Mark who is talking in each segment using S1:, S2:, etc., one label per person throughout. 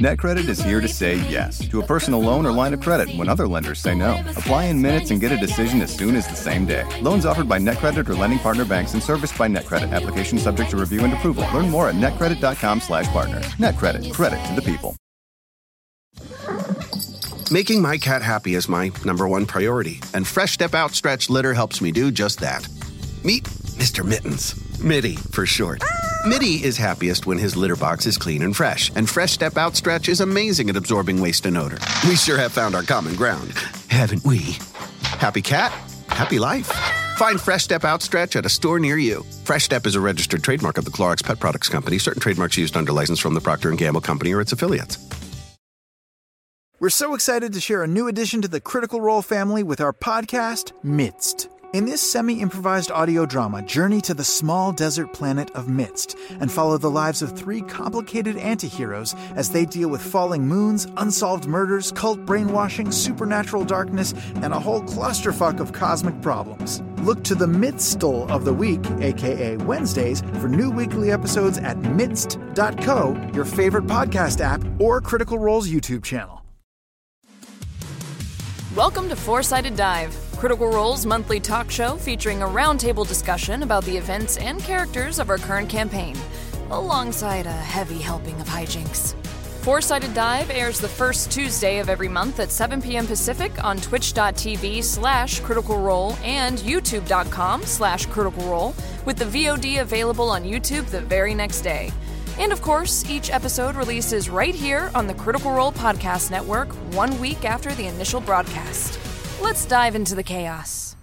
S1: NetCredit is here to say yes to a personal loan or line of credit when other lenders say no. Apply in minutes and get a decision as soon as the same day. Loans offered by NetCredit or lending partner banks and serviced by NetCredit. Application subject to review and approval. Learn more at netcredit.com slash partner. NetCredit. Credit to the people.
S2: Making my cat happy is my number one priority, and Fresh Step Outstretched Litter helps me do just that. Meet Mr. Mittens. Mitty, for short. Mitty is happiest when his litter box is clean and fresh, and Fresh Step Outstretch is amazing at absorbing waste and odor. We sure have found our common ground, haven't we? Happy cat, happy life. Find Fresh Step Outstretch at a store near you. Fresh Step is a registered trademark of the Clorox Pet Products Company. Certain trademarks used under license from the Procter & Gamble Company or its affiliates.
S3: We're so excited to share a new addition to the Critical Role family with our podcast, Midst. In this semi improvised audio drama, journey to the small desert planet of Midst and follow the lives of three complicated anti heroes as they deal with falling moons, unsolved murders, cult brainwashing, supernatural darkness, and a whole clusterfuck of cosmic problems. Look to the Midstle of the Week, aka Wednesdays, for new weekly episodes at midst.co, your favorite podcast app, or Critical Role's YouTube channel.
S4: Welcome to Four Sided Dive, Critical Role's monthly talk show featuring a roundtable discussion about the events and characters of our current campaign, alongside a heavy helping of hijinks. Four Sided Dive airs the first Tuesday of every month at 7 p.m. Pacific on twitch.tv slash critical role and youtube.com slash critical role, with the VOD available on YouTube the very next day. And of course, each episode releases right here on the Critical Role Podcast Network one week after the initial broadcast. Let's dive into the chaos.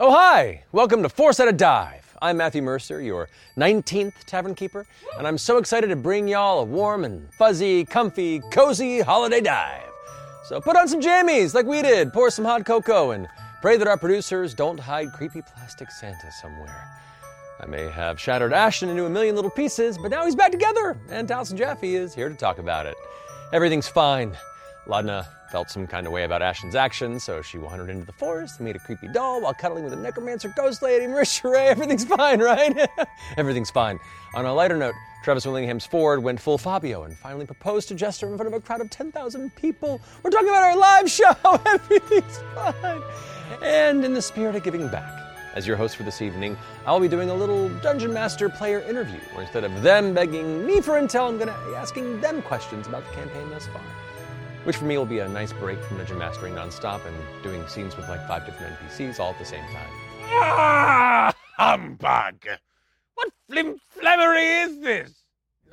S5: Oh, hi! Welcome to Force at a Dive. I'm Matthew Mercer, your 19th tavern keeper, and I'm so excited to bring y'all a warm and fuzzy, comfy, cozy holiday dive. So put on some jammies like we did, pour some hot cocoa, and pray that our producers don't hide creepy plastic Santa somewhere. I may have shattered Ashton into a million little pieces, but now he's back together, and Dallas Jaffe is here to talk about it. Everything's fine. Ladna felt some kind of way about Ashton's action, so she wandered into the forest and made a creepy doll while cuddling with a necromancer ghost lady, Marisha Ray. Everything's fine, right? Everything's fine. On a lighter note, Travis Willingham's Ford went full Fabio and finally proposed to Jester in front of a crowd of 10,000 people. We're talking about our live show! Everything's fine! And in the spirit of giving back, as your host for this evening, I'll be doing a little Dungeon Master player interview, where instead of them begging me for intel, I'm going to be asking them questions about the campaign thus far. Which for me will be a nice break from Dungeon Mastering nonstop and doing scenes with like five different NPCs all at the same time.
S6: Ah, humbug! What flimflammery is this?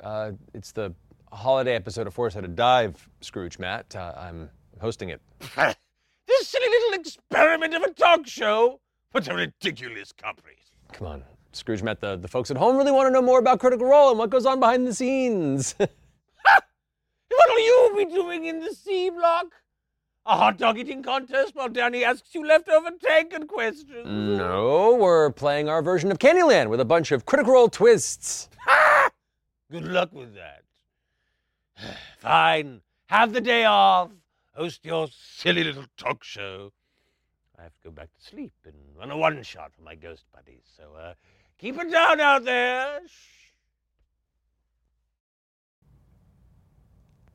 S5: Uh, it's the holiday episode of Force How to Dive, Scrooge, Matt. Uh, I'm hosting it.
S6: this silly little experiment of a talk show? What a ridiculous caprice.
S5: Come on, Scrooge, Matt, the, the folks at home really want to know more about Critical Role and what goes on behind the scenes.
S6: What will you be doing in the C block? A hot dog eating contest while Danny asks you leftover taken questions.
S5: no, we're playing our version of Candyland with a bunch of Critical Role twists.
S6: Ah! Good luck with that. Fine. Have the day off. Host your silly little talk show. I have to go back to sleep and run a one shot for my ghost buddies, so uh, keep it down out there. Shh.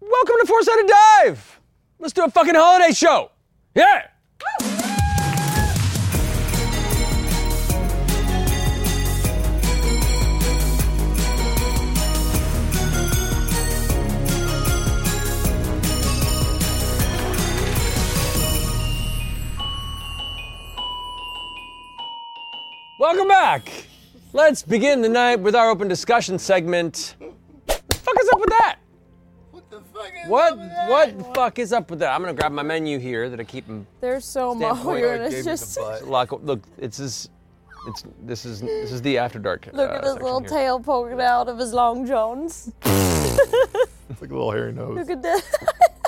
S5: Welcome to Force Out of Dive! Let's do a fucking holiday show! Yeah! Welcome back! Let's begin the night with our open discussion segment. The fuck is up with that? What what the fuck is up with that? I'm gonna grab my menu here that I keep in
S7: There's so much
S5: Standpoint,
S7: here, and
S5: I
S7: it's just
S5: lock. Look, it's this. It's this is this is the after dark. uh,
S7: look at his little tail poking out of his long johns.
S8: It's like a little hairy nose.
S7: Look at this.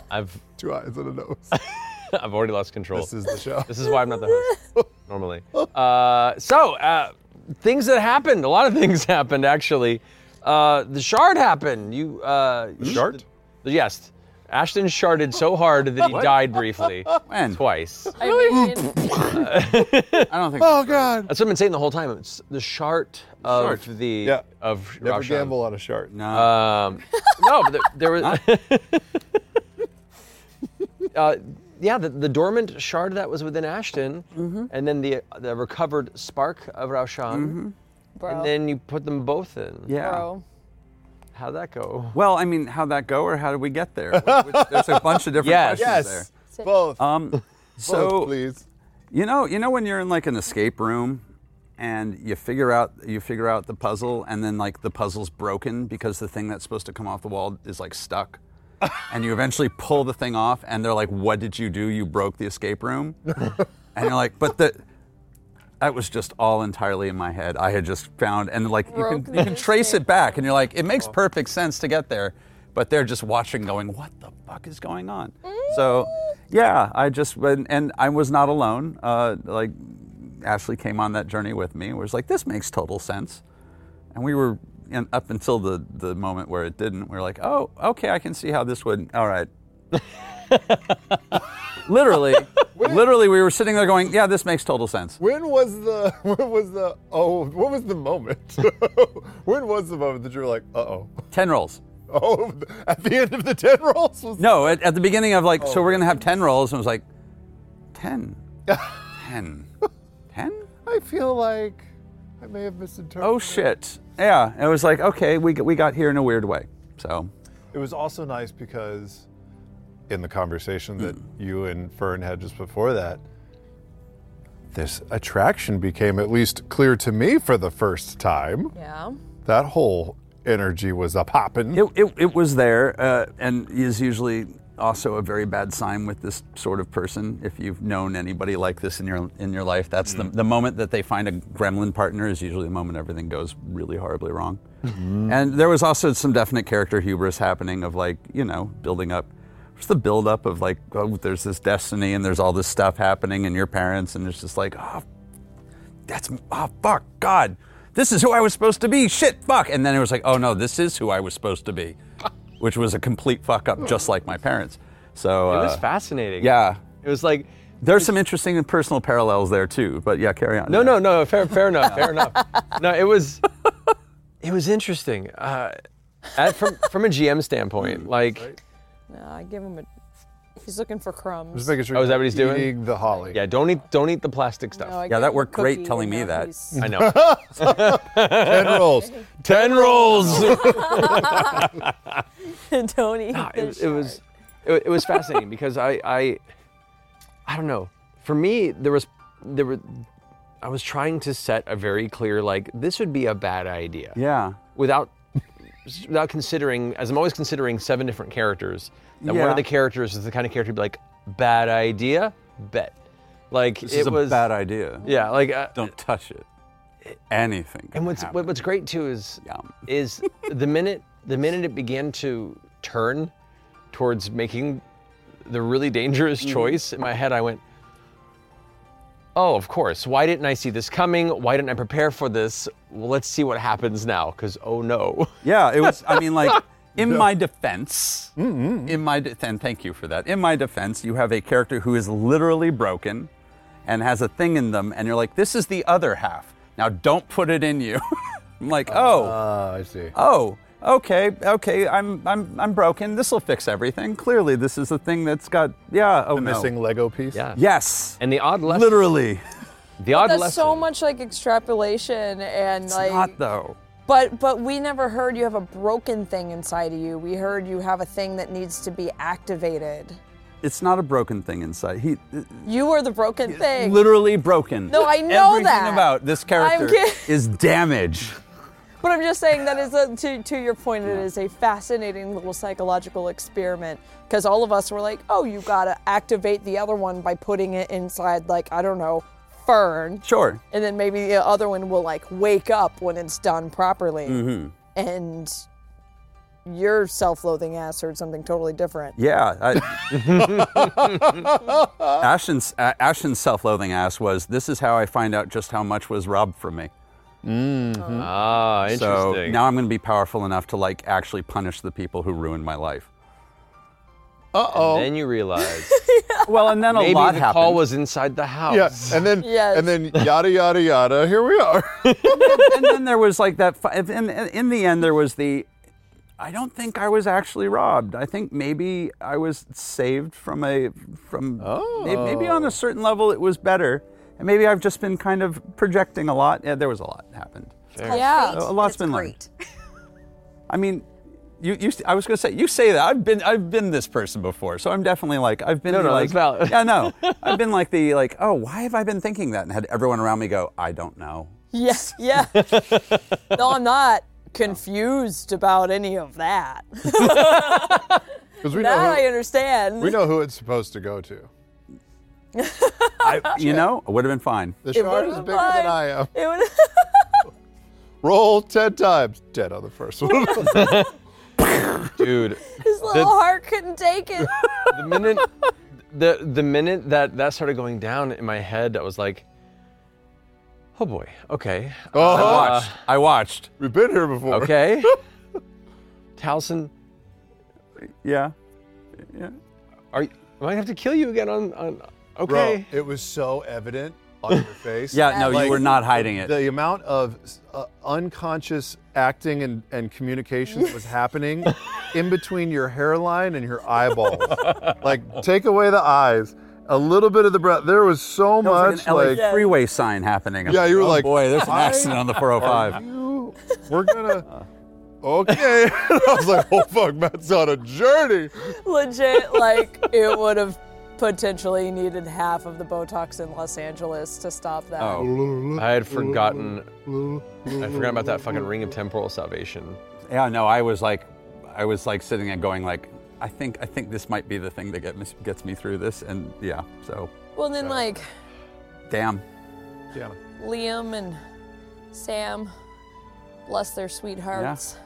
S5: I've
S8: Two eyes and a nose.
S5: I've already lost control.
S8: this is the show.
S5: This is why I'm not the host normally. Uh, so uh, things that happened. A lot of things happened actually. Uh, the shard happened. You uh,
S8: The shard?
S5: Yes. Ashton sharded so hard that he died briefly
S9: When?
S5: twice.
S7: I mean,
S9: I don't think.
S8: Oh God.
S5: That's what I've been saying the whole time. It's the shart of
S9: Shart.
S5: the
S8: Yeah.
S5: of
S8: Never
S5: Roshan.
S8: gamble on a shark.
S9: No.
S5: Um, no, but there, there was. uh, yeah, the, the dormant shard that was within Ashton,
S9: Mm-hmm.
S5: and then the the recovered spark of Raushan,
S7: bro.
S5: and then you put them both in.
S9: yeah.
S7: bro.
S5: How'd that go?
S9: Well, I mean, how'd that go, or how did we get there? Which- which- there's a bunch of different
S5: Yes.
S9: questions
S8: Yes. Both.
S9: there. Um, so,
S8: Both, please.
S9: You know, you know when you're in like an escape room and you figure out you figure out the puzzle and then like the puzzle's broken because the thing that's supposed to come off the wall is like stuck. and you eventually pull the thing off and they're like, "What did you do? You broke the escape room." and you're like, "But the that was just all entirely in my head. I had just found and like you
S7: Broke
S9: can
S7: the
S9: you can trace
S7: escape.
S9: it back and you're like, "It makes perfect sense to get there." But they're just watching going, "What the fuck is going on?" So, yeah, I just and, and I was not alone. Uh, like Ashley came on that journey with me and was like, this makes total sense. And we were, and up until the, the moment where it didn't, we were like, oh, okay, I can see how this would, all right. literally, literally, we were sitting there going, yeah, this makes total sense.
S8: When was the when was the oh what was the moment? when was the moment that you were like, uh oh.
S9: 10 rolls.
S8: Oh at the end of the ten rolls was Oh,
S9: No, at, at the beginning of like, so we're going to have 10 rolls. And it was like, 10, 10, 10?
S8: I feel like I may have misinterpreted.
S9: Oh, shit. Yeah. It was like, okay, we, got- we got here in a weird way. So,
S8: It was also nice because in the conversation that
S9: Mm.
S8: you and Fern had just before that, this attraction became at least clear to me for the first time.
S7: Yeah.
S8: That whole energy was a popping.
S9: It, it, it was there, uh, and is usually also a very bad sign with this sort of person. If you've known anybody like this in your in your life, that's the, the moment that they find a gremlin partner is usually the moment everything goes really horribly wrong. Mm.
S8: Mm-hmm.
S9: And there was also some definite character hubris happening of like you know building up. Just the build up of like, oh, there's this destiny and there's all this stuff happening and your parents and it's just like, oh, that's oh fuck god this is who i was supposed to be shit fuck and then it was like oh no this is who i was supposed to be which was a complete fuck up just like my parents so
S5: it was
S9: uh,
S5: fascinating.
S9: yeah
S5: It was like
S9: there's some interesting and personal parallels there too but yeah carry on
S5: No, no, no. Fair, fair enough. Fair enough. No, it was, it was interesting. Uh, at, from from a GM
S9: Mm.
S5: standpoint, like
S7: No, I give him a. He's looking for crumbs.
S8: Just making sure
S5: Oh, is that what he's
S8: you're not
S5: doing?
S8: eating the holly.
S5: yeah, don't eat don't eat the plastic stuff.
S7: No, I
S9: Yeah,
S7: gave
S9: that
S7: him a
S9: worked great
S7: cookie,
S9: telling
S7: and
S9: me
S7: now
S9: that.
S7: he's-
S5: I know.
S8: Ten rolls.
S5: Ten rolls.
S7: Don't eat
S5: Ah,
S7: this
S5: it, it was it, wa- it was fascinating because I, I I don't know. For me, there was there were I was trying to set a very clear like this would be a bad idea
S9: yeah
S5: without without considering as I'm always considering seven different characters. And one
S9: Yeah.
S5: of the characters is the kind of character to be like bad idea bet. Like
S9: this
S5: it
S9: is a
S5: was
S9: bad idea
S5: yeah like uh,
S9: don't touch it anything
S5: And what's what, what's great too is
S9: Yum.
S5: is the minute the minute it began to turn towards making the really dangerous
S9: Mm-hmm.
S5: choice in my head, I went, "Oh, of course. Why didn't I see this coming? Why didn't I prepare for this? Well, let's see what happens now. Because oh no,
S9: Yeah, it was. I mean, like, in my defense,
S8: Mm,
S9: in my de- and thank you for that. In my defense, you have a character who is literally broken, and has a thing in them, and you're like, this is the other half. Now, don't put it in you. I'm like, oh,
S8: Ah, I see.
S9: oh, okay, okay. I'm I'm I'm broken. This will fix everything. Clearly, this is the thing that's got. Yeah. Oh
S8: The
S9: no.
S8: missing Lego piece.
S5: yeah.
S9: Yes.
S5: And the odd lesson,
S9: Literally.
S5: the odd
S7: That's
S5: lesson.
S7: so much like extrapolation and
S9: It's
S7: like.
S9: not though.
S7: But but we never heard you have a broken thing inside of you. We heard you have a thing that needs to be activated.
S9: It's not a broken thing inside. He
S7: You are the broken thing.
S9: literally broken.
S7: No, I know
S9: Everything
S7: that.
S9: about this character
S7: kidding.
S9: is damage.
S7: But I'm just saying that is a, to to your point. It is a fascinating little psychological experiment because all of us were like, oh, you gotta activate the other one by putting it inside like I don't know, fern.
S9: Sure.
S7: and then maybe the other one will like wake up when it's done properly
S8: Mm.
S9: Mm-hmm.
S7: and your self-loathing ass heard something totally different
S9: Yeah. I, Ashton's, uh, Ashton's self-loathing ass was, this is how I find out just how much was robbed from me.
S7: Oh.
S5: ah, interesting.
S9: So now I'm going to be powerful enough to like actually punish the people who ruined my life.
S5: Uh oh. Then you realize
S9: Well, and then a
S5: maybe
S9: lot
S5: the
S9: happened.
S5: call was inside the house.
S8: Yeah, and then
S7: Yes.
S8: and then yada yada yada. Here we are.
S9: and then there was like that. fi- In, in the end, there was the. I don't think I was actually robbed. I think maybe I was saved from a from. Oh. Maybe on a certain level it was better, and maybe I've just been kind of projecting a lot. Yeah, there was a lot happened.
S7: Yeah.
S9: A lot's
S10: It's
S9: been learned.
S10: great.
S9: I mean, you, you I was gonna say you say that I've been I've been this person before, so I'm definitely like I've been
S5: No,
S9: the,
S5: no,
S9: like
S5: that's valid.
S9: yeah no I've been like the like oh why have I been thinking that and had everyone around me go I don't know
S7: Yes. Yeah. no, I'm not confused about any of that.
S8: Because we know
S7: That I
S8: who,
S7: understand.
S8: we know who it's supposed to go to.
S9: I, you know it would have been fine
S8: The
S7: It
S8: shard
S7: would've
S8: is
S7: been
S8: bigger
S7: fine.
S8: than I am.
S7: It would-
S8: Roll ten times. Dead on the first one.
S5: Dude,
S7: his little heart couldn't take it.
S5: the minute the the minute that that started going down in my head, I was like, oh boy, okay, Uh,
S9: I
S8: oh,
S9: watched I watched
S8: we've been here before.
S5: okay. Towson,
S9: yeah
S5: are you, am I gonna have to kill you again on on?
S8: Bro,
S5: Okay.
S8: it was so evident on your face.
S9: yeah no
S8: Like,
S9: you were not hiding it
S8: The amount of uh, unconscious acting and, and communication that was happening in between your hairline and your eyeballs. like, take away the eyes, a little bit of the breath. There was so
S9: That was
S8: much
S9: like an LA
S8: like,
S9: freeway sign happening I'm
S8: Yeah, you were
S9: oh
S8: like,
S9: boy there's an
S8: I-
S9: accident on the
S8: are
S9: 405
S8: you- we're gonna. Okay. I was like, oh fuck, Matt's on a journey.
S7: Legit, like it would have potentially needed half of the Botox in Los Angeles to stop that.
S9: oh
S5: I had forgotten. I forgot about that fucking ring of temporal salvation.
S9: yeah no I was like I was like sitting and going like I think I think this might be the thing that get, me- gets me through this and yeah so
S7: Well, then like
S9: damn.
S8: Yeah.
S7: Liam and Sam, bless their sweethearts,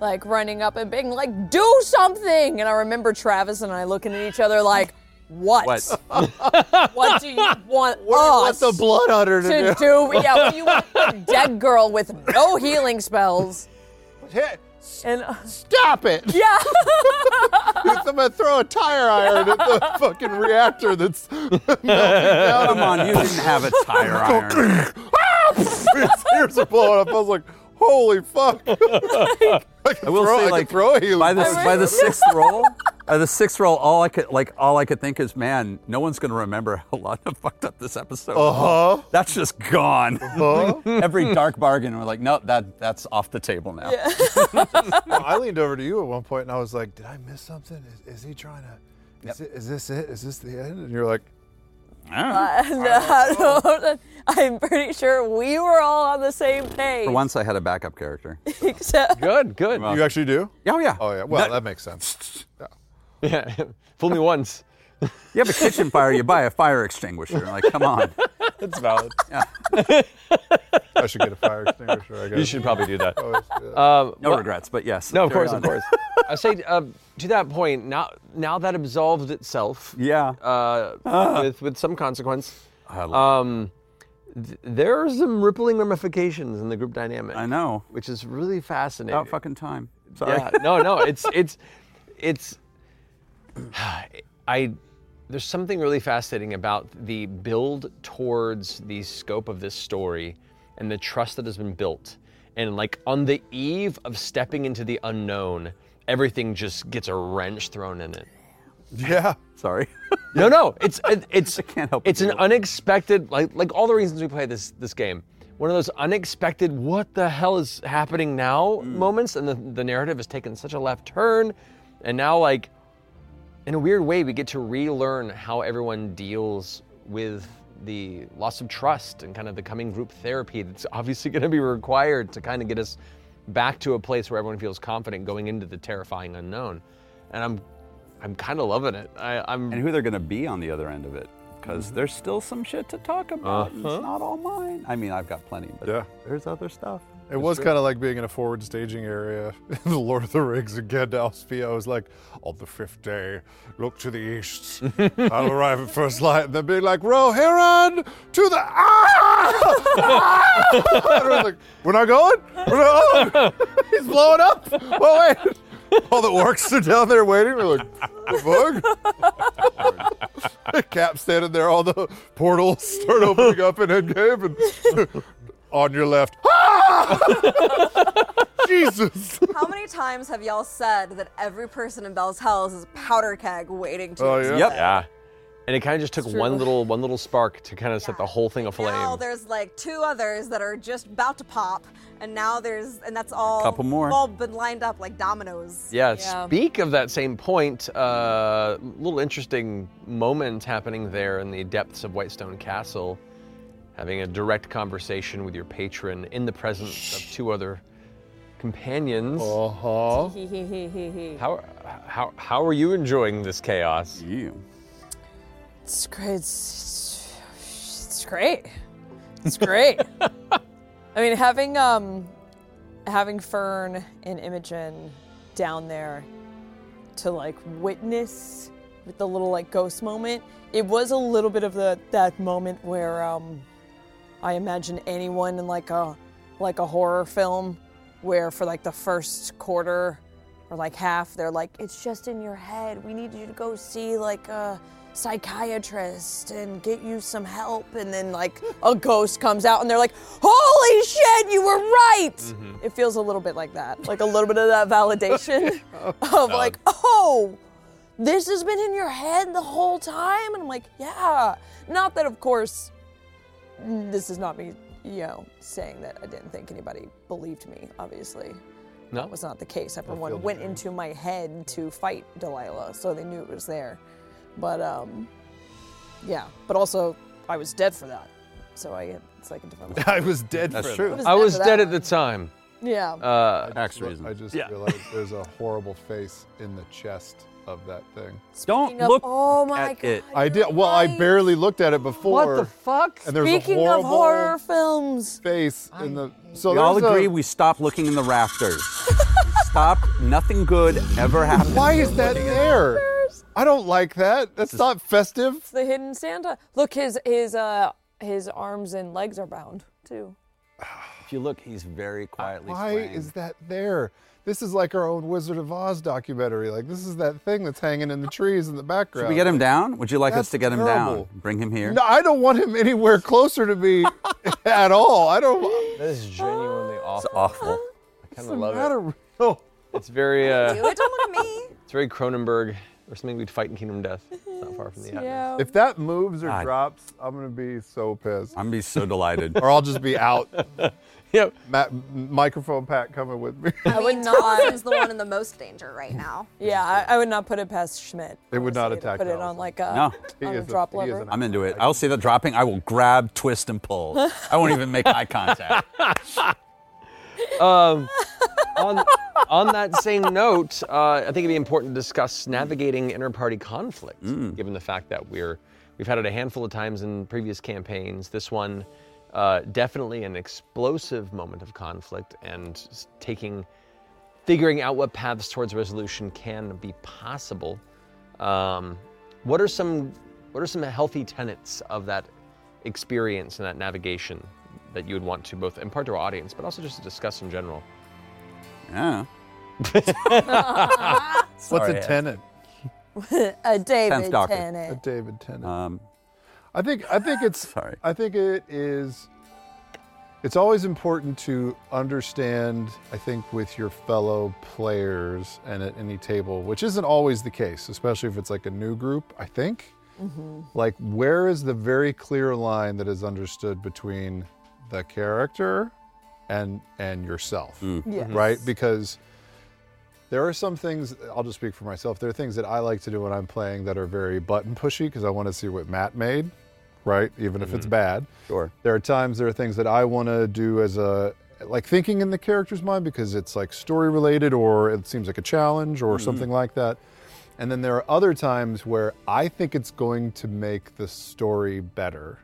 S7: like running up and being like, "Do something!" And I remember Travis and I looking at each other like, "What?
S9: What?
S7: What do you want
S8: What
S7: us
S8: the blood hunter to,
S7: to do? Yeah, what do you want a dead girl with no healing spells?"
S8: Hey,
S7: And
S8: stop it.
S7: yeah.
S8: I'm gonna throw a tire iron at the fucking reactor that's melting down.
S9: Come on, you didn't have a tire iron.
S8: His ears are blowing up. I was like, holy fuck. I can
S9: I will
S8: throw, I
S9: say,
S8: can
S9: like,
S8: throw you.
S9: by the by the sixth roll, by Uh, the sixth roll, all I could like all I could think is, man, no one's gonna remember how lot of fucked up this episode.
S8: Uh huh.
S9: That's just gone.
S8: Huh?
S9: Every dark bargain, we're like, no, that that's off the table now.
S8: I leaned over to you at one point and I was like, did I miss something? Is, is he trying to? Is, it, is this it? Is this the end? And you're like,
S9: Ah.
S7: I'm pretty sure we were all on the same page.
S9: For once, I had a backup character.
S7: Except
S5: Good, good.
S8: you actually do?
S9: Oh yeah.
S8: Oh yeah. Well, that,
S9: That-
S8: makes sense.
S5: Yeah. Fool me once.
S9: you have a kitchen fire, you buy a fire extinguisher. Like, come on.
S5: That's valid.
S8: I should get a fire extinguisher. I guess. Oh,
S5: You should probably do that.
S8: Always do that.
S5: Um,
S9: Uh, No
S5: well-
S9: regrets, but yes.
S5: No, of
S9: carry
S5: course, of
S9: on.
S5: course. I say uh, to that point. Now, now that absolved itself.
S9: Yeah.
S5: Uh, With with some consequence.
S9: I love-
S5: Um, th- there are some rippling ramifications in the group dynamic.
S9: I know.
S5: which is really fascinating.
S9: About fucking time. Sorry.
S5: yeah. No, no. It's it's it's. I there's something really fascinating about the build towards the scope of this story and the trust that has been built. And like on the eve of stepping into the unknown, everything just gets a wrench thrown in it.
S8: yeah.
S9: Sorry.
S5: No, no, it's it- it's
S9: can't help but
S5: it's an
S9: giggle.
S5: unexpected like like all the reasons we play this this game. One of those unexpected what the hell is happening now
S9: Mm.
S5: moments and the, the narrative has taken such a left turn and now like in a weird way we get to relearn how everyone deals with the loss of trust and kind of the coming group therapy that's obviously going to be required to kind of get us back to a place where everyone feels confident going into the terrifying unknown. And I'm I'm kind of loving it. I, I'm Mm-hmm.
S9: and who they're going to be on the other end of it because there's still some shit to talk about. and
S5: Uh-huh.
S9: It's not all mine. I mean, I've got plenty, but
S8: Yeah.
S9: there's other stuff.
S8: It was kind of like being in a forward staging area in the Lord of the Rings in Gandalf's Fia. I was like, on the fifth day, look to the east. I'll arrive at first light. And then being like, Rohirrim to the. Ah! Ah! And I was like, we're not going? We're not going. He's blowing up. Oh, wait. All the orcs are down there waiting. We're like, the fuck? Cap standing there, all the portals start opening up in Endgame, and on your left, ah! Jesus.
S10: How many times have y'all said that every person in Bell's Hells is a powder keg waiting to
S8: Oh, yeah.
S5: Yep. Yeah. And it kind of just took one little one little spark to kind of set the whole thing aflame.
S10: Now there's like two others that are just about to pop, and now there's and that's all.
S9: Couple more.
S10: All been lined up like dominoes.
S5: Yeah,
S7: Yeah.
S5: Speak of that same point. Uh, little interesting moment happening there in the depths of Whitestone Castle, having a direct conversation with your patron in the presence of two other companions.
S8: Uh-huh.
S7: Hee hee hee hee hee.
S5: How, how how are you enjoying this chaos?
S9: You.
S7: It's great. It's, it's great. It's great. I mean, having um, having Fern and Imogen down there to like witness with the little like ghost moment. It was a little bit of the that moment where um, I imagine anyone in like a like a horror film where for like the first quarter or like half they're like it's just in your head we need you to go see like a psychiatrist and get you some help and then like a ghost comes out and they're like holy shit you were right it feels a little bit like that like a little bit of that validation of like oh this has been in your head the whole time and i'm like yeah not that of course this is not me, you know, saying that I didn't think anybody believed me, obviously.
S5: No.
S7: That was not the case. Everyone went into my head to fight Delilah, so they knew it was there. But, um, yeah. But also, I was dead for that. So I, it's like a different.
S8: I was dead for
S9: That's
S8: that.
S9: true.
S7: was
S5: I was
S7: for that
S5: dead at
S7: one.
S5: the time.
S7: Yeah.
S5: Uh,
S9: Tax
S8: I
S9: reason.
S8: just
S5: Yeah.
S8: realized there's a horrible face in the chest of that thing.
S9: Don't
S7: Speaking of-
S9: look
S7: oh my
S9: at it.
S8: I did. Well, I barely looked at it before.
S5: fuck?
S8: And there's
S7: Speaking
S8: a
S7: of
S8: horrible
S7: horror films,
S8: face in the. So
S9: We all
S8: there's a-
S9: agree we stop looking in the rafters. we stop. Nothing good ever happened.
S8: Why is that there? I don't like that. That's not festive.
S7: the hidden Santa. Look, his his uh his arms and legs are bound too.
S9: If you look, he's very quietly
S8: Why
S9: swaying.
S8: is that there? This is like our own Wizard of Oz documentary. Like this is that thing that's hanging in the trees in the background.
S9: Should we get him down? Would you like us
S8: That's
S9: to get him
S8: terrible.
S9: down? Bring him here.
S8: No, I don't want him anywhere closer to me at all. I don't.
S5: That is genuinely awful.
S9: Awful.
S5: I kind of love it.
S8: No.
S5: It's very
S10: Do
S5: uh,
S10: it, don't look at me.
S5: it's very Cronenberg or something we'd fight in Kingdom Death. It's not far from the Atlas.
S7: Yeah.
S8: If that moves or
S9: God.
S8: drops, I'm gonna be so pissed.
S9: I'm be so delighted.
S8: or I'll just be out.
S5: Yep.
S8: Ma- microphone Pat coming with me.
S10: I would not. the one in the most danger right now.
S7: Yeah, I, I would not put it past Schmidt.
S8: It would not
S7: honestly, to
S8: attack
S7: Put it on
S8: Allison.
S7: like a,
S9: No.
S8: He
S7: on a
S8: is a-
S7: drop
S8: he is
S7: lever.
S8: an
S9: I'm into it. I'll see the dropping. I will grab, twist, and pull. I won't even make eye contact.
S5: Um, on, on that same note, uh, I think it'd be important to discuss navigating inter-party conflict,
S8: Mm.
S5: given the fact that we're we've had it a handful of times in previous campaigns. This one, uh, definitely an explosive moment of conflict, and s- taking, figuring out what paths towards resolution can be possible. Um, what are some what are some healthy tenets of that experience and that navigation that you would want to both impart to our audience, but also just to discuss in general?
S9: Yeah.
S8: What's
S9: Sorry,
S8: a tenant?
S7: a
S9: Sounds
S7: David
S9: darker.
S8: A
S7: Tennant.
S8: David tenant.
S9: Um,
S8: I think I think it's
S9: Sorry.
S8: I think it is it's always important to understand I think with your fellow players and at any table, which isn't always the case, especially if it's like a new group, I think. Like where is the very clear line that is understood between the character and and yourself?
S9: Mm.
S7: Yes.
S8: right? Because there are some things, I'll just speak for myself, there are things that I like to do when I'm playing that are very button pushy because I want to see what Matt made, right? Even if it's bad.
S9: Sure.
S8: There are times, there are things that I want to do as a, like thinking in the character's mind because it's like story related or it seems like a challenge or something like that. And then there are other times where I think it's going to make the story better.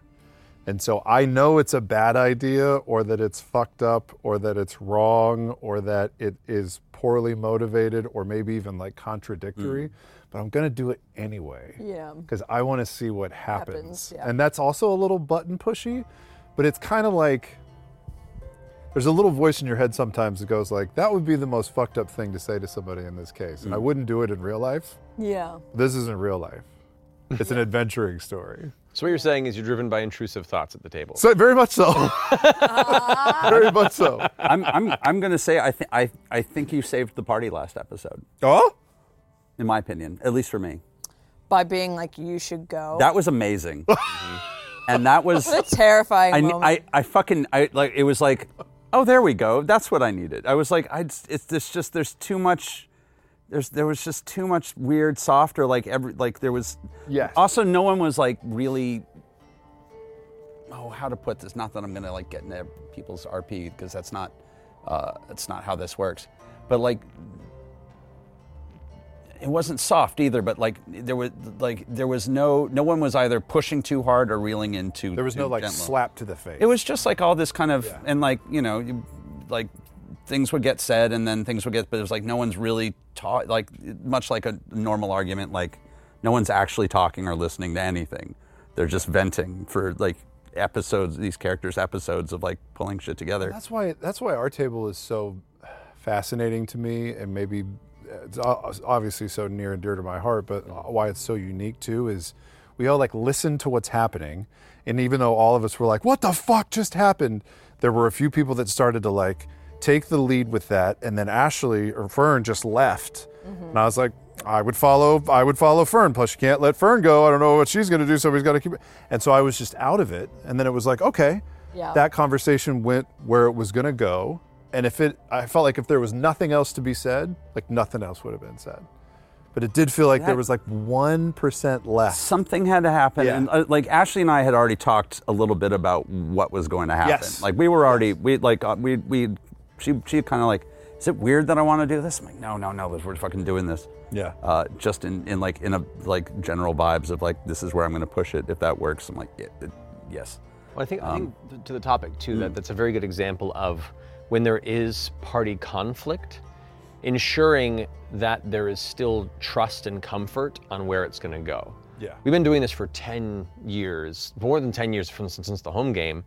S8: And so I know it's a bad idea or that it's fucked up or that it's wrong or that it is poorly motivated or maybe even like contradictory, but I'm going to do it anyway
S7: Yeah.
S8: because I want to see what happens.
S7: Happens, yeah.
S8: And that's also a little button pushy, but it's kind of like there's a little voice in your head sometimes that goes like, "That would be the most fucked up thing to say to somebody in this case." And I wouldn't do it in real life.
S7: Yeah.
S8: This isn't real life. It's an adventuring story.
S5: So what you're saying is you're driven by intrusive thoughts at the table.
S8: So very much so. very much so.
S9: I'm, I'm, I'm going to say I, th- I, I think you saved the party last episode,
S8: Oh,
S9: in my opinion, at least for me.
S7: By being like, you should go.
S9: That was amazing. Mm-hmm. And that was.
S7: It's a terrifying
S9: I,
S7: moment.
S9: I, I fucking I like it was like, oh there we go. That's what I needed. I was like, I it's this just there's too much. There's there was just too much weird soft or like every like there was.
S8: Yes.
S9: Also, no one was like really. Oh, how to put this? Not that I'm gonna like get into people's RP because that's not uh, that's not how this works. But like. It wasn't soft either, but like there was like there was no no one was either pushing too hard or reeling in too.
S8: there was no
S9: too
S8: like
S9: gently.
S8: slap to the face.
S9: It was just like all this kind of, and like, you know, you, like things would get said and then things would get, but it was like no one's really taught, like, much like a normal argument, like, no one's actually talking or listening to anything. They're just venting for like episodes, these characters' episodes of like pulling shit together.
S8: That's why. That's why our table is so fascinating to me, and maybe it's o- obviously so near and dear to my heart. But why it's so unique too is we all like listen to what's happening, and even though all of us were like, "What the fuck just happened?" There were a few people that started to like take the lead with that, and then Ashley or Fern just left, and I was like. I would follow. I would follow Fern. Plus, you can't let Fern go. I don't know what she's going to do, so we've got to keep. it. And so I was just out of it. And then it was like, okay,
S7: Yeah.
S8: that conversation went where it was going to go and if it i felt like if there was nothing else to be said like nothing else would have been said but it did feel like there
S9: That-
S8: was like 1% left
S9: Something had to happen.
S8: Yeah.
S9: And uh, like Ashley and I had already talked a little bit about what was going to happen.
S8: Yes.
S9: Like we were already, we like, uh, we, we, she, she kind of like, is it weird that I want to do this? I'm like, no, no, no, we're fucking doing this.
S8: yeah
S9: uh, just in, in like in a like general vibes of like this is where I'm going to push it if that works. I'm like yeah, it, yes.
S5: Well, I think, I think th- to the topic too that that's a very good example of when there is party conflict, ensuring that there is still trust and comfort on where it's going to go.
S8: Yeah.
S5: we've been doing this for ten years, more than ten years from since, since the home game,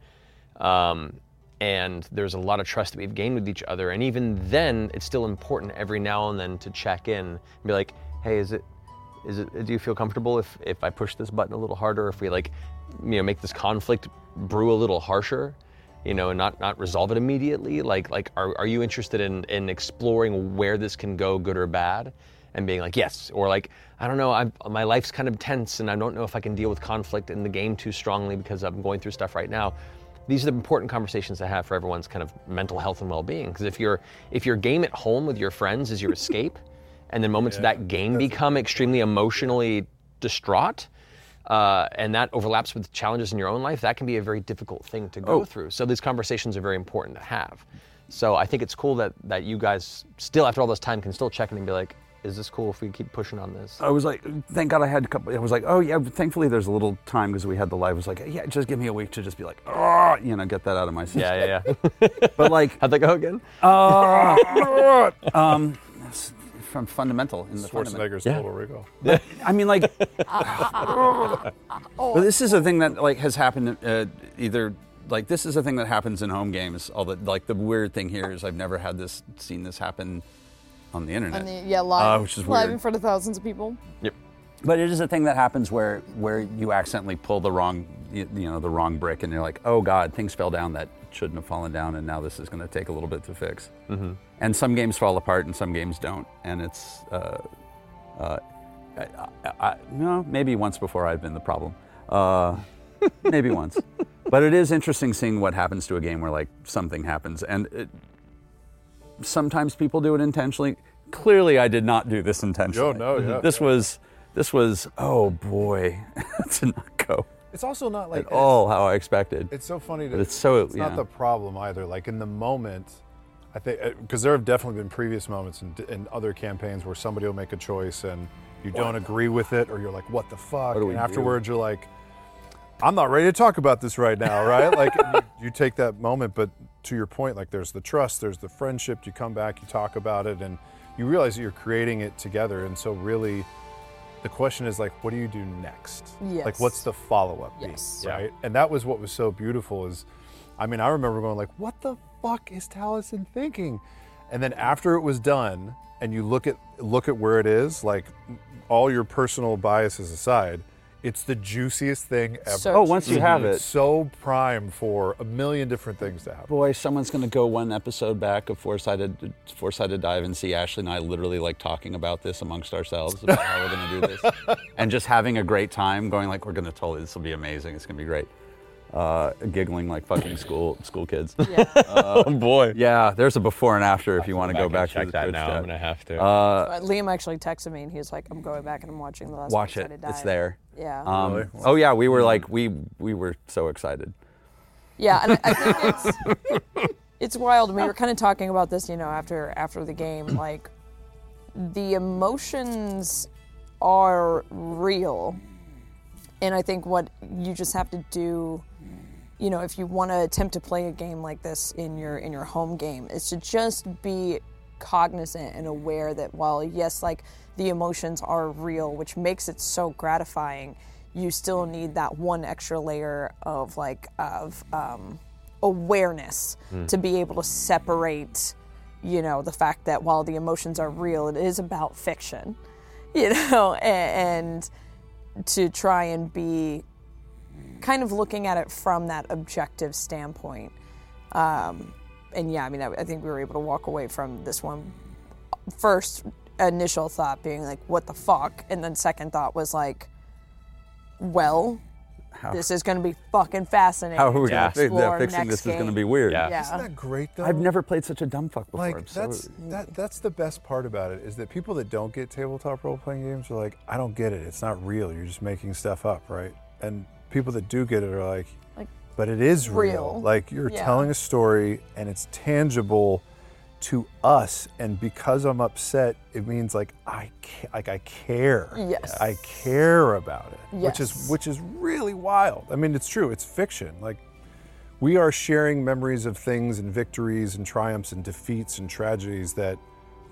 S5: um, and there's a lot of trust that we've gained with each other. And even then, it's still important every now and then to check in and be like, "Hey, is it is it, do you feel comfortable if, if I push this button a little harder, if we like, you know, make this conflict brew a little harsher, you know, and not, not resolve it immediately? Like, like are, are you interested in, in exploring where this can go, good or bad? And being like, yes, or like, I don't know, I'm, my life's kind of tense and I don't know if I can deal with conflict in the game too strongly because I'm going through stuff right now these are the important conversations to have for everyone's kind of mental health and well-being because if your if your game at home with your friends is your escape and then moments of that game become extremely emotionally distraught uh, and that overlaps with challenges in your own life that can be a very difficult thing to go through so these conversations are very important to have so i think it's cool that that you guys still after all this time can still check in and be like is this cool if we keep pushing on this
S9: I was like, thank God I had a couple. I was like, oh yeah. Thankfully, there's a little time because we had the live. I was like, yeah, just give me a week to just be like, oh, you know, get that out of my system.
S5: yeah yeah yeah
S9: But like,
S5: how'd that go again
S9: um, it's from fundamental in the fundamental.
S8: schwarzenegger's total recall
S9: I mean, like, but this is a thing that like has happened uh, either like this is a thing that happens in home games. All the like the weird thing here is I've never had this seen this happen on the internet.
S7: And the- yeah, live,
S9: Uh, which is
S7: live
S9: weird.
S7: in front of thousands of people.
S9: But it is a thing that happens where where you accidentally pull the wrong you, you know the wrong brick and you're like, oh god, things fell down that shouldn't have fallen down, and now this is going to take a little bit to fix. Mm-hmm. And some games fall apart and some games don't, and it's uh, uh, I, I, I, no maybe once before I've been the problem, uh, maybe once. But it is interesting seeing what happens to a game where like something happens, and it, sometimes people do it intentionally. Clearly, I did not do this intentionally. Mm-hmm.
S8: no, yeah,
S9: This was, this was. Oh boy, to not go
S8: it's also not like
S9: at all how I expected.
S8: It's so funny. To,
S9: But it's so-
S8: It's not
S9: yeah.
S8: the problem either. Like in the moment, I think because there have definitely been previous moments in, in other campaigns where somebody will make a choice and you don't agree with it, or you're like, "What the fuck?"
S9: do we
S8: and
S9: do?
S8: afterwards, you're like, "I'm not ready to talk about this right now." Right? like you, you take that moment, but to your point, like there's the trust, there's the friendship. You come back, you talk about it, and you realize that you're creating it together. And so, really, the question is like, what do you do next? Like,
S7: Yes.
S8: what's the follow up?
S7: Yes.
S8: Right. And that was what was so beautiful is, I mean, I remember going like, what the fuck is Taliesin thinking? And then after it was done, and you look at look at where it is, like all your personal biases aside, it's the juiciest thing ever.
S7: So
S9: Oh, once you have
S8: It's
S9: it,
S8: so prime for a million different things to happen.
S9: boy, someone's going to go one episode back of four-sided, four-sided dive and see Ashley and I literally like talking about this amongst ourselves about how we're going to do this, and just having a great time, going like, we're going to totally, this will be amazing, it's going to be great, uh, giggling like fucking school school kids. Yeah.
S5: Oh boy.
S9: yeah, there's a before and after if you want to go
S5: and
S9: back
S5: check
S9: to the Uh,
S5: that
S9: Twitch
S5: now.
S9: chat.
S5: I'm gonna have to.
S7: But Liam actually texted me and he was like, I'm going back and I'm watching the last
S9: Watch
S7: episode
S9: it.
S7: of
S9: It's
S7: Dive."
S9: there.
S7: Yeah.
S9: Um, Oh yeah, we were like we we were so excited.
S7: Yeah, and I, I think it's it's wild. We were kind of talking about this, you know, after after the game, like the emotions are real, and I think what you just have to do, you know, if you want to attempt to play a game like this in your in your home game, is to just be cognizant and aware that while yes, like the emotions are real, which makes it so gratifying, you still need that one extra layer of like of um, awareness to be able to separate you know the fact that while the emotions are real it is about fiction you know a- and, and to try and be kind of looking at it from that objective standpoint um, and yeah i mean I, I think we were able to walk away from this one first initial thought being like what the fuck and then second thought was like well this is going to be fucking fascinating
S9: How are we
S7: to
S9: gonna fi-
S7: explore
S9: fixing
S7: next
S9: this is going to
S7: game.
S9: be weird.
S5: Yeah.
S7: yeah
S8: Isn't that great though?
S9: I've never played such a dumb fuck before. I'm
S8: Like
S9: so-
S8: that's that, that's the best part about it is that people that don't get tabletop role playing games are like, I don't get it. It's not real. You're just making stuff up, right? And people that do get it are like, but it is real.
S7: real.
S8: Like you're
S7: Yeah.
S8: telling a story and it's tangible to us. And because I'm upset, it means like I ca- like I care.
S7: Yes.
S8: I care about it, which
S7: Yes.
S8: is which is really wild. I mean, it's true. It's fiction. Like we are sharing memories of things and victories and triumphs and defeats and tragedies that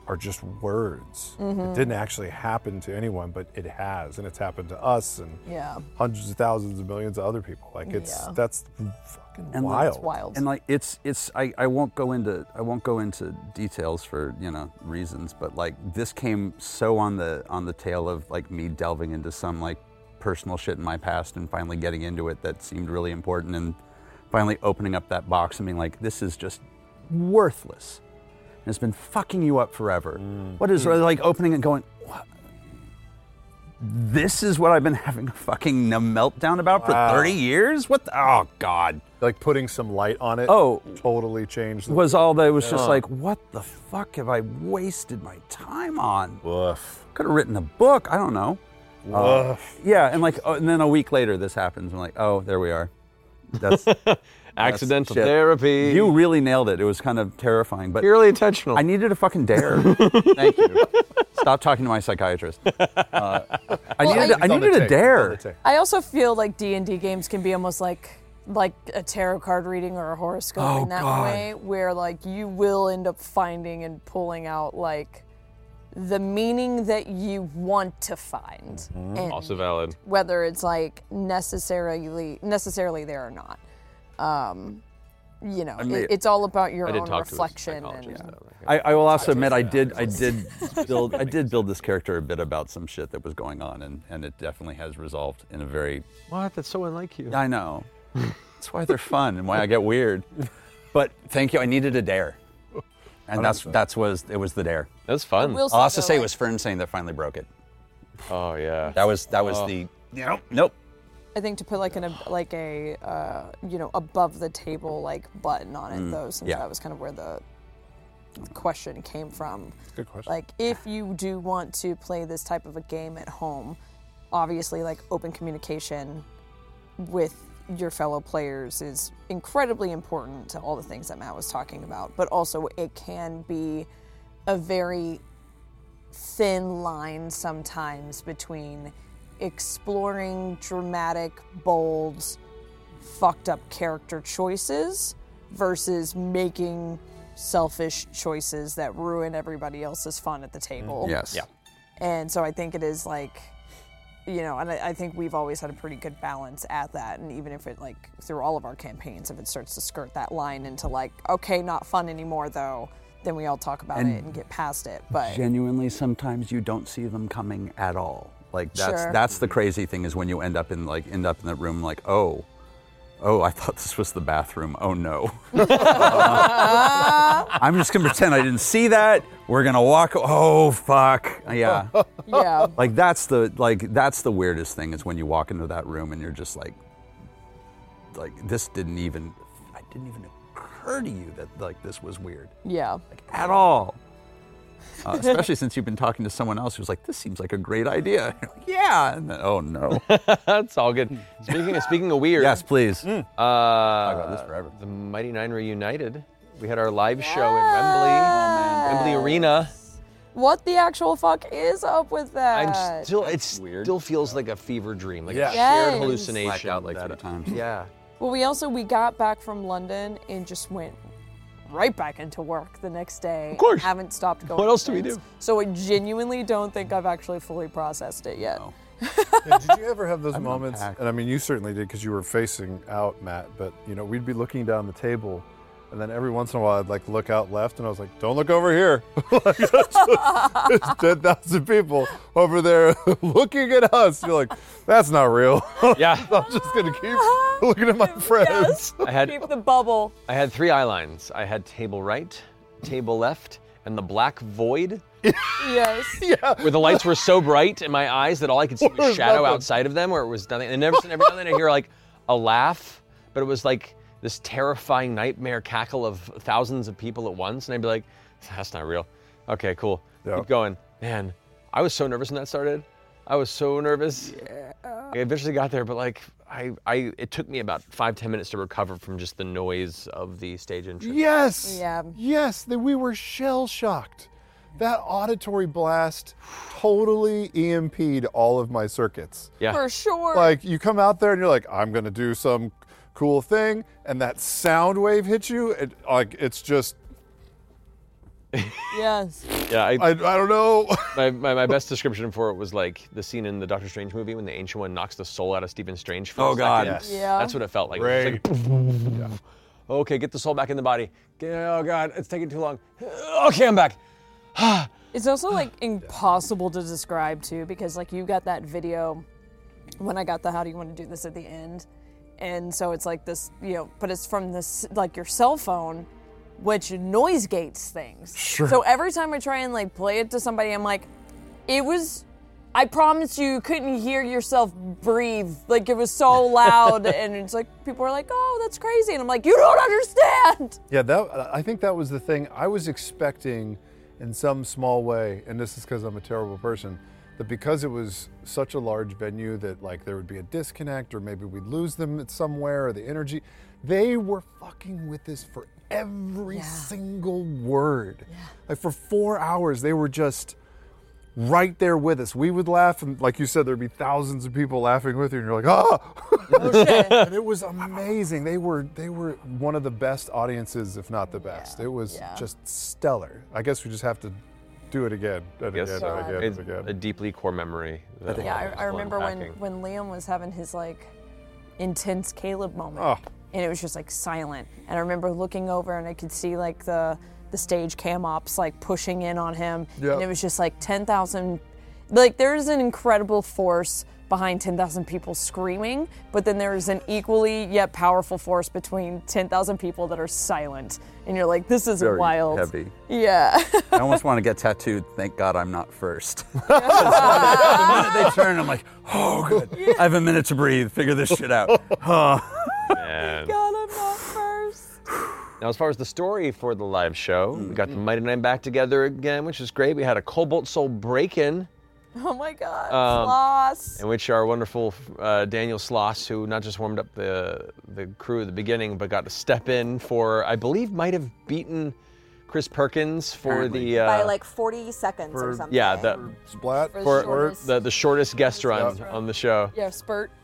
S8: are just words.
S9: Mm-hmm.
S8: It didn't actually happen to anyone, but it has, and it's happened to us and
S7: Yeah.
S8: hundreds of thousands of millions of other people. Like it's
S7: Yeah.
S8: that's fucking
S9: And like-
S8: wild.
S7: It's wild.
S9: and like it's it's I, I won't go into I won't go into details for you know reasons, but like this came so on the on the tail of like me delving into some like personal shit in my past and finally getting into it that seemed really important and finally opening up that box and being like this is just worthless and it's been fucking you up forever.
S5: Mm.
S9: What is uh, like opening and going? What? This is what I've been having a fucking meltdown about for 30 years? What the? Oh, God.
S8: Like putting some light on it.
S9: Oh.
S8: totally changed. The
S9: was all that was just like, what the fuck have I wasted my time on?
S8: woof.
S9: Could have written a book. I don't know. Uh,
S8: Woof.
S9: Yeah, and like, oh, and then a week later, this happens. I'm like, oh, there we are. That's
S5: Accidental
S9: shit.
S5: therapy.
S9: you really nailed it. It was kind of terrifying, but
S5: purely intentional.
S9: I needed a fucking dare. Thank you. Stop talking to my psychiatrist. Uh, I needed, I,
S8: It's
S9: needed a
S8: on the tape. It's on
S9: dare.
S8: the tape.
S7: I also feel like D and D games can be almost like like a tarot card reading or a horoscope
S9: Oh,
S7: in that
S9: God.
S7: way, where like you will end up finding and pulling out like the meaning that you want to find, and
S5: Mm-hmm. also valid.
S7: whether it's like necessarily necessarily there or not. Um, you know,
S9: mean-
S7: it, it's all about your
S5: I did
S7: own
S5: talk
S7: reflection.
S5: to a
S7: and,
S5: psychologist. though.
S9: I, I will also admit I did I did build I did build this character a bit about some shit that was going on and, and it definitely has resolved in a very
S5: What? That's so unlike you.
S9: I know. That's why they're fun and why I get weird. But thank you, I needed a dare. And that's that's was it was the dare.
S5: That's fun.
S7: We'll
S9: I'll also
S7: though,
S9: say it
S7: like-
S9: was Fern saying that finally broke it.
S5: Oh yeah. Oh.
S9: That was that was the nope. Nope.
S7: I think to put like an ab- like a uh, you know above the table like button on it though, since
S9: yeah.
S7: that was kind of where the question came from.
S8: Good question.
S7: Like if you do want to play this type of a game at home, obviously like open communication with your fellow players is incredibly important to all the things that Matt was talking about, but also it can be a very thin line sometimes between exploring dramatic, bold, fucked up character choices versus making selfish choices that ruin everybody else's fun at the table.
S9: Yes.
S5: Yeah.
S7: And so I think it is like you know, and I, I think we've always had a pretty good balance at that. And even if it like through all of our campaigns, if it starts to skirt that line into like, okay, not fun anymore though, then we all talk about
S9: And-
S7: it and get past it. But
S9: Genuinely, sometimes you don't see them coming at all. Like that's
S7: Sure.
S9: that's the crazy thing is when you end up in like end up in the room like oh, oh I thought this was the bathroom. Oh no. Uh, I'm just gonna pretend I didn't see that. We're gonna walk. Oh fuck. Yeah.
S7: yeah,
S9: like that's the like that's the weirdest thing is when you walk into that room and you're just like, like this didn't even, I didn't even occur to you that like this was weird
S7: yeah.
S9: at all. Uh, especially since you've been talking to someone else who's like, this seems like a great idea. You're like, yeah. And then, oh no.
S5: That's all good. Speaking of, speaking of weird,
S9: yes, please.
S5: uh,
S9: about this forever.
S5: The Mighty Nine reunited. We had our live show in Wembley, Wembley Arena.
S7: What the actual fuck is up with that?
S5: I'm still, it still feels like a fever dream, like
S8: Yeah.
S5: a
S7: Yes.
S5: shared hallucination.
S9: Blacked out like
S5: that-
S9: three times.
S5: Yeah.
S7: Well, we also we got back from London and just went right back into work the next day. Of
S5: course.
S7: haven't stopped going.
S5: What else do we
S7: since.
S5: do?
S7: So I genuinely don't think I've actually fully processed it yet.
S8: Yeah, did you ever have those moments?
S9: unpacked.
S8: And I mean, you certainly did because you were facing out, Matt. But you know, we'd be looking down the table, and then every once in a while, I'd like look out left, and I was like, "Don't look over here." like, it's ten thousand people over there looking at us. You're like, "That's not real."
S5: Yeah.
S8: I'm just gonna keep looking at my friends.
S5: I had,
S7: Keep the bubble.
S5: I had three eye lines. I had table right, table left, and the black void
S7: Yes.
S5: where the lights were so bright in my eyes that all I could see was
S8: There's
S5: shadow
S8: nothing.
S5: outside of them, where it was nothing. And every, every now and then I hear like a laugh, but it was like this terrifying nightmare cackle of thousands of people at once. And I'd be like, that's not real. Okay, cool.
S8: Yeah.
S5: Keep going. Man, I was so nervous when that started. I was so nervous. I eventually got there, but like, I, I, it took me about five, ten minutes to recover from just the noise of the stage entrance.
S8: Yes.
S7: Yeah.
S8: Yes, that we were shell shocked. That auditory blast totally EMP'd all of my circuits.
S5: Yeah.
S7: For sure.
S8: like you come out there and you're like i'm gonna do some cool thing and that sound wave hits you and like it's just
S7: yes.
S5: Yeah, I-
S8: i, I don't know
S5: my, my, my best description for it was like the scene in the Doctor Strange movie when the Ancient One knocks the soul out of Stephen Strange. For a
S9: Oh, God.
S5: second.
S9: Yes.
S7: Yeah.
S5: That's what it felt like. It was
S8: Ray.
S5: like, okay, get the soul back in the body. Get- oh God, it's taking too long. Okay, I'm back.
S7: It's also like impossible to describe too, because like you got that video when I got the how do you want to do this at the end, and so it's like this, you know, but it's from this like your cell phone, which noise gates things. Sure. So every time I try and like play it to somebody, I'm like, it was. I promise you, you couldn't hear yourself breathe. Like it was so loud, and it's like people are like, "Oh, that's crazy," and I'm like, "You don't understand."
S8: yeah that i think that was the thing i was expecting in some small way and this is because i'm a terrible person that because it was such a large venue that like there would be a disconnect or maybe we'd lose them at somewhere or the energy they were fucking with us for every single word like for four hours they were just right there with us. We would laugh, and like you said, there'd be thousands of people laughing with you, and you're like, ah! and it was amazing. They were they were one of the best audiences, if not the best. it was just stellar. I guess we just have to do it again and
S5: Yes.
S8: again and again
S5: It's
S8: and again.
S5: a deeply core memory. that
S7: Yeah,
S5: we're
S7: I, I
S5: still
S7: remember when,
S5: unpacking.
S7: when Liam was having his like intense Caleb moment,
S8: Oh.
S7: and it was just like silent. And I remember looking over and I could see like the the stage cam ops like pushing in on him,
S8: Yep.
S7: and it was just like ten thousand. Like there is an incredible force behind ten thousand people screaming, but then there is an equally yet powerful force between ten thousand people that are silent, and you're like, this is
S9: Very
S7: wild.
S9: heavy.
S7: Yeah.
S9: I almost want to get tattooed. Thank God I'm not first. the minute they turn, I'm like, oh, good. I have a minute to breathe. Figure this shit out. Huh.
S5: And
S7: God, I'm not first.
S5: Now, as far as the story for the live show, we got the
S9: Mm-hmm.
S5: Mighty Nine back together again, which is great. We had a Cobalt Soul break-in.
S7: Oh my God,
S5: Um,
S7: lost.
S5: in which our wonderful uh, Daniel Sloss, who not just warmed up the the crew at the beginning, but got to step in for, I believe, might have beaten Chris Perkins for the uh,
S10: by like 40 seconds or something.
S5: yeah the
S8: Splat.
S10: For-
S5: for,
S10: shortest-
S5: the, the shortest guest run on the show.
S7: Yeah, spurt.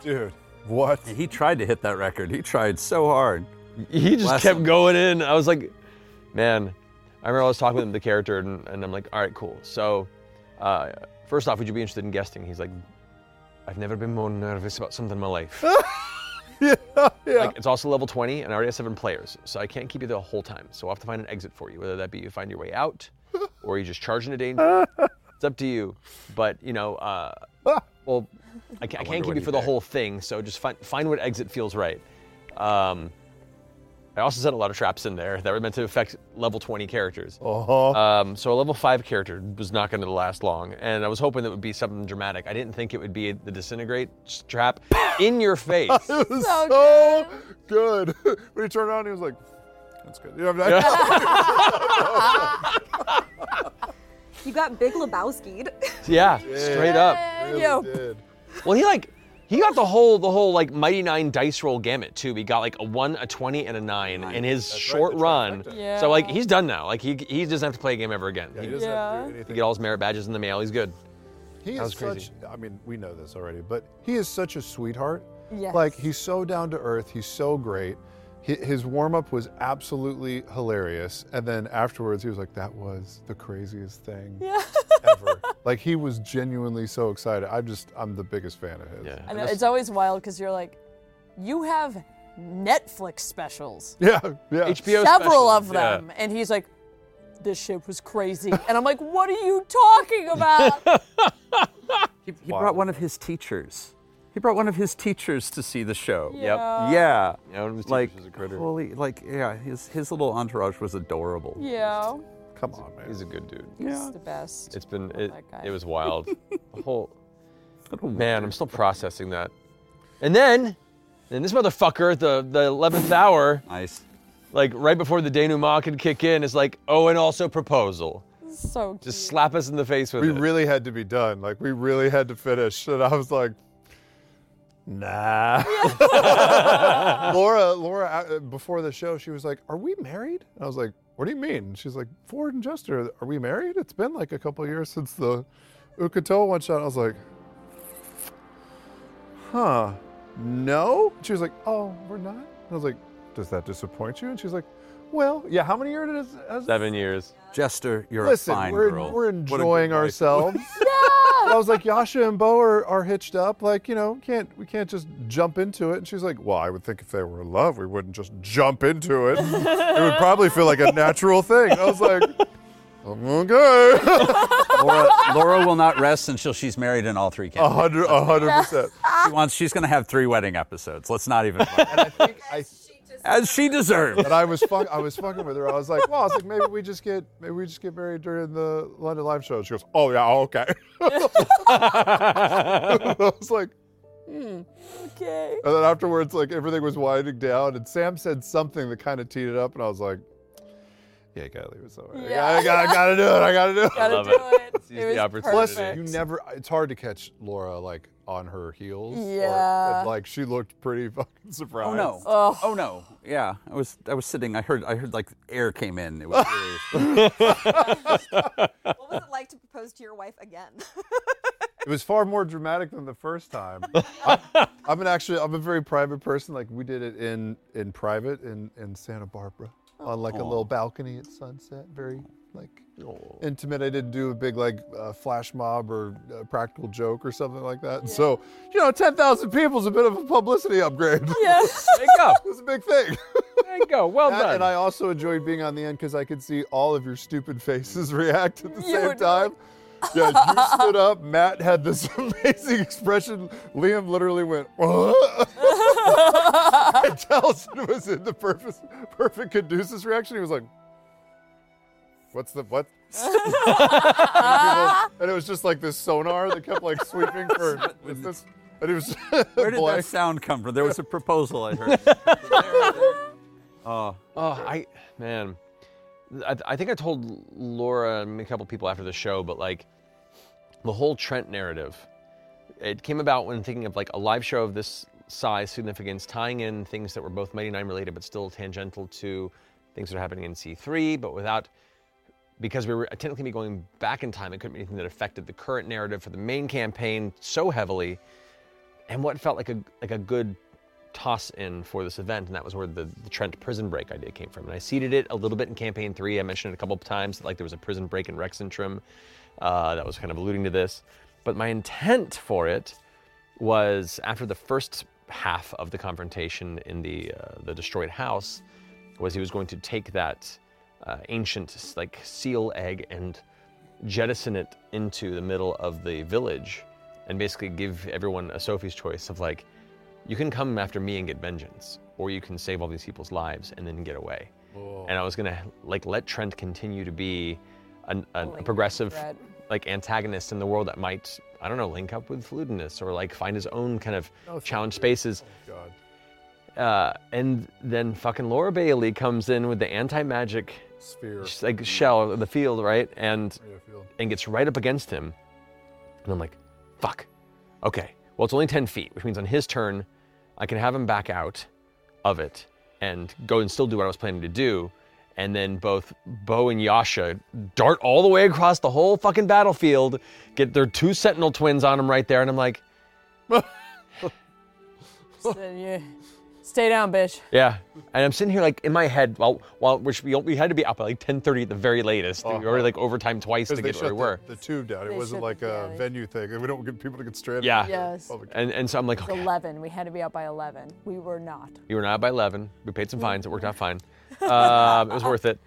S8: dude, what?
S9: He tried to hit that record. He tried so hard.
S5: He just
S9: Bless
S5: kept
S9: him.
S5: going in. I was like, man, I remember I was talking with him, the character, and, and I'm like, all right, cool. So Uh, first off, would you be interested in guesting? He's like, I've never been more nervous about something in my life. Like, it's also level 20, and I already have seven players, so I can't keep you there the whole time. So I'll have to find an exit for you, whether that be you find your way out or you just charge into danger. it's up to you. But, you know, uh, well, I, ca- I can't keep you for the whole thing, so just find, find what exit feels right. Um, I also set a lot of traps in there that were meant to affect level 20 characters.
S8: Uh-huh.
S5: Um, so a level five character was not going to last long, and I was hoping that it would be something dramatic. I didn't think it would be the disintegrate trap in your face.
S8: It was so good. when he turned around, he was like, "That's good." You know, I-
S10: You got Big Lebowski'd.
S5: yeah, straight up.
S8: really
S7: Yo.
S8: did.
S5: Well, he like he got the whole the whole like mighty nine dice roll gamut too. He got like a one, a twenty, and a nine in his short run.
S7: Yeah.
S5: So like he's done now. Like he he doesn't have to play a game ever again.
S8: Yeah,
S5: he,
S8: he doesn't have to do
S5: he
S8: anything.
S5: get all his merit badges in the mail. He's good.
S8: He is
S5: was crazy.
S8: such. I mean, we know this already, but he is such a sweetheart.
S7: Yes.
S8: Like he's so down to earth. He's so great. Hi- His warm up was absolutely hilarious, and then afterwards he was like, "That was the craziest thing ever." Like he was genuinely so excited. I'm just, I'm the biggest fan of his.
S7: I know, it's always wild because you're like, you have Netflix specials,
S8: yeah, yeah.
S5: HBO
S7: several of
S5: specials, yeah.
S7: them, and he's like, this shit was crazy, and I'm like, what are you talking about?
S9: He, he brought one of his teachers. He brought one of his teachers to see the show.
S7: Yeah.
S9: Yeah.
S5: Yeah, one of his teachers
S9: like,
S5: was a critter.
S9: Holy, like, yeah, his, his little entourage was adorable.
S7: yeah,
S8: Come on, man.
S5: He's a good dude.
S7: it's the best.
S5: It's been it,
S7: that guy.
S5: it was wild. the whole man, I'm still processing that. And then, then this motherfucker, at the the eleventh hour,
S9: Nice.
S5: like right before the denouement could kick in, is like, oh, and also proposal.
S7: so cute.
S5: Just slap us in the face with
S8: we
S5: it.
S8: really had to be done. Like we really had to finish. And I was like, nah. Laura, Laura, uh, before the show, she was like, "Are we married?" And I was like, "What do you mean?" And She's like, "Ford and Jester, are we married?" It's been like a couple years since the Ukatoa one shot. I was like, "Huh? No?" She was like, "Oh, we're not." And I was like, "Does that disappoint you?" And she's like, "Well, yeah. How many years has, has
S5: Seven years.
S9: Jester, you're
S8: Listen,
S9: a fine
S8: we're,
S9: girl.
S8: we're
S9: What a good
S8: enjoying
S9: wife.
S8: ourselves. I was like, Yasha and Bo are, are hitched up. Like, you know, can't we can't just jump into it? And she's like, Well, I would think if they were in love, we wouldn't just jump into it. it would probably feel like a natural thing. I was like, Okay,
S9: Laura, Laura will not rest until she's married in all three
S8: a
S9: categories.
S8: hundred, a hundred percent.
S9: She wants. She's going to have three wedding episodes. Let's not even.
S8: I think I,
S9: As she deserves.
S8: but I was fuck, I was fucking with her. I was like, Well, I was like, maybe we just get, maybe we just get married during the London live show. She goes, Oh yeah, okay. I was like.
S10: Hmm.
S7: okay.
S8: And then afterwards, like everything was winding down, and Sam said something that kind of teed it up, and I was like, "Yeah, I gotta leave it somewhere.
S7: Yeah.
S8: I, gotta, I gotta do it. I gotta do it."
S7: Gotta
S5: love
S7: do
S5: it.
S7: it.
S5: Seize the
S7: was
S5: opportunity.
S8: Plus,
S7: perfect.
S8: you never. It's hard to catch Laura like on her heels. or- and,
S7: Yeah.
S8: like she looked pretty fucking surprised.
S9: Oh no. Oh no. Yeah. I was. I was sitting. I heard. I heard like air came in. It was. really-
S10: what was it like to propose to your wife again?
S8: It was far more dramatic than the first time. I, I'm an actually. I'm a very private person. Like we did it in in private in in Santa Barbara
S7: Oh,
S8: on like a little balcony at sunset. Very like.
S5: Oh.
S8: intimate. I didn't do a big like uh, flash mob or uh, practical joke or something like that. So you know, ten thousand people is a bit of a publicity upgrade.
S7: Yes.
S5: There you go.
S8: it's a big thing.
S5: There you go. Well
S8: That-
S5: done.
S8: and I also enjoyed being on the end because I could see all of your stupid faces react at the
S7: You
S8: same
S7: would-
S8: time. Yeah, you stood up. Matt had this amazing expression. Liam literally went, "What?" I tell it was in the perfect, perfect Caduceus reaction. He was like, "What's the what?" and it was just like this sonar that kept like sweeping for. is this- and it was
S9: Where did that
S8: blank.
S9: sound come from? There was a proposal I heard.
S5: Oh, I man, I, I think I told Laura and a couple people after the show, but like the whole Trent narrative, it came about when thinking of like a live show of this size, significance, tying in things that were both Mighty Nine related, but still tangential to things that are happening in C3, but without because we were technically be going back in time, it couldn't be anything that affected the current narrative for the main campaign so heavily, and what felt like a like a good toss in for this event, and that was where the, the Trent prison break idea came from. And I seeded it a little bit in campaign three. I mentioned it a couple of times, like there was a prison break in Rexentrum uh, that was kind of alluding to this. But my intent for it was after the first half of the confrontation in the uh, the destroyed house, was he was going to take that uh, ancient like seal egg and jettison it into the middle of the village, and basically give everyone a Sophie's choice of like, you can come after me and get vengeance, or you can save all these people's lives and then get away. And I was gonna like let Trent continue to be an, a
S7: Like
S5: progressive
S7: Brett.
S5: like antagonist in the world that might I don't know link up with Ludinus or like find his own kind of challenge spaces.
S8: God.
S5: Uh, and then fucking Laura Bailey comes in with the anti-magic
S8: Sphere.
S5: sh- like shell of the field, right? And
S8: Radio field.
S5: and gets right up against him. And I'm like, fuck. Okay. Well, it's only 10 feet, which means on his turn, I can have him back out of it and go and still do what I was planning to do. And then both Bo and Yasha dart all the way across the whole fucking battlefield, get their two Sentinel twins on him right there. And I'm like,
S7: Then you stay down, bitch.
S5: Yeah, and I'm sitting here like in my head, while while which we, we had to be up at like 10:30 at the very latest, We or like overtime twice to
S8: Because Uh-huh. they
S5: get where
S8: shut
S5: we were.
S8: the, the tube down. It
S7: They
S8: wasn't
S7: shut
S8: like
S7: the-
S8: a
S7: yeah, they-
S8: venue thing. We don't get people to get stranded.
S5: Yeah.
S7: Yes.
S8: Public-
S5: And and so I'm like, okay,
S7: 11. We had to be out by 11. We were not.
S5: you were not out by 11. We paid
S8: Mm-hmm.
S5: some fines. It worked out fine. Um, it was worth it.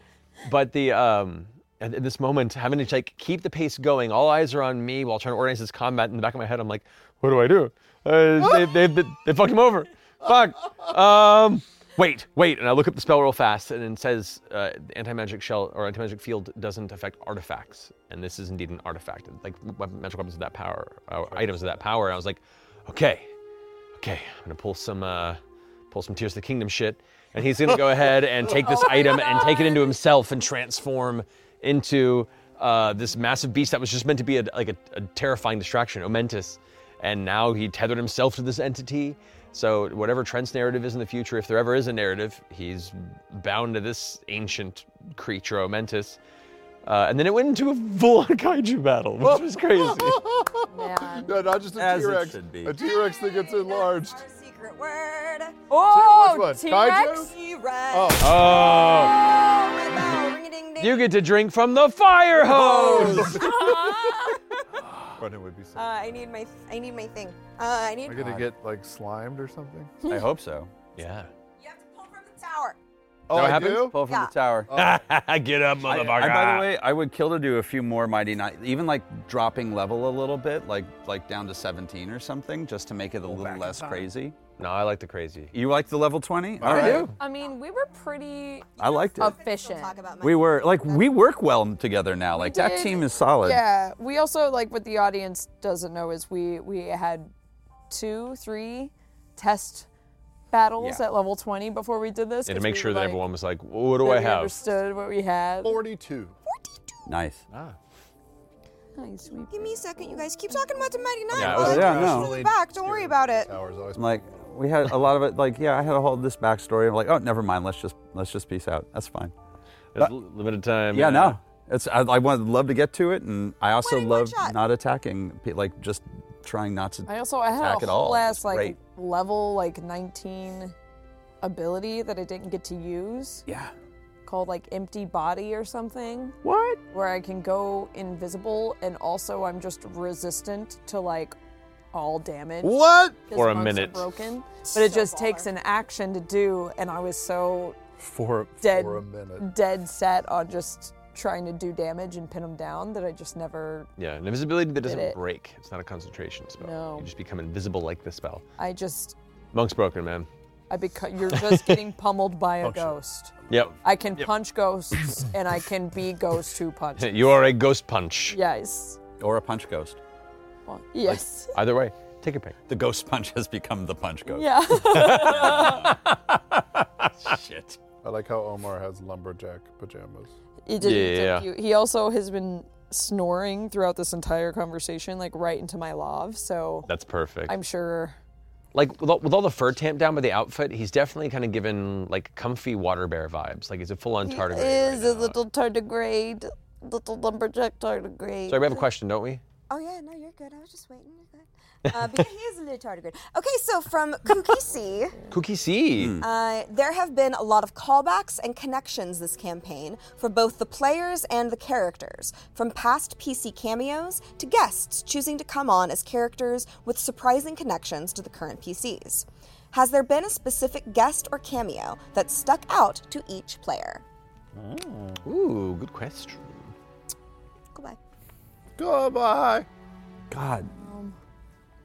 S5: But the um, at at this moment, having to like keep the pace going, all eyes are on me while trying to organize this combat. In the back of my head, I'm like, what do I do? Uh, they, they, they, they fucked him over. Fuck. Um, wait, wait. And I look up the spell real fast, and it says uh, anti magic shell or anti magic field doesn't affect artifacts. And this is indeed an artifact, like weapon, magic weapons of that power, uh, items of that power. And I was like, okay, okay, I'm gonna pull some uh, pull some Tears of the Kingdom shit, and he's gonna go ahead and take this item and take it into himself and transform into uh, this massive beast that was just meant to be a, like a, a terrifying distraction, Omentus, and now he tethered himself to this entity. So whatever Trent's narrative is in the future, if there ever is a narrative, he's bound to this ancient creature, Omentus. Uh, and then it went into a full-on kaiju battle, which was crazy.
S7: Man.
S8: No, not just a
S9: As it
S8: T-Rex.
S9: should be.
S8: A T-Rex that gets enlarged.
S10: Our secret word.
S7: Oh,
S8: one?
S7: T
S8: Kaiju?
S7: Rex?
S10: T-Rex.
S5: oh.
S10: my bell, ring-a-ding-ding.
S5: You get to drink from the fire
S10: Oh.
S5: hose. Oh.
S10: Ah.
S8: But it would be so.
S10: Uh, I need my I need my thing. Uh, I need.
S8: Am I gonna get like slimed or something?
S9: I hope so.
S5: yeah.
S10: You have to pull from the tower.
S8: Oh,
S9: That
S8: I
S9: happens?
S8: do.
S9: Pull from
S10: Yeah.
S9: the tower.
S5: get up,
S9: I- I- by the way, I would kill to do a few more mighty night, even like dropping level a little bit, like like down to 17 or something, just to make it a little less crazy.
S5: no, I like the crazy.
S9: You like the level 20? All
S8: I
S9: right.
S8: do.
S7: I mean, we were pretty.
S9: I liked it.
S10: We could still
S7: Efficient.
S10: Talk about my
S9: We were like we work well together now. Like that
S7: did.
S9: team is solid.
S7: Yeah. We also, like, what the audience doesn't know is we we had two, three test battles
S9: Yeah.
S7: at level 20 before we did this.
S5: And to
S7: 'cause
S5: make
S7: we
S5: sure
S7: were
S5: that
S7: like-
S5: everyone was like, "What do
S7: that
S5: I
S7: we
S5: have?"
S7: understood what we had.
S8: Forty-two.
S9: Nice.
S5: Ah.
S7: Nice, we-
S10: Give me a second, you guys. Keep talking about the Mighty Nine.
S5: Yeah,
S10: Yeah,
S5: it was-
S9: yeah, Mm. no.
S10: no. back. Don't worry about it.
S8: Towers always.
S9: I'm like we had a lot of it. Like yeah, I had a whole this backstory. I'm like oh never mind. Let's just let's just peace out. That's fine.
S5: It's li- limited time.
S9: Yeah, no. It's I, I would love to get to it, and I also
S10: Winning one
S9: love
S10: shot.
S9: not attacking. pe- Like just trying not to.
S7: I also I had
S9: attack
S7: a
S9: at all.
S7: whole ass
S9: It's
S7: like
S9: great.
S7: level like 19 ability that I didn't get to use
S9: yeah.
S7: called like empty body or something
S9: What?
S7: where I can go invisible and also I'm just resistant to like all damage.
S8: What?
S7: 'cause
S5: For a
S7: monks are
S5: minute.
S7: broken, but it just takes an action to do, and I was so
S8: For
S7: Dead. Mm.
S8: for a minute.
S7: dead set on just trying to do damage and pin them down that I just never.
S5: Yeah, an invisibility that doesn't
S7: it.
S5: break. It's not a concentration spell.
S7: No.
S5: You just become invisible like the spell.
S7: I just
S5: Monk's broken, man.
S7: I become you're just getting pummeled by a ghost.
S5: Yep.
S7: I can punch ghosts and I can be ghost who punch.
S5: You are a ghost punch.
S7: yes.
S9: Or a punch ghost.
S7: Well, Yes.
S5: Either way, take your pick.
S9: The ghost punch has become the punch ghost.
S7: yeah.
S9: Shit.
S8: Oh. I like how Omar has lumberjack pajamas.
S7: he did. he
S5: Yeah.
S7: took you- He also has been snoring throughout this entire conversation, like right into my love. So
S5: That's perfect.
S7: I'm sure.
S5: like with all, with all the fur tamped down by the outfit, he's definitely kind of given like comfy water bear vibes. Like he's a full-on tardigrade. right
S7: is a
S5: now.
S7: little tardigrade, little lumberjack tardigrade.
S5: Sorry, we have a question, don't we?
S10: Oh yeah, no, you're good. I was just waiting. You're good. Uh, because he is a tardigrade. Okay, so from Kukisi,
S5: Cookie C.
S10: uh, there have been a lot of callbacks and connections this campaign for both the players and the characters, from past PC cameos to guests choosing to come on as characters with surprising connections to the current PCs. Has there been a specific guest or cameo that stuck out to each player?
S5: Ooh, good question.
S10: Goodbye.
S8: Goodbye.
S9: God,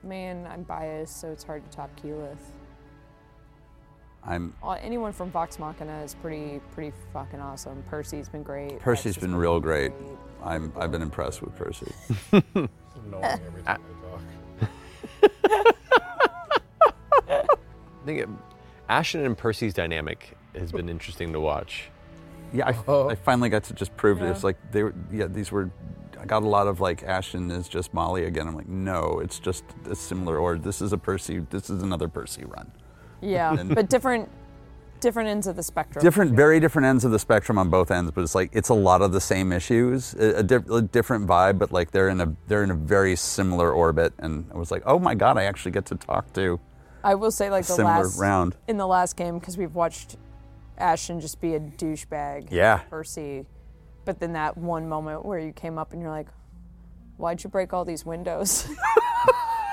S7: Man, I'm biased, so it's hard to top Keyleth.
S9: I'm.
S7: Uh, anyone from Vox Machina is pretty, pretty fucking awesome. Percy's been great.
S9: Percy's
S7: Rex has
S9: been real great.
S7: great.
S9: I'm. I've been impressed with Percy.
S8: It's annoying every time they talk.
S5: I think it, Ashton and Percy's dynamic has been interesting to watch.
S9: Yeah, I, I finally got to just prove this. Like they were, yeah, these were. I got a lot of like Ashton is just Molly again. I'm like, no, it's just a similar or this is a Percy. This is another Percy run.
S7: Yeah, but different, different ends of the spectrum.
S9: Different, very different ends of the spectrum on both ends, but it's like it's a lot of the same issues. A, a diff- a different vibe, but like they're in a they're in a very similar orbit. And I was like, oh my god, I actually get to talk to.
S7: I will say, like the
S9: Similar
S7: last
S9: round.
S7: in the last game, because we've watched Ashton just be a douchebag.
S9: Yeah.
S7: Percy, but then that one moment where you came up and you're like, "Why'd you break all these windows?"
S5: so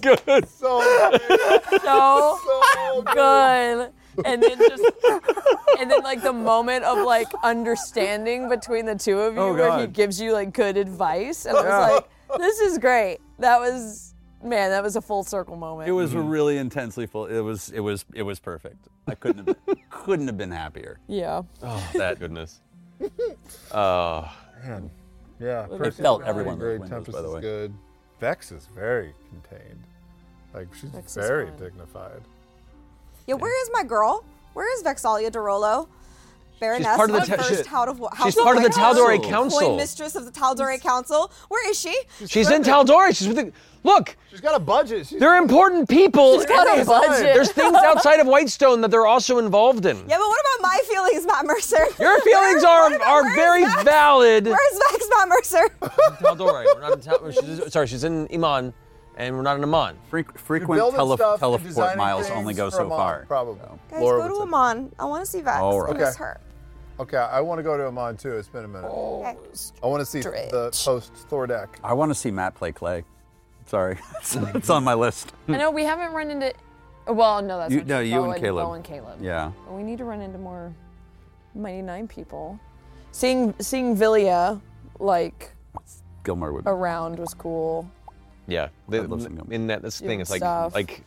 S5: good.
S8: So,
S7: so
S8: so
S7: good. And then just, and then like the moment of like understanding between the two of you,
S9: Oh,
S7: where he
S9: God.
S7: gives you like good advice, and I was like, "This is great." That was, man, that was a full circle moment.
S9: It was a really intensely full. It was it was it was perfect. I couldn't have been, couldn't have been happier.
S7: yeah.
S5: Oh, that goodness. Oh,
S8: yeah.
S9: It
S8: Percy's
S9: felt
S8: been really
S9: everyone
S8: Great.
S9: windows,
S8: Tempest
S9: by the
S8: is
S9: way.
S8: good. Vex is very contained. Like she's
S7: Vex is
S8: very
S7: fun.
S8: dignified.
S10: Yeah, where is my girl? Where is Vexalia Dorolo? Baroness
S5: part of the ta-
S10: first
S5: she-
S10: House of
S5: she's
S10: House of
S5: part of the
S10: White House,
S5: Tal'Dorei
S10: coin
S5: Council.
S10: mistress of the Tal'Dorei Council. Where is she?
S5: she's in Taldori. She's with the, look.
S8: She's got a budget. She's
S5: They're important people.
S7: She's got a budget.
S5: There's things outside of Whitestone that they're also involved in.
S10: Yeah, but what about my feelings, Matt Mercer?
S5: Your feelings
S10: Where-
S5: are
S10: what about-
S5: are
S10: where's
S5: very
S10: Vex?
S5: valid.
S10: Where's Vex, Matt Mercer?
S5: Taldori. We're not in Tal- she's, sorry, she's in Iman, and we're not in Iman.
S9: Frequ-
S8: You're
S9: frequent
S8: building
S9: tele-
S8: stuff and
S9: teleport
S8: designing
S9: miles
S8: things
S9: only go
S8: for
S9: so
S8: Amon,
S9: far.
S8: Probably.
S10: Guys,
S8: Laura
S10: go
S8: would
S10: to
S8: say-
S10: Amon. I want to see Vex.
S9: All right.
S10: I miss
S8: Okay.
S10: her.
S8: Okay, I want to go to Amon too. It's been a minute.
S10: Okay.
S8: I want to see the post Thor deck.
S9: I want to see Matt play Clay. Sorry, it's on my list.
S7: I know we haven't run into. Well, no, that's
S9: You-
S7: not
S9: no,
S7: true.
S9: you
S7: Bo
S9: and Caleb.
S7: Bo and Caleb.
S9: Yeah.
S7: But we need to run into more Mighty Nine people. Seeing seeing Villia like
S9: Gilmore would.
S7: around was cool.
S5: Yeah, the,
S9: I'd love to know.
S5: in that this thing, it's like
S7: stuff.
S5: like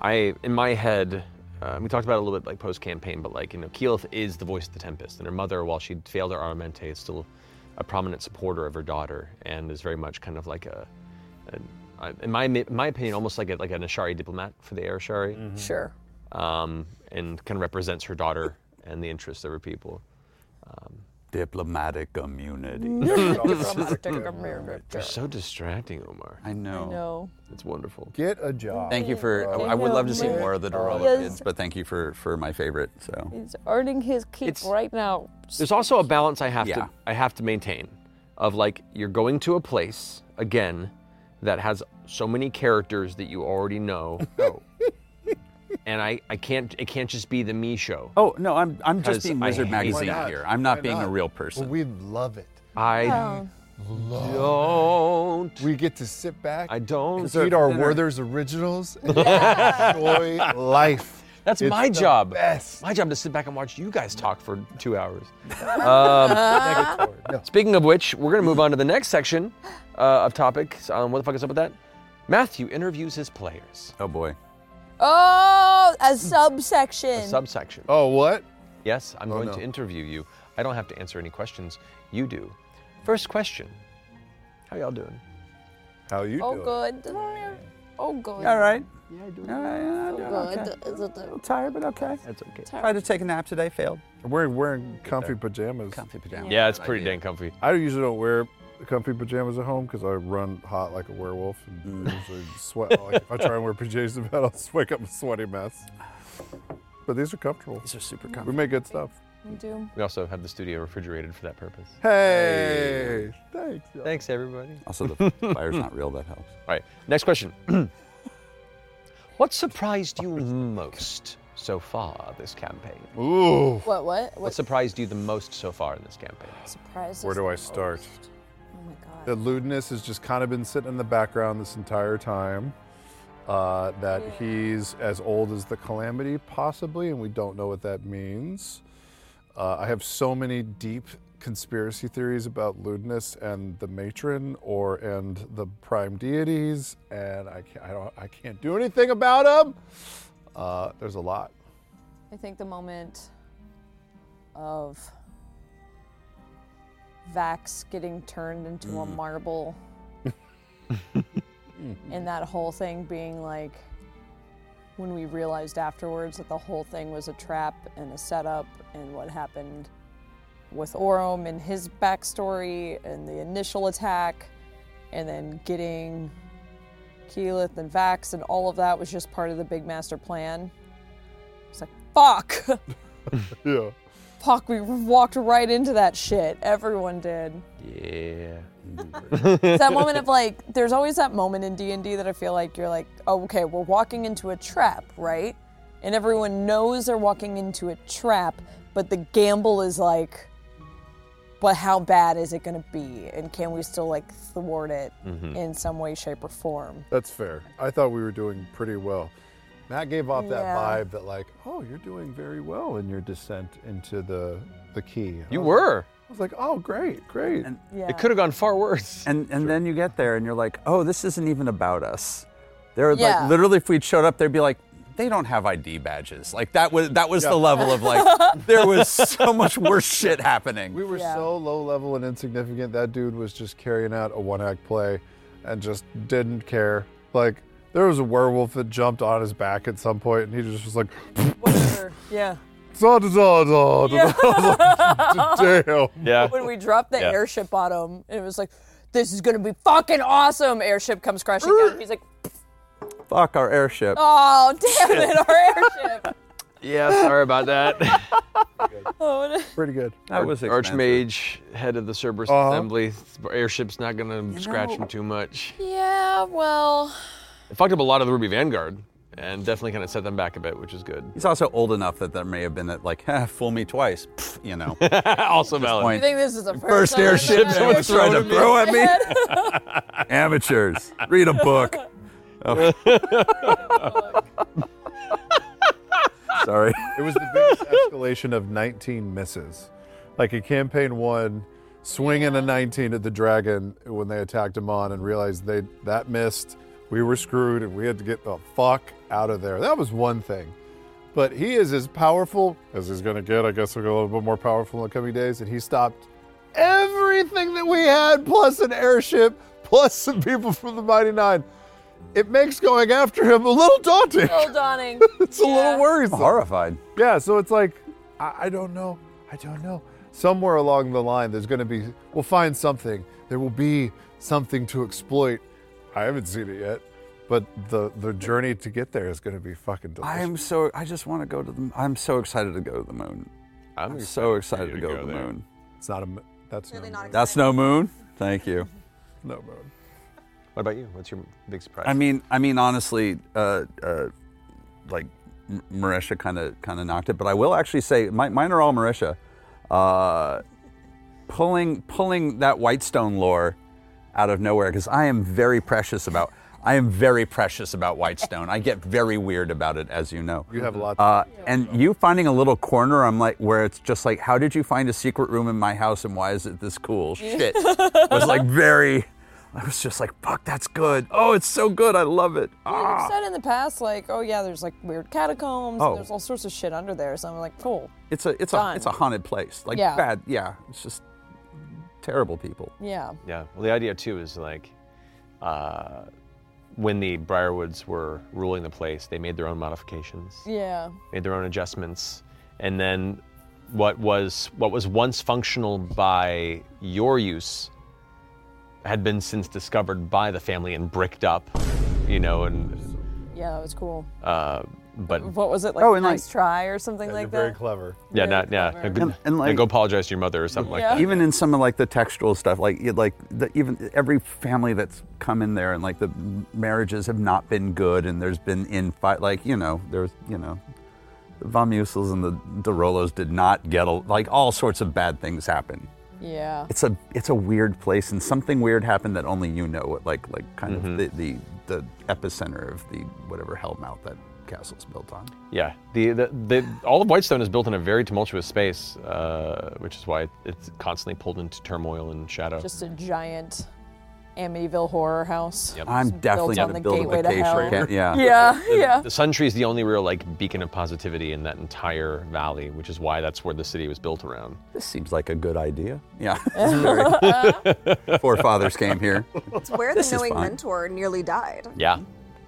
S5: I in my head. Um, we talked about it a little bit like post campaign, but like you know, Keelith is the voice of the Tempest, and her mother, while she failed her armamente, is still a prominent supporter of her daughter, and is very much kind of like a, a I- in my mi- in my opinion, almost like a, like an Ashari diplomat for the Air Ashari,
S9: Mm-hmm.
S7: Sure.
S5: um, and kind of represents her daughter and the interests of her people. Um,
S9: Diplomatic immunity.
S5: You're so distracting, Omar.
S9: I know.
S7: No.
S5: It's wonderful.
S8: Get a job.
S9: Thank you for. I- I would love to see more of the Dorola
S7: Yes.
S9: kids, but thank you for for my favorite. So
S7: He's earning his keep
S5: It's-
S7: right now.
S5: There's also a balance I have
S9: Yeah.
S5: to I have to maintain of like you're going to a place again that has so many characters that you already know.
S8: Oh.
S5: and I, I can't it can't just be the me show.
S9: Oh no, I'm I'm just
S5: Because
S9: being
S5: I
S9: Wizard
S5: hate
S9: Magazine
S5: that.
S9: here. I'm not
S8: Why
S9: being a
S8: not?
S9: real
S8: Well,
S9: person.
S8: we love it.
S5: I don't
S8: We get to sit back.
S5: I don't
S8: Eat our Werther's originals and enjoy life.
S5: That's
S8: It's
S5: my
S8: the
S5: job.
S8: Best.
S5: My job to sit back and watch you guys talk for two hours. Um,
S8: No.
S5: Speaking of which, we're gonna move on to the next section uh, of topics. Um, what the fuck is up with that? Matthew interviews his players.
S9: Oh boy.
S7: Oh,
S9: Mm.
S7: a subsection.
S5: Subsection.
S8: Oh, what? Oh,
S5: Yes, I'm going
S8: no.
S5: to interview you. I don't have to answer any questions. You do. First question. How y'all doing?
S8: How you
S7: oh,
S8: doing?
S7: good. Oh, good. Oh,
S9: All right. Yeah, I do. All right, yeah, I do. Okay.
S7: Is it the-
S9: I'm tired, but okay.
S5: That's okay.
S9: Tried to take a nap today, failed.
S8: We're wearing comfy pajamas.
S9: Comfy pajamas.
S5: Yeah, it's pretty dang comfy.
S8: I usually don't wear comfy pajamas at home because I run hot like a werewolf and
S9: Mm.
S8: usually sweat. Like if I try and wear PJs to bed, I'll wake up a sweaty mess. But these are comfortable.
S9: These are super
S8: We
S9: comfy.
S8: make good stuff.
S7: We do.
S5: We also have the studio refrigerated for that purpose.
S8: Hey, thanks.
S5: Thanks, everybody. All
S9: Also, the fire's not real. That helps.
S5: right, next question. what surprised you most so far this campaign?
S8: Ooh,
S7: What? What?
S5: What surprised you the most so far in this campaign?
S7: surprises?
S8: Where do
S7: the
S8: I start?
S7: most? Oh my god.
S8: the lewdness has just kind of been sitting in the background this entire time. Uh, that he's as old as the calamity, possibly, and we don't know what that means. Uh, I have so many deep conspiracy theories about lewdness and the matron, or and the prime deities, and I can't, I don't, I can't do anything about them. Uh, there's a lot.
S7: I think the moment of Vax getting turned into
S8: Mm.
S7: a marble and that whole thing being like when we realized afterwards that the whole thing was a trap and a setup and what happened with Orom and his backstory and the initial attack and then getting Keyleth and Vax and all of that was just part of the big master plan. It's like, fuck!
S8: Yeah.
S7: Fuck, we walked right into that shit. Everyone did.
S5: Yeah.
S7: It's that moment of like, there's always that moment in D&D that I feel like you're like, oh, okay, we're walking into a trap, right? And everyone knows they're walking into a trap, but the gamble is like, but how bad is it going to be? And can we still like thwart it in some way, shape, or form?
S8: That's fair. I thought we were doing pretty well. Matt gave off that
S7: Yeah.
S8: vibe that like, oh, you're doing very well in your descent into the the key. And I
S5: You
S8: was-
S5: were.
S8: I was like, oh, great, great.
S9: And-
S7: Yeah.
S5: It could have gone far worse.
S9: And and then you get there and you're like, oh, this isn't even about us. They're
S7: Yeah.
S9: like literally, if we'd showed up, they'd be like, they don't have ID badges. Like that was that was
S8: Yeah.
S9: the level of like there was so much worse shit happening.
S8: we were
S7: Yeah.
S8: so low level and insignificant. That dude was just carrying out a one act play, and just didn't care. Like there was a werewolf that jumped on his back at some point, and he just was like,
S7: Whatever. yeah.
S8: "Za, da, za, da, da, da." I was like, damn.
S5: Yeah.
S7: when we dropped the
S5: Yeah.
S7: airship bottom, it was like, this is gonna be fucking awesome. Airship comes crashing down. He's like,
S9: Fuck our airship.
S7: oh damn it, our airship.
S5: Yeah, sorry about that.
S7: Oh, and-
S8: Pretty good.
S9: that was expensive.
S5: Archmage, head of the Cerberus
S8: Uh-huh.
S5: Assembly. Airship's not going to scratch him too much.
S7: yeah, well,
S5: It fucked up a lot of the Ruby Vanguard and definitely kind of set them back a bit, which is good.
S9: He's also old enough that there may have been that like, "Ah, fool me twice, Pfft, you know.
S5: also valid.
S7: you
S9: Point.
S7: think this is the first,
S9: First
S7: time I've
S9: airship
S7: done
S9: someone
S7: that?
S9: tried to throw at me. Amateurs, read a book. Oh. Sorry.
S8: It was the biggest escalation of 19 misses. Like a campaign one, swinging a 19 at the dragon when they attacked him on and realized they that missed. We were screwed and we had to get the fuck out of there. That was one thing. But he is as powerful as he's going to get. I guess he'll get a little bit more powerful in the coming days. And he stopped everything that we had, plus an airship, plus some people from the Mighty Nine. It makes going after him a little daunting.
S7: Well, dawning.
S8: It's a little worrisome.
S9: Horrified.
S8: Yeah, so it's like, I, I don't know. oh, I don't know. Somewhere along the line, there's going to be, we'll find something. There will be something to exploit. I haven't seen it yet, but the, the journey to get there is going to be fucking delicious.
S9: I'm so. I just want to go to the. I'm so excited to go to the moon. I'm, so excited to go to, the moon.
S8: it's not a, m- that's no, moon.
S9: That's no moon. Thank you.
S8: no moon.
S5: What about you? What's your big surprise?
S9: I mean, I mean, honestly, uh, uh, like M- Marisha kind of kind of knocked it, but I will actually say my, mine are all Marisha. Uh, pulling pulling that Whitestone lore out of nowhere because I am very precious about. I am very precious about Whitestone. I get very weird about it, as you know.
S8: You have lots
S9: Uh, and you finding a little corner, I'm like, where it's just like, how did you find a secret room in my house, and why is it this cool? Shit, was like very. I was just like, fuck, that's good. Oh, it's so good. I love it.
S7: I've
S9: Ah.
S7: said in the past, like, oh yeah, there's like weird catacombs.
S9: Oh.
S7: And there's all sorts of shit under there. So I'm like, cool.
S9: It's a it's
S7: Done.
S9: a it's a haunted place. Like
S7: Yeah.
S9: bad. Yeah, it's just terrible people.
S7: Yeah.
S5: Yeah. Well, the idea too is like, uh, when the Briarwoods were ruling the place, they made their own modifications,
S7: Yeah.
S5: made their own adjustments, and then what was what was once functional by your use had been since discovered by the family and bricked up, you know, and
S7: Yeah, that was cool.
S5: uh, but
S7: What was it like?
S9: Oh, and,
S7: nice
S9: like-
S7: try or something like
S8: You're very
S7: that.
S8: clever.
S5: yeah,
S7: very
S5: not yeah.
S7: clever.
S5: go-
S9: And- and, like-
S5: go apologize to your mother or something
S7: Yeah.
S5: like that.
S9: even in some of like the textual stuff like you- like the, even every family that's come in there and like the marriages have not been good and there's been infight like you know there's you know the von Musels and the Derolos did not get al- like all sorts of bad things happen
S7: Yeah.
S9: it's a it's a weird place and something weird happened that only you know what like like kind of the, the the epicenter of the whatever hellmouth that castle's built on
S5: Yeah, the, the, the all of Whitestone is built in a very tumultuous space, uh, which is why it's constantly pulled into turmoil and shadow.
S7: Just a giant Amityville horror house.
S5: Yep.
S9: i'm
S7: built
S9: definitely going
S7: on
S9: to
S7: the
S9: build a
S7: gateway to
S9: vacation
S7: hell.
S9: camp- yeah
S7: Yeah,
S5: the,
S7: yeah.
S5: the Sun Tree is the only real like beacon of positivity in that entire valley, which is why that's where the city was built around.
S9: This seems like a good idea. Yeah. Forefathers came here.
S10: It's where
S9: This
S10: the
S9: is
S10: knowing
S9: fine.
S10: mentor nearly died.
S5: Yeah,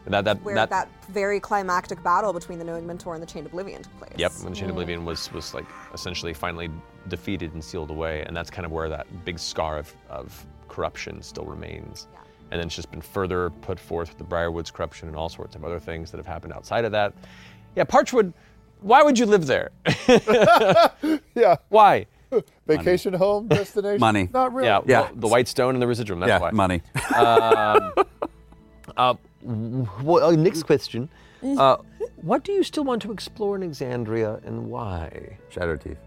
S5: and that that
S10: Where
S5: that,
S10: that, very climactic battle between the knowing mentor and the chained oblivion took place.
S5: yep, when the Chain of Oblivion was was like essentially finally defeated and sealed away, and that's kind of where that big scar of, of corruption still remains. And then it's just been further put forth with the Briarwoods corruption and all sorts of other things that have happened outside of that. Yeah, Parchwood, why would you live there?
S8: Yeah.
S5: why?
S8: Vacation home destination.
S9: Money.
S8: Not really.
S5: Yeah,
S9: Yeah.
S5: well, the White Stone and the Residuum. That's
S9: yeah,
S5: why. Um,
S9: money.
S5: Well, uh, next question.
S8: Mm.
S5: Uh, what do you still want to explore in Exandria and why?
S9: Shatter teeth.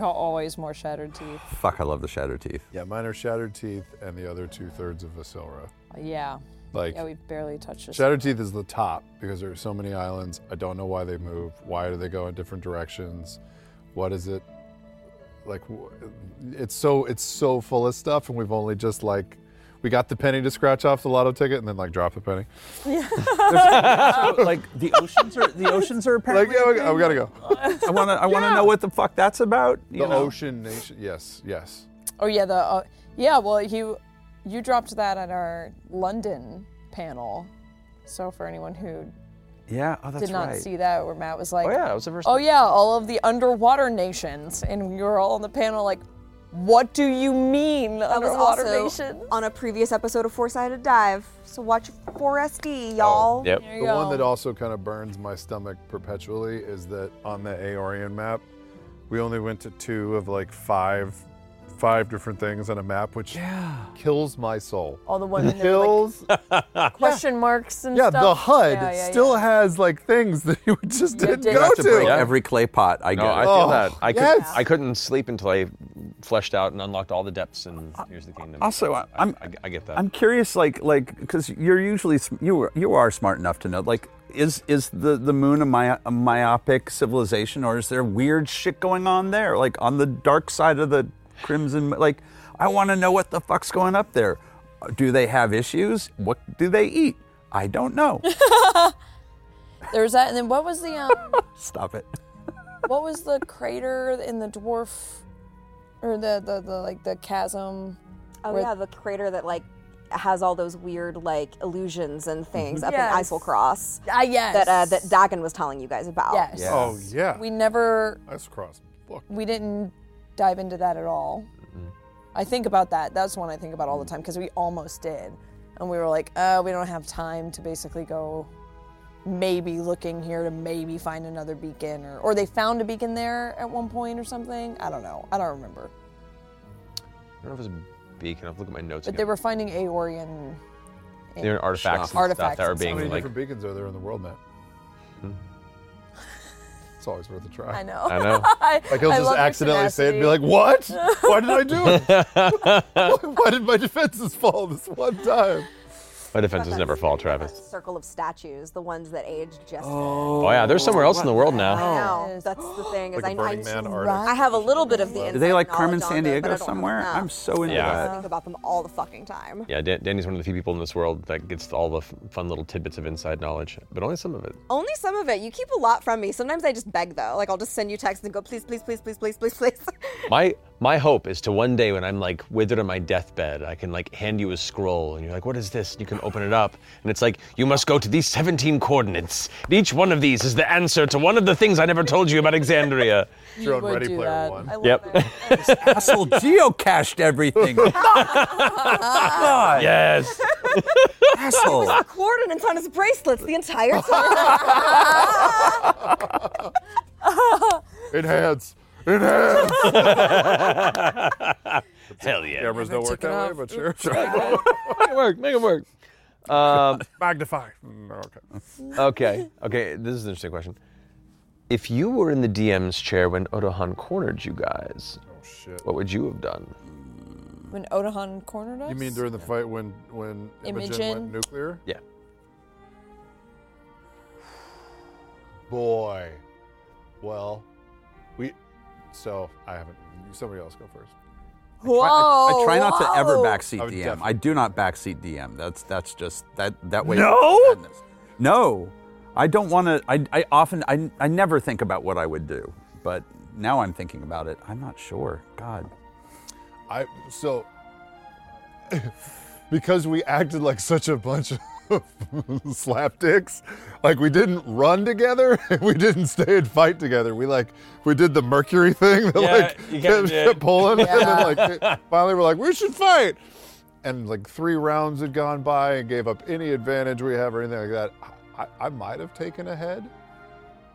S7: Always more shattered teeth.
S9: Fuck, I love the shatter teeth.
S8: Yeah, mine are shattered teeth and the other two thirds of Vasilra.
S7: Yeah.
S8: Like
S7: Yeah, we barely touched this.
S8: Shattered Teeth is the top because there are so many islands. I don't know why they move. Why do they go in different directions? What is it? Like wh- it's so it's so full of stuff, and we've only just like we got the penny to scratch off the lotto ticket, and then like drop the penny.
S9: like the oceans are the oceans are
S8: Like
S9: apparently.
S8: yeah, we, oh, we gotta go.
S9: I want to I want to know what the fuck that's about.
S8: The
S9: You know?
S8: ocean nation. Yes, yes.
S7: Oh yeah, the uh, yeah. Well, you you dropped that at our London panel. So for anyone who
S9: Yeah, oh, that's
S7: did not
S9: right.
S7: see that, where Matt was like,
S5: Oh yeah, that was the first.
S7: "Oh, yeah, all of the underwater nations," and we were all on the panel like, "What do you mean
S10: That was
S7: underwater
S10: also
S7: nations?"
S10: on a previous episode of Four Sided Dive. So watch
S9: Oh,
S10: 4SD, y'all.
S5: Yep.
S7: There
S8: The
S7: you
S8: one
S7: go.
S8: that also kind of burns my stomach perpetually is that on the Aorian map, we only went to two of like five, five different things on a map, which kills my soul.
S7: all the women that were, like,
S8: Kills.
S7: question marks and
S8: yeah,
S7: stuff.
S8: the HUD
S7: Yeah, yeah,
S8: still
S7: yeah.
S8: has like things that you just
S7: Yeah,
S8: didn't
S7: didn't.
S8: go
S7: You have
S8: to.
S9: to break
S5: Yeah.
S9: every clay pot. I get
S5: No, I
S9: it.
S5: feel
S8: Oh,
S5: that. I, could,
S8: yes.
S5: I couldn't sleep until I fleshed out and unlocked all the depths, and here's the kingdom.
S9: Also, I- I'm-
S5: I, I get that.
S9: I'm curious, like, like, because you're usually sm- you were- you are smart enough to know, like, is is the the moon a, my, a myopic civilization, or is there weird shit going on there, like on the dark side of the crimson? Like, I want to know what the fuck's going up there. Do they have issues? What do they eat? I don't know.
S7: There was that, and then what was the um,
S9: Stop it.
S7: what was the crater in the dwarf, or the the, the like the chasm?
S10: Oh,
S7: Where-
S10: yeah, the crater that like has all those weird like illusions and things up
S7: Mm-hmm. Yes.
S10: in Isle Cross
S7: Ah, yes.
S10: that uh, that Dagon was telling you guys about.
S7: Yes.
S8: Oh yeah,
S7: We never
S8: that's cross. Fuck.
S7: we didn't dive into that at all.
S5: Mm-hmm.
S7: I think about that. That's one I think about all
S5: Mm.
S7: the time because we almost did, and we were like, uh, we don't have time to basically go, maybe looking here to maybe find another beacon, or or they found a beacon there at one point or something. I don't know. I don't remember.
S5: I don't know if it's a beacon. I have to look at my notes.
S7: But they were finding Aorian.
S5: they were artifacts and
S7: Artifacts
S5: stuff
S7: and
S5: that are
S8: How many
S5: being like. Hmm.
S8: different beacons are there in the world map? it's always worth a try.
S7: I know.
S5: I know.
S8: Like he'll
S7: I
S8: just
S7: love your
S8: accidentally say it and be like,
S7: tenacity.
S8: "What? Why did I do it? Why- Why did my defenses fall this one time?"
S5: My defenses
S10: That's
S5: Oh, never fall,
S10: that
S5: Travis.
S10: Circle of statues, the ones that aged just.
S5: Oh yeah, there's somewhere else in the world
S10: I
S5: now.
S7: Oh.
S10: know. That's the thing. Is
S8: Like a
S10: I, I,
S8: Burning Man
S10: I,
S8: artist.
S10: have a little bit of the.
S9: Are
S10: Is
S9: they like Carmen San Diego somewhere? I'm so into
S10: I
S5: Yeah.
S9: that.
S10: think about them all the fucking time.
S5: Yeah, Dan- Danny's one of the few people in this world that gets all the f- fun little tidbits of inside knowledge, but only some of it.
S10: Only some of it. You keep a lot from me. Sometimes I just beg though. Like I'll just send you texts and go, please, please, please, please, please, please, please.
S5: My my hope is to one day when I'm like withered on my deathbed, I can like hand you a scroll and you're like, what is this? And you can open it up and it's like, you must go to these 17 coordinates. Each one of these is the answer to one of the things I never told you about Exandria.
S8: Your own
S7: would
S8: Ready
S7: do
S8: Player
S7: that.
S8: One.
S7: I love
S5: Yep.
S7: that.
S9: Asshole geocached everything. God.
S5: yes.
S9: asshole.
S10: It was the coordinates on his bracelets the entire time.
S8: Enhance. Enhance.
S6: Hell yeah.
S8: Cameras don't work
S7: took it
S8: that way,
S7: off.
S8: but sure.
S5: Make it work. Make it work. Um,
S8: Magnify. Mm, okay.
S5: okay. Okay. This is an interesting question. If you were in the DM's chair when Odohan cornered you guys,
S8: Oh, Shit.
S5: what would you have done?
S7: When Odahan cornered us?
S8: You mean during the fight when when Imogen,
S7: Imogen.
S8: went nuclear?
S5: Yeah.
S8: Boy. Well, we. So I haven't. Somebody else go first.
S7: Whoa!
S9: I, I- I try not to ever
S7: whoa.
S9: backseat
S8: I would
S9: DM.
S8: definitely-
S9: I do not backseat DM. That's that's just that that way.
S6: No?
S9: no, I don't want to. I, I often I, I never think about what I would do, but now I'm thinking about it. I'm not sure. God,
S8: I so because we acted like such a bunch of slapdicks, like we didn't run together, we didn't stay and fight together. We like we did the Mercury thing that
S6: Yeah,
S8: like
S6: you kinda
S8: kept,
S6: did.
S8: kept pulling, and then like finally we're like we should fight, and like three rounds had gone by and gave up any advantage we have or anything like that. I, I, I might have taken a head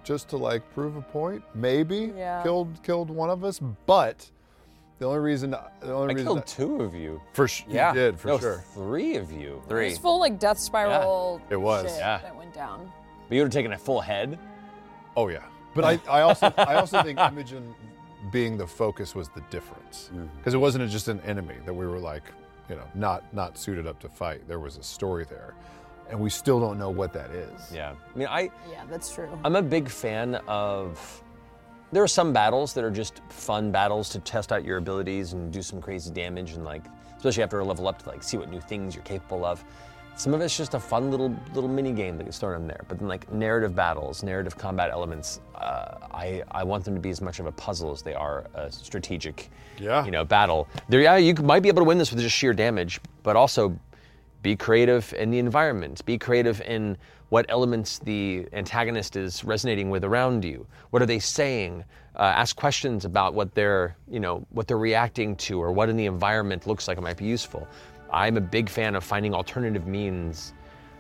S8: just to like prove a point, maybe
S7: Yeah.
S8: killed killed one of us, but. The only reason, the only
S5: I
S8: reason
S5: killed two of you.
S8: for sh-
S5: Yeah.
S8: you did for
S5: No,
S8: sure.
S5: Three of you.
S7: It was full like death spiral.
S8: Yeah, it was.
S7: shit
S5: Yeah.
S7: That went down.
S5: But you would have taken a full head.
S8: Oh yeah, but I, I also I also think
S5: Ah.
S8: Imogen being the focus was the difference
S5: Mm.
S8: because it wasn't just an enemy that we were like you know not not suited up to fight. There was a story there, and we still don't know what that is.
S5: Yeah. I mean, I
S7: Yeah, that's true.
S5: I'm a big fan of. There are some battles that are just fun battles to test out your abilities and do some crazy damage and like, especially after a level up to like see what new things you're capable of. Some of it's just a fun little little mini game that gets thrown in there. But then like narrative battles, narrative combat elements, uh, I I want them to be as much of a puzzle as they are a strategic,
S8: Yeah.
S5: you know, battle. There, yeah, you might be able to win this with just sheer damage, but also be creative in the environment. Be creative in what elements the antagonist is resonating with around you. What are they saying? Uh, ask questions about what they're, you know, what they're reacting to, or what in the environment looks like it might be useful. I'm a big fan of finding alternative means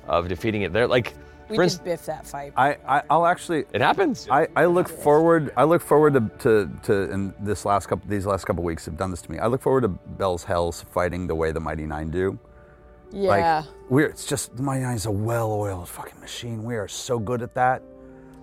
S5: of defeating it. There, like,
S7: We
S5: for
S7: did
S5: instance,
S7: biff that fight.
S9: I, I I'll actually.
S5: it happens.
S9: I, I look forward. I look forward to, to, to and this last couple these last couple weeks have done this to me. I look forward to Bell's Hells fighting the way the Mighty Nine do. Like,
S7: yeah.
S9: we're it's just the Mighty Nine is a well-oiled fucking machine. We are so good at that.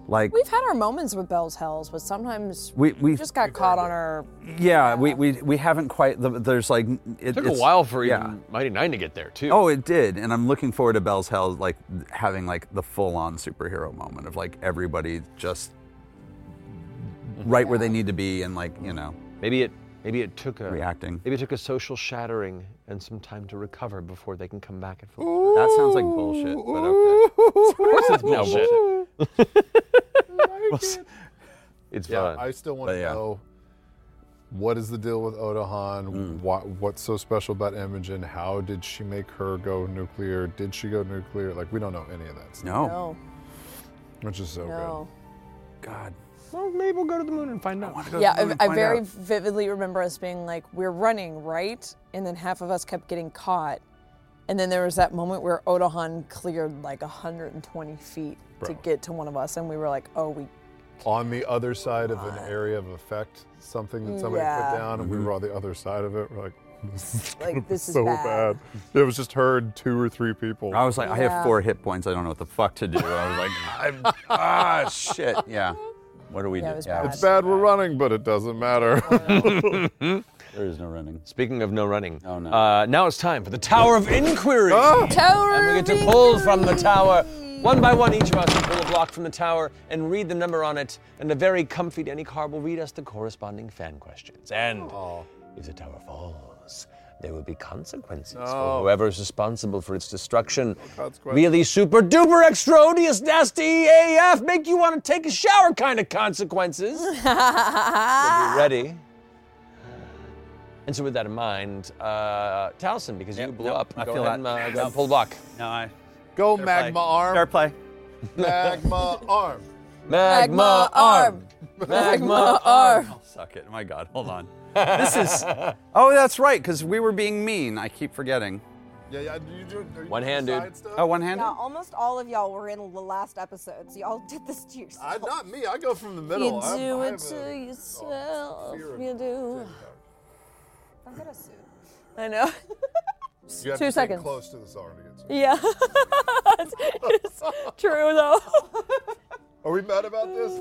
S9: Like
S7: We've had our moments with Bell's Hells, but sometimes
S9: We- we-
S7: just got caught on our.
S9: yeah, we, we we haven't quite. the- There's like it
S5: took a
S9: it's-
S5: while for
S9: yeah.
S5: even Mighty Nine to get there too.
S9: Oh, it did, and I'm looking forward to Bell's Hell, like having like the full-on superhero moment of like everybody just right where they need to be and like you know
S5: maybe it, maybe it took a
S9: reacting.
S5: Maybe it took a social shattering and some time to recover before they can come back and full.
S9: That sounds like bullshit, but okay.
S5: That's bullshit. It's
S8: Yeah,
S5: fun.
S8: I still want
S9: But,
S8: to
S9: yeah.
S8: know what is the deal with
S9: Hmm.
S8: Odahan? What, what's so special about Imogen? How did she make her go nuclear? Did she go nuclear? Like we don't know any of that, stuff,
S9: No.
S7: No,
S8: which is so
S7: no.
S9: God.
S5: well, maybe we'll go to the moon and find out.
S7: Yeah, I, I very vividly remember us being like, we're running, right? And then half of us kept getting caught. And then there was that moment where Odahan cleared like 120 feet to
S8: Bro.
S7: get to one of us, and we were like, oh, we.
S8: good. On the other side of an area of effect, something that somebody
S7: Yeah.
S8: put down, and we
S9: Mm-hmm.
S8: were on the other side of it. We're like,
S7: Like, this is
S8: so
S7: bad.
S8: bad. It was just heard two or three people.
S9: I was like, I
S7: Yeah.
S9: have four hit points. I don't know what the fuck to do. I was like, I'm, ah, shit. Yeah. What do we
S7: Yeah, it
S9: do?
S7: was
S9: Yeah,
S7: bad.
S8: it's bad we're running, but it doesn't matter.
S9: there is no running.
S5: Speaking of no running,
S9: Oh, no.
S5: uh, now it's time for the Tower of Inquiry.
S7: Tower!
S5: And we get to pull from the tower. One by one, each of us will pull a block from the tower and read the number on it. And a very comfy Danny Carr will read us the corresponding fan questions. And if the tower falls, there will be consequences for whoever is responsible for its destruction. really super duper extra odious, nasty AF, make you want to take a shower kind of consequences. so be ready. And so, with that in mind, uh, Towson, because you
S9: Yep,
S5: blew
S9: nope,
S5: up,
S9: I
S5: go
S9: feel
S5: ahead
S9: that.
S5: and, uh, go ahead
S9: Nope.
S5: and pull the block.
S9: No, I.
S8: Go magma arm.
S9: Fair play.
S8: Magma arm.
S5: Magma arm. Magma arm.
S9: Oh, suck it. My God. Hold on. this is. Oh, that's right. Because we were being mean. I keep forgetting.
S8: Yeah, yeah. Do you do? Are you
S5: One
S8: doing
S5: hand,
S8: the
S5: dude.
S8: side stuff?
S9: Oh, one handed?
S10: Yeah, almost all of y'all were in the last episode, so y'all did this to yourself.
S8: I, not me. I go from the middle.
S7: You
S8: I'm-
S7: do
S8: I have
S7: it to
S8: a-
S7: yourself.
S8: fear of
S7: You do.
S10: I'm gonna sue.
S7: I know.
S8: You have
S7: Two
S8: to sing
S7: seconds.
S8: Close to the song to get to it.
S7: Yeah. it's, it's true though.
S8: Are we mad about this?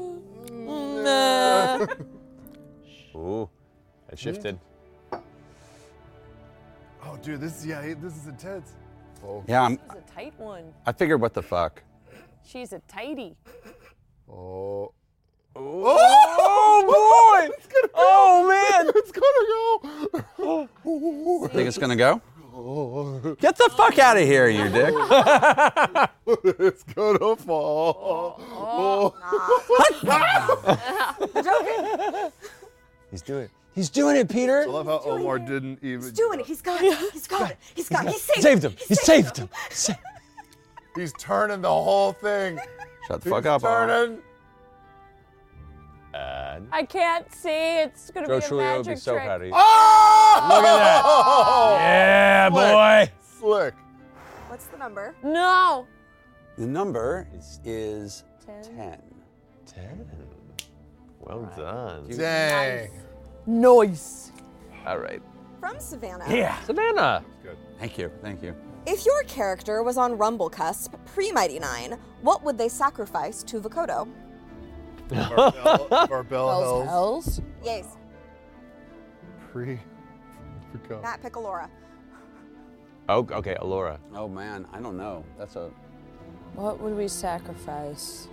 S7: Nah.
S5: Ooh, that shifted.
S8: Oh, dude, this is yeah. This is intense. Oh,
S9: Yeah, I'm,
S7: She's a tight one.
S9: I figured what the fuck.
S7: She's a tighty.
S8: oh.
S5: Oh boy! Oh man!
S8: It's gonna go.
S9: Think it's gonna go?
S8: Oh.
S9: Get the fuck out of here, you dick.
S8: It's gonna fall.
S7: Oh,
S8: Oh.
S5: He's doing it. He's doing it, Peter.
S8: I love how Omar didn't even. He's
S10: Doing it. He's got it. He's got it. He's got it. He's saved,
S5: Saved him. He saved him. Sa-
S8: He's turning the whole thing.
S9: Shut the
S8: He's
S9: fuck up. Arnold.
S8: Turning.
S7: I can't see. It's gonna
S5: Joe
S7: be a
S5: Trulio
S7: magic
S5: would be so
S7: trick.
S5: proud of you.
S8: Oh! Look at that.
S5: Yeah, boy.
S8: Slick.
S10: What's the number?
S7: No.
S9: The number is 10.
S5: Ten. Well done.
S8: Dang.
S7: Noise.
S9: All right.
S10: From Savannah.
S5: Yeah. Savannah.
S9: Thank you. Thank you.
S10: If your character was on Rumble Cusp pre Mighty Nine, what would they sacrifice to Vokodo?
S8: Barbell, Barbell Hills.
S7: Hells.
S10: Yes,
S8: Pre. forgot.
S10: Matt Piccolora.
S5: Oh, okay, Alora.
S9: Oh man, I don't know. That's a
S7: What would we sacrifice?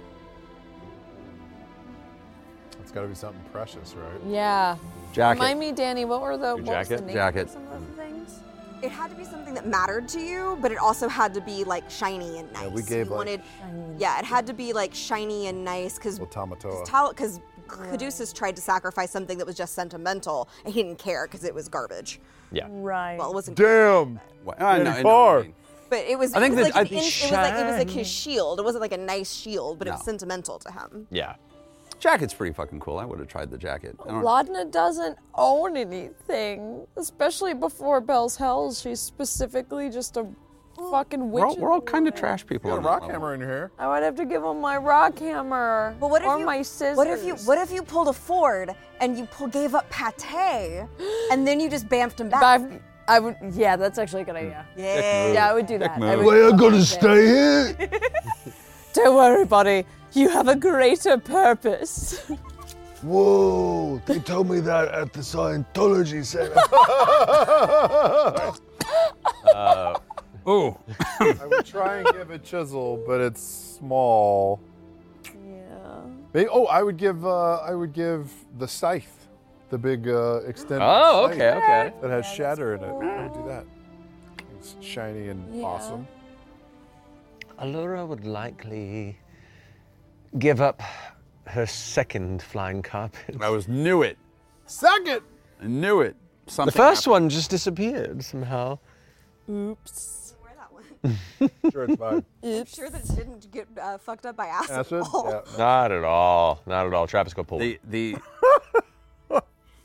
S8: It's got to be something precious, right?
S7: Yeah.
S9: jacket.
S7: Remind me, Danny, what were the
S5: Your
S7: what was the
S5: jacket?
S7: name
S9: Jacket.
S7: of some of those things?
S10: It had to be something that mattered to you, but it also had to be like shiny and nice.
S8: we gave,
S10: You
S8: like,
S10: wanted, yeah, it had to be like shiny and nice because
S8: Automatoa.
S10: because Caduceus tried to sacrifice something that was just sentimental, and he didn't care because it was garbage.
S5: Yeah.
S7: Right.
S10: Well, it wasn't,
S8: Damn.
S9: What- I know, I know what you
S8: Bar.
S9: mean.
S10: but it was.
S9: I think
S10: it was
S9: that
S10: like
S9: I-
S10: an in- it was like it was like his shield. It wasn't like a nice shield, but it was sentimental to him.
S5: Yeah.
S9: Jacket's pretty fucking cool. I would have tried the jacket. I don't-
S7: Laudna doesn't own anything, especially before Bell's Hells. She's specifically just a fucking witch.
S9: we're all, we're all kind of
S7: woman.
S9: trash people.
S8: Got a
S9: on that
S8: rock
S9: level.
S8: hammer in here.
S7: I would have to give him my rock hammer
S10: But what if
S7: or
S10: you,
S7: my scissors.
S10: What if you what if you pulled a Ford and you pull, gave up pate and then you just bamfed him back?
S7: But I've- I would. Yeah, that's actually a good idea.
S10: yeah.
S7: Yeah, I would do that. I
S9: move.
S7: would
S8: I gotta stay here.
S7: Don't worry, buddy. You have a greater purpose.
S8: Whoa! They told me that at the Scientology center.
S9: Ooh.
S8: I would try and give a chisel, but it's small.
S7: Yeah.
S8: Maybe, oh, I would give. Uh, I would give the scythe, the big uh, extended.
S5: Oh,
S8: scythe
S5: okay, okay.
S8: That has shatter in it. I would do that. It's shiny and
S7: Yeah.
S8: awesome.
S5: Alora would likely give up her second flying carpet.
S9: I was knew it.
S8: Second.
S9: I knew it.
S5: The
S9: Something
S5: first one just disappeared somehow.
S7: Oops.
S10: Wear that one.
S8: Sure, it's fine.
S7: Oops.
S10: Sure that it didn't get uh, fucked up by acid. Oh,
S8: Acid. Yeah.
S5: Not at all. Not at all. Travis go pull.
S9: The the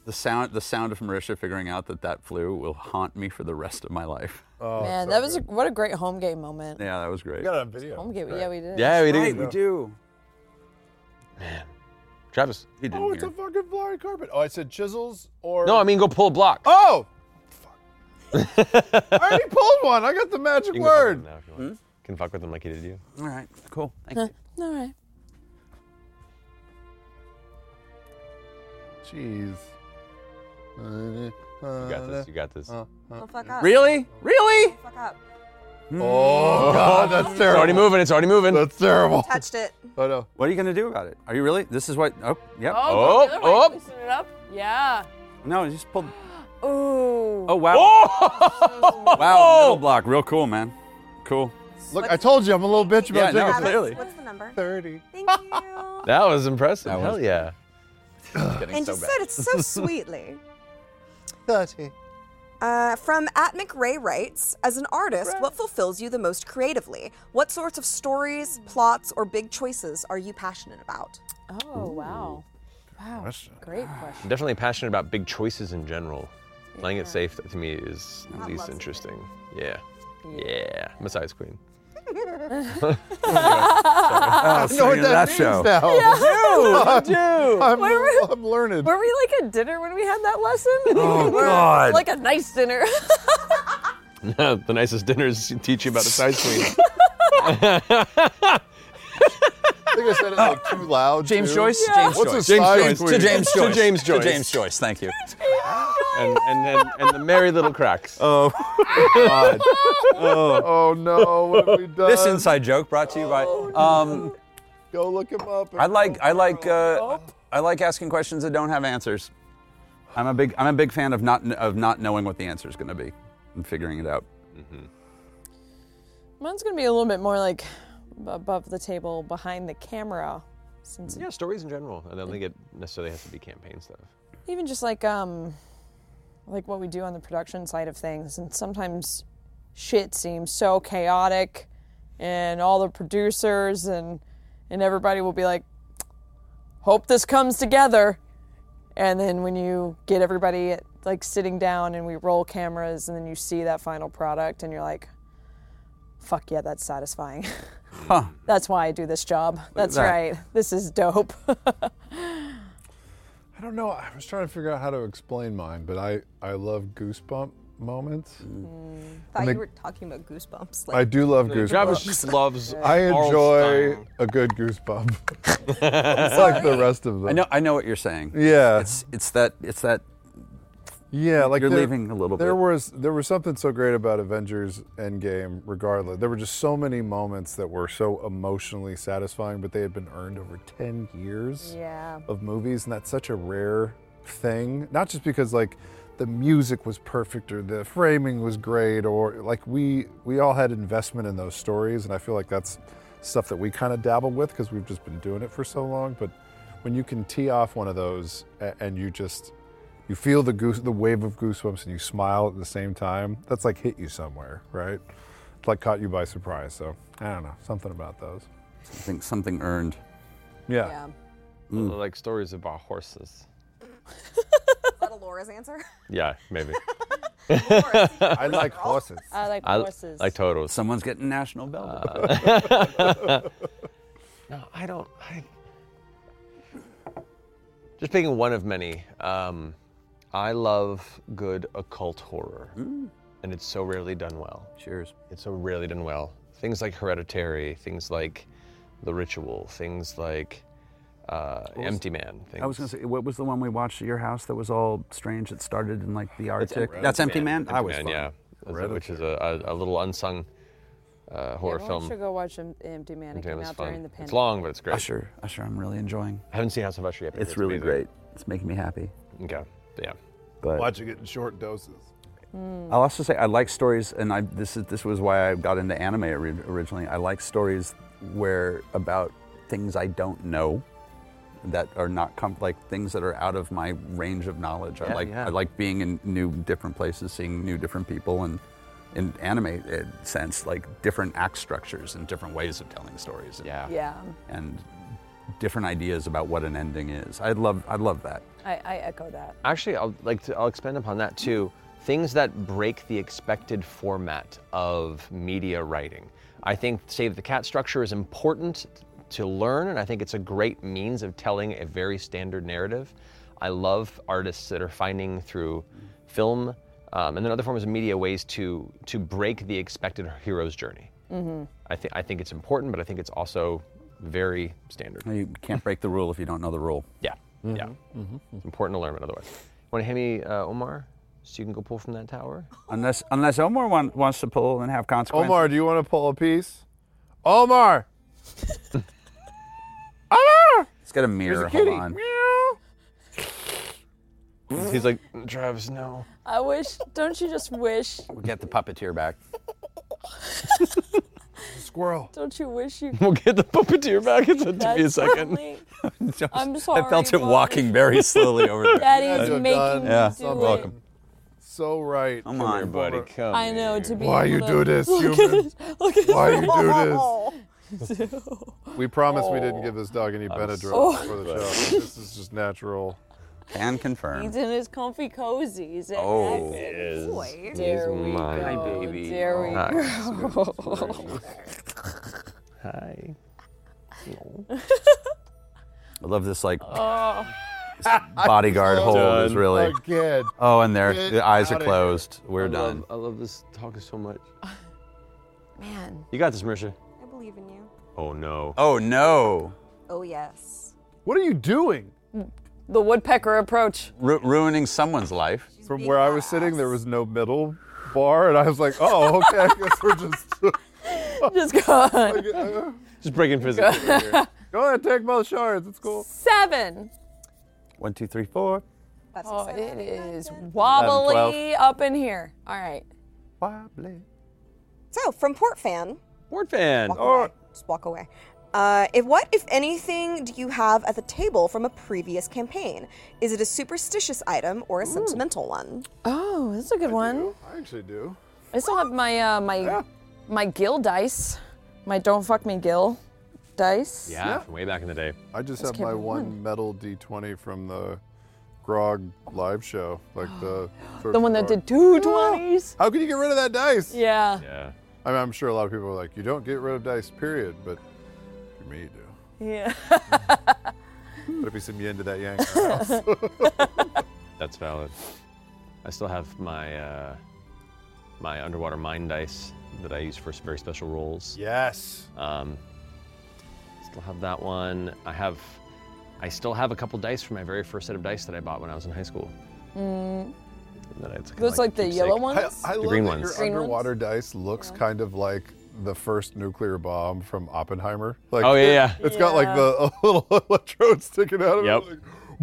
S9: the sound the sound of Marisha figuring out that that flew will haunt me for the rest of my life.
S7: Man, that was a, what a great home game moment.
S9: Yeah, that was great.
S8: We got it on video.
S7: Home game. Yeah, we did.
S5: yeah, we did.
S9: Right, we do.
S5: Travis.
S9: He didn't
S8: Oh, it's
S9: hear.
S8: a fucking flying carpet. Oh, I said chisels or.
S5: No, I mean go pull a block.
S8: Oh. Fuck. I already pulled one. I got the magic
S5: You can fuck with
S8: word.
S5: him now if you want. Can fuck with them like he did you.
S9: All right, cool. Thank you.
S7: All right.
S8: Jeez. You
S5: You got this. You got this.
S8: Uh,
S10: Don't fuck up.
S9: Really? Really?
S10: Don't fuck up.
S7: Mm.
S8: Oh God, that's
S5: It's
S8: terrible.
S5: already moving. It's already moving.
S8: That's terrible.
S10: Touched it.
S8: Oh no.
S9: What are you gonna do about it? Are you really? This is what? Oh, yep.
S5: Oh,
S7: the other
S5: oh.
S7: way. Loosen it up. Yeah.
S9: No, you just pulled.
S7: Ooh.
S9: Oh wow. Wow. Middle block. Real cool, man. Cool.
S8: Look, I told you I'm a little bitch
S9: Yeah,
S8: about
S9: no,
S8: Jacob.
S10: Travis,
S9: clearly.
S10: What's the number?
S8: Thirty.
S10: Thank you.
S5: That was impressive.
S9: That
S5: Hell
S9: was-
S5: yeah.
S9: Getting
S10: and
S9: so
S10: just
S9: bad.
S10: said it so sweetly.
S8: Thirty.
S10: Uh, from at McRae writes, as an artist, what fulfills you the most creatively? What sorts of stories, plots, or big choices are you passionate about?
S7: Oh wow. Wow. Great question.
S5: I'm definitely passionate about big choices in general. Playing it safe to me is at least interesting. Yeah. Yeah, Messiah's Queen.
S9: Oh,
S8: know what
S9: singing that
S8: that, means
S9: show.
S8: now.
S7: I do.
S8: I'm,
S7: Where were-
S8: I'm learned.
S7: Were we like at dinner when we had that lesson?
S9: Oh,
S7: We're-
S9: God.
S7: Like a nice dinner.
S5: the nicest dinners teach you about a size queen.
S8: I think I said it like too loud.
S9: James
S8: too.
S9: Joyce?
S7: Yeah.
S9: James
S8: What's
S9: Joyce.
S8: a size
S5: Joyce.
S8: queen?
S5: To James
S9: To
S5: Joyce.
S9: James
S5: To
S9: Joyce.
S5: James
S9: Thank you.
S5: and, and, and, and the merry little cracks.
S9: Oh.
S8: God. Oh. no, what have we done?
S9: This inside joke brought to you by. Um,
S8: Go look him up.
S9: I like I like
S8: Oh.
S9: uh, I like asking questions that don't have answers. I'm a big I'm a big fan of not of not knowing what the answer is going to be and figuring it out.
S5: Mm-hmm.
S7: Mine's gonna be a little bit more like above the table, behind the camera, since
S5: Yeah, stories in general. I don't think it necessarily has to be campaign stuff.
S7: even just like um like what we do on the production side of things and sometimes shit seems so chaotic and all the producers and and everybody will be like hope this comes together and then when you get everybody like sitting down and we roll cameras and then you see that final product and you're like fuck yeah that's satisfying that's why i do this job that's
S9: that.
S7: right this is dope
S8: I don't know. I was trying to figure out how to explain mine, but I, I love goosebump moments.
S9: Mm.
S10: thought
S8: they-
S10: you were talking about goosebumps. Like,
S8: I do love goosebumps.
S5: Travis loves.
S8: I
S5: Arl
S8: enjoy
S5: Stein.
S8: a good goosebump. like the rest of them.
S9: I know I know what you're saying.
S8: Yeah.
S9: It's it's that it's that
S8: Yeah, like
S9: You're
S8: there-
S9: leaving a little
S8: There
S9: bit.
S8: was there was something so great about Avengers Endgame. Regardless, there were just so many moments that were so emotionally satisfying, but they had been earned over ten years
S7: yeah
S8: of movies, and that's such a rare thing. Not just because like the music was perfect or the framing was great, or like we we all had investment in those stories, and I feel like that's stuff that we kind of dabble with because we've just been doing it for so long. But when you can tee off one of those a- and you just you feel the goose, the wave of goosebumps, and you smile at the same time. That's like hit you somewhere, right? It's like caught you by surprise. So I don't know, something about those.
S9: something something earned. Mm.
S8: Yeah.
S10: yeah. Is
S5: Like stories about horses.
S10: that a Laura's answer?
S5: Yeah, maybe.
S8: I like horses.
S7: i like
S5: I
S7: horses
S5: like toros. Uh.
S9: Someone's getting national velvet.
S5: No, I don't. I... Just picking one of many. Um, I love good occult horror, and it's so rarely done well.
S9: Mm. Cheers.
S5: It's so rarely done well. Things like Hereditary, things like The Ritual, things like uh, Empty Man. Things.
S9: I was gonna say, what was the one we watched at your house that was all strange? It started in like the Arctic.
S5: Empty
S9: That's Empty Man. I was
S5: Man,
S9: fine.
S5: yeah, That's- which is a, a, a little unsung uh, horror
S7: Everyone
S5: film.
S7: should go watch Em- Empty Man. It
S5: Empty Man
S7: came
S5: is
S7: out during
S5: fun.
S7: the
S5: It's
S7: pandemic.
S5: long, but it's great.
S9: Usher, Usher, I'm really enjoying.
S5: I haven't seen House of Usher yet. but
S9: It's, really
S5: amazing.
S9: great. It's making me happy.
S5: Okay, yeah.
S9: But Mm.
S8: Watching it in short doses.
S9: I'll also say I like stories, and I, this is this was why I got into anime ori- originally. I like stories where about things I don't know that are not com- like things that are out of my range of knowledge. I
S5: Yeah,
S9: like
S5: yeah.
S9: I like being in new different places, seeing new different people, and in anime uh, sense, like different act structures and different ways of telling stories. and-
S5: Yeah.
S7: Yeah,
S9: and different ideas about what an ending is. I love I love that.
S7: I, I echo that.
S5: actually i'll like to, i'll expand upon that too things that break the expected format of media writing i think save the cat structure is important to learn and i think it's a great means of telling a very standard narrative i love artists that are finding through film um, and then other forms of media ways to to break the expected hero's journey
S8: Mm-hmm.
S5: I, think I think it's important but i think it's also very standard
S9: You can't break the rule if you don't know the rule.
S5: yeah, yeah. It's important to learn it otherwise. Want to hand me uh, Omar so you can go pull from that tower?
S9: Unless unless Omar wan- wants to pull and have consequences.
S8: Omar, do you want to pull a piece? Omar, Omar,
S9: let's get a mirror.
S8: there's a
S9: Hold
S8: kitty.
S9: on.
S8: Meow.
S5: He's like, Travis, no.
S7: I wish. Don't you just wish?
S9: We'll get the puppeteer back.
S8: Squirrel.
S7: Don't you wish you?
S5: We'll get the puppeteer back. It's going to be a second.
S7: I'm sorry.
S9: I felt it
S7: Mom.
S9: walking very slowly over there.
S7: Daddy's
S8: Glad you're
S7: making
S8: done.
S7: me
S9: Yeah.
S7: do
S8: You're
S7: it.
S8: welcome. So right.
S9: Come on,
S5: Buddy, come.
S7: I know to be.
S8: Why
S7: able
S8: you
S7: to-
S8: do this,
S7: Look at
S8: human?
S7: it. Look at
S8: Why
S7: it.
S8: you do
S7: Oh.
S8: this? We promised we didn't give this dog any Benadryl before the show. This is just natural
S9: Can confirm.
S7: He's in his comfy cozies.
S9: Oh.
S7: Excellent.
S9: It
S6: is.
S10: Boy.
S7: There we
S6: my
S7: go.
S6: baby.
S7: There we
S6: Hi.
S7: go.
S6: Hi.
S9: I love this like
S6: Oh.
S9: this bodyguard hold is
S6: Done.
S9: really.
S8: Again.
S9: Oh, and their
S8: Get
S9: the eyes are
S8: outta here.
S9: closed. We're done.
S5: I love this talk so much.
S10: Man,
S5: You got this, Marisha.
S10: I believe in you.
S5: Oh no.
S9: Oh no!
S10: Oh, yes.
S8: What are you doing?
S7: the woodpecker approach.
S9: Ru- ruining someone's life.
S8: From where I was sitting, there was no middle bar, and I was like, oh, okay, I guess we're just.
S7: Just gone.
S8: uh,
S5: Just breaking physics.
S8: Go ahead, take both shards. It's cool.
S7: Seven.
S9: One, two, three, four.
S10: That's
S7: Oh,
S10: exciting.
S7: it is
S9: twelve.
S7: wobbly up in here. All right.
S9: Wobbly.
S10: So, from Port Fan,
S5: Word fan.
S10: walk away. just walk away. Uh, if what, if anything, do you have at the table from a previous campaign? Is it a superstitious item or a sentimental one?
S7: Oh, that's a good one.
S8: I actually do.
S7: I still have my uh, my my gill dice, my don't fuck me gill dice.
S5: Yeah, from way back in the day.
S8: I just have
S7: keep
S8: my
S7: it
S8: one metal D20 from the Grog live show, like the
S7: The one that did two twenties.
S8: How can you get rid of that dice?
S7: Yeah.
S5: Yeah.
S8: I mean, I'm sure a lot of people are like, you don't get rid of dice, period. But for me, you do.
S7: Yeah.
S8: But if you some yin to that yang,
S5: That's valid. I still have my uh, my underwater mind dice that I use for very special rolls.
S8: yes.
S5: Um, still have that one. I have, I still have a couple dice from my very first set of dice that I bought when I was in high school. Mm. That I took
S7: Those like the
S5: keepsake.
S7: yellow
S8: I,
S7: ones.
S8: I
S5: The
S8: love
S5: green
S8: that
S5: ones.
S8: your
S7: Green ones?
S8: underwater dice looks kind of like the first nuclear bomb from Oppenheimer. Like,
S5: Oh, yeah, yeah.
S8: It's got like the little electrode sticking out of
S5: Yep.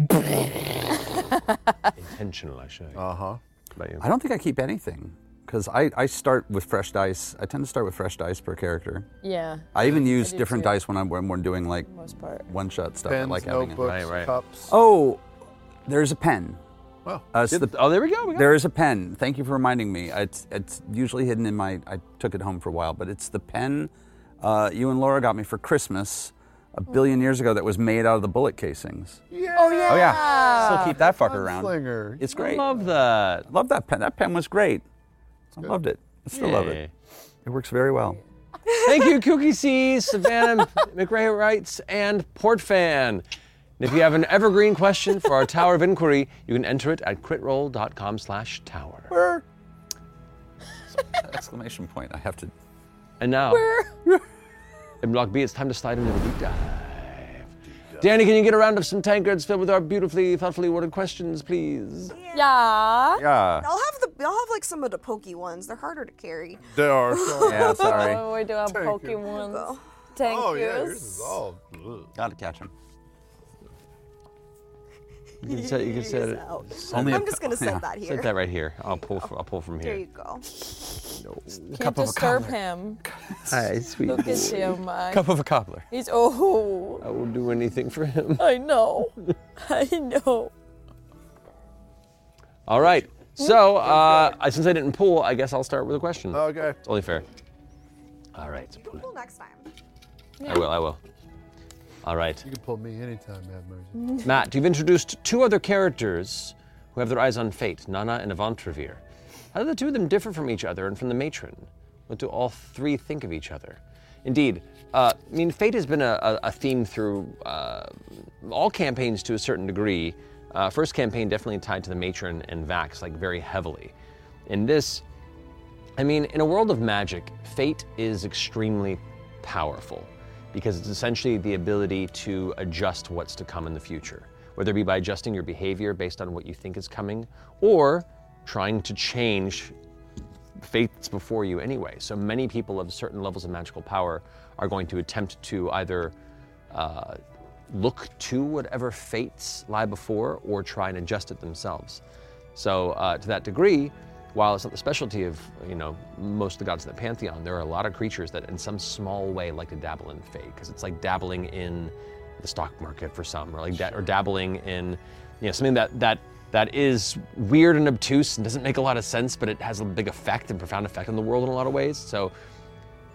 S8: it. like-
S5: Intentional, I should.
S8: Uh-huh.
S5: about you?
S9: I don't think I keep anything because I, I start with fresh dice. I tend to start with fresh dice per character.
S7: yeah.
S9: I even use different dice when I'm when we're doing like
S7: Most part.
S9: one shot stuff. I
S8: Pens,
S9: like having. a-
S8: notebooks,
S5: Right, right.
S8: cups.
S9: Oh, there's a pen.
S8: Wow.
S9: Uh, it's the-
S5: oh, there we go. We got
S9: There is a pen. Thank you for reminding me. It's, it's usually hidden in my. I took it home for a while, but it's the pen uh, you and Laura got me for Christmas a billion years ago that was made out of the bullet casings.
S8: Yeah.
S9: Oh yeah, still keep that fucker around.
S8: Gunslinger.
S9: It's
S5: I
S9: great.
S5: love that.
S9: Love that pen. That pen was great. I loved it. I still love
S5: Yay.
S9: it. It works very well.
S5: Thank you, Kookie C, Savannah McRae Wrights, and Portfan. And if you have an evergreen question for our Tower of Inquiry, you can enter it at critroll.com slash tower.
S9: Exclamation point. I have to.
S5: And now, in Block B, it's time to slide into the deep dive. Danny, can you get a round of some tankards filled with our beautifully, thoughtfully worded questions, please?
S7: Yeah.
S9: Yeah.
S10: I'll have the I'll have like some of the pokey ones. They're harder to carry.
S8: There are so
S9: Yeah. Sorry.
S7: Oh, we do have Pokemon.
S10: Go.
S7: Thank
S8: Oh,
S7: yous.
S8: yeah, yours is all. Ugh.
S9: Got to catch him.
S5: You can set, you can set it.
S10: Out.
S9: Only a
S10: I'm just gonna set
S9: yeah,
S10: that here. Oh,
S5: Set that right here. I'll pull. fr- I'll pull from
S10: There
S5: here.
S10: you go.
S7: Can't disturb him.
S5: Hi, sweet.
S7: Look at him. I-
S9: cup of a cobbler.
S7: He's oh.
S5: I will do anything for him.
S7: I know. I know.
S5: All right. So, uh, I- since I didn't pull, I guess I'll start with a question.
S8: Okay.
S5: It's only fair. All right. so pull it.
S10: Cool next time.
S5: I will. I will. All right.
S8: You can pull me anytime, Mad Mercy.
S5: Matt, you've introduced two other characters who have their eyes on fate, Nana and Avantrevir. How do the two of them differ from each other and from the matron? What do all three think of each other? Indeed, uh, I mean, fate has been a, a, a theme through uh, all campaigns to a certain degree. Uh, first campaign definitely tied to the matron and Vax, like very heavily. In this, I mean, in a world of magic, fate is extremely powerful because it's essentially the ability to adjust what's to come in the future, whether it be by adjusting your behavior based on what you think is coming or trying to change fate that's before you anyway. So many people of certain levels of magical power are going to attempt to either uh, look to whatever fates lie before or try and adjust it themselves. So uh, to that degree, while it's not the specialty of you know most of the gods in the pantheon, there are a lot of creatures that, in some small way, like to dabble in fate because it's like dabbling in the stock market for some, or like da- or dabbling in you know something that that that is weird and obtuse and doesn't make a lot of sense, but it has a big effect and profound effect on the world in a lot of ways. So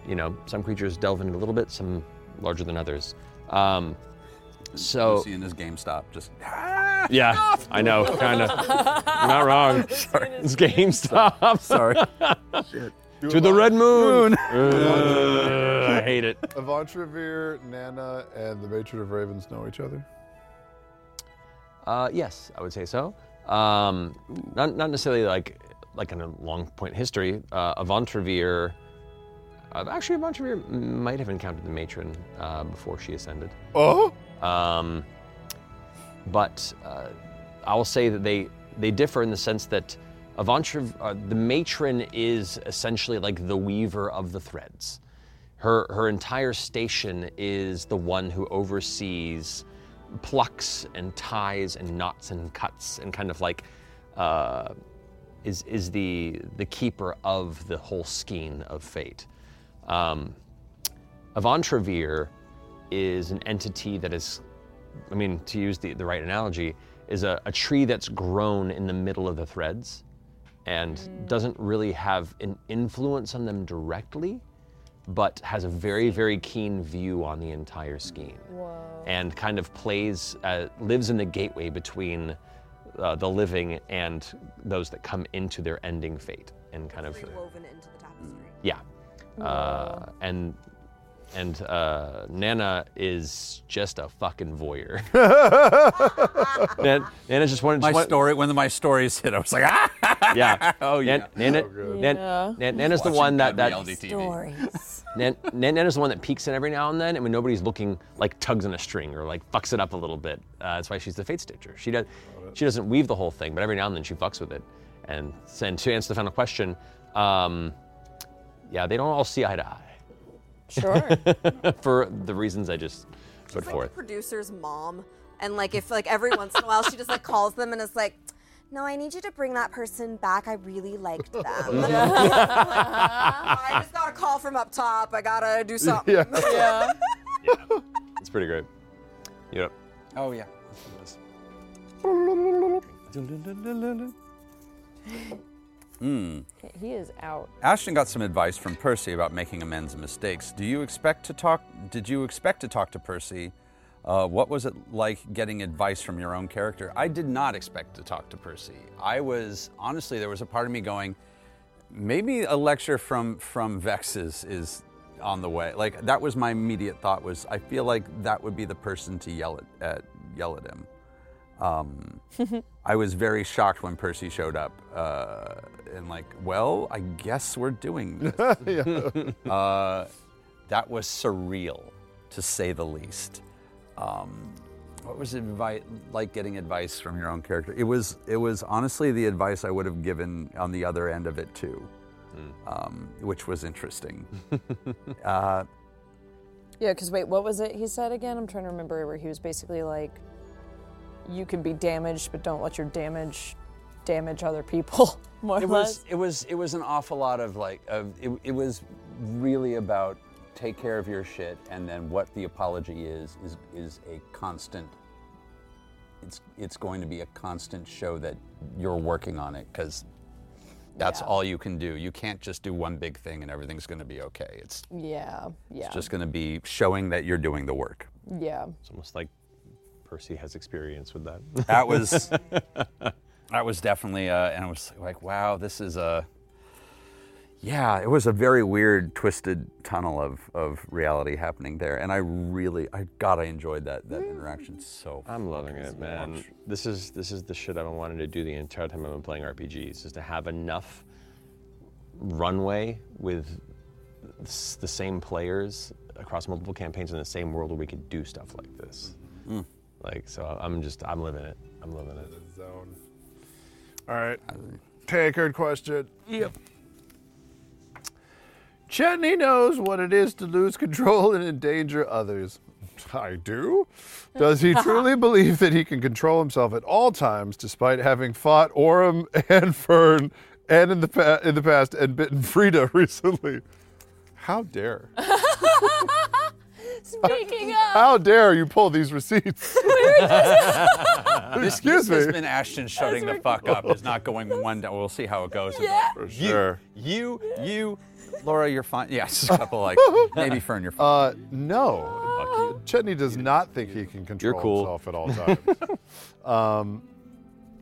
S5: you know, some creatures delve in it a little bit, some larger than others. Um, so
S9: Lucy and his GameStop just.
S6: Yeah, I know, kind of. You're not wrong. It's GameStop.
S9: Sorry.
S6: to the red moon. Ugh, I hate it.
S8: Avantrevere, Nana, and the Matron of Ravens know each other.
S5: Uh, yes, I would say so. Um, not, not necessarily like like in a long point history. Uh, Avantrevere, uh, actually, Avantrevere might have encountered the matron uh, before she ascended.
S8: Oh,
S5: Um, but uh, I will say that they they differ in the sense that Avantra, uh, the matron, is essentially like the weaver of the threads. Her her entire station is the one who oversees plucks and ties and knots and cuts and kind of like. Uh, is, is the the keeper of the whole skein of fate. Um, Avantrevere is an entity that is, I mean, to use the, the right analogy, is a, a tree that's grown in the middle of the threads and doesn't really have an influence on them directly, but has a very, very keen view on the entire scheme. And kind of plays, uh, lives in the gateway between uh, the living and those that come into their ending fate and kind of.
S10: woven into the tapestry.
S5: Yeah. Uh, and and uh, Nana is just a fucking voyeur. Nana, Nana just wanted
S9: My
S5: just wa-
S9: story, when my stories hit, I was like, ah!
S5: Yeah.
S9: Oh, yeah.
S5: Nana, Nana, Nana, Nana's the one that, that
S4: Stories.
S5: Nan, Nan, Nana's the one that peeks in every now and then, and when nobody's looking, like tugs on a string or like fucks it up a little bit. Uh, that's why she's the fate stitcher. She does, she doesn't weave the whole thing, but every now and then she fucks with it. And, and to answer the final question, um, yeah, they don't all see eye to eye
S7: Sure.
S5: for the reasons I just put
S10: Like the
S5: forth.
S10: producer's mom, and like if like every once in a while she just like calls them and is like. No, I need you to bring that person back. I really liked them. Like, I just got a call from up top. I gotta do something.
S7: yeah.
S5: It's pretty great. Yep.
S9: Oh, yeah.
S7: He is out.
S9: Hmm. Ashton got some advice from Percy about making amends and mistakes. Do you expect to talk? Did you expect to talk to Percy? Uh, what was it like getting advice from your own character? I did not expect to talk to Percy. I was honestly there was a part of me going, maybe a lecture from from Vexes is on the way. Like that was my immediate thought was I feel like that would be the person to yell at, at yell at him. Um, I was very shocked when Percy showed up uh, and like, well, I guess we're doing this. uh, that was surreal, to say the least. Um, what was advice like getting advice from your own character? It was it was honestly the advice I would have given on the other end of it too, um, which was interesting. uh,
S7: Yeah, because wait, what was it he said again? I'm trying to remember where he was basically like, you can be damaged, but don't let your damage damage other people, more or
S9: it
S7: less.
S9: was it was it was an awful lot of like of it, it was really about take care of your shit and then what the apology is is is a constant it's it's going to be a constant show that you're working on it because that's all you can do you can't just do one big thing and everything's going to be okay it's
S7: Yeah, yeah,
S9: it's just going to be showing that you're doing the work
S7: yeah.
S5: It's almost like Percy has experience with that.
S9: that was that was definitely uh, and I was like wow this is a yeah it was a very weird twisted tunnel of, of reality happening there and I really I god I enjoyed that
S7: Mm.
S9: that interaction so
S5: I'm loving it, man. This is this is the shit I've been wanting to do the entire time I've been playing RPGs is to have enough runway with s- the same players across multiple campaigns in the same world where we could do stuff like this. Like so I'm just I'm living it. I'm living it.
S8: zone. All right. Tankard question. Yep. Chetney knows what it is to lose control and endanger others. I do. Does he truly believe that he can control himself at all times, despite having fought Orim and Fern, and in the pa- in the past, and bitten Frida recently? How dare!
S7: Speaking of,
S8: How dare you pull these receipts? Excuse
S9: this
S8: me.
S9: has been Ashton shutting the fuck up it's not going one down we'll see how it goes
S7: yeah.
S8: For sure.
S9: you you Laura you're fine yes a couple like maybe Fern you're fine
S8: Uh, no. Chetney does not think he can control
S11: cool.
S8: himself at all times. um,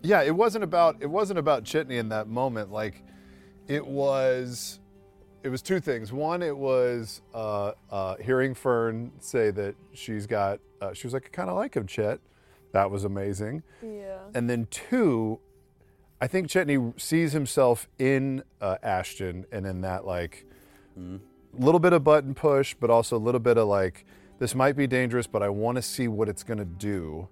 S8: yeah, it wasn't about it wasn't about Chetney in that moment. Like, it was, it was two things. One, it was uh, uh, hearing Fern say that she's got. Uh, she was like, I kind of like him, Chet. That was amazing.
S7: Yeah.
S8: And then two, I think Chetney sees himself in uh, Ashton and in that like little bit of button push, but also a little bit of like this might be dangerous, but I want to see what it's gonna do.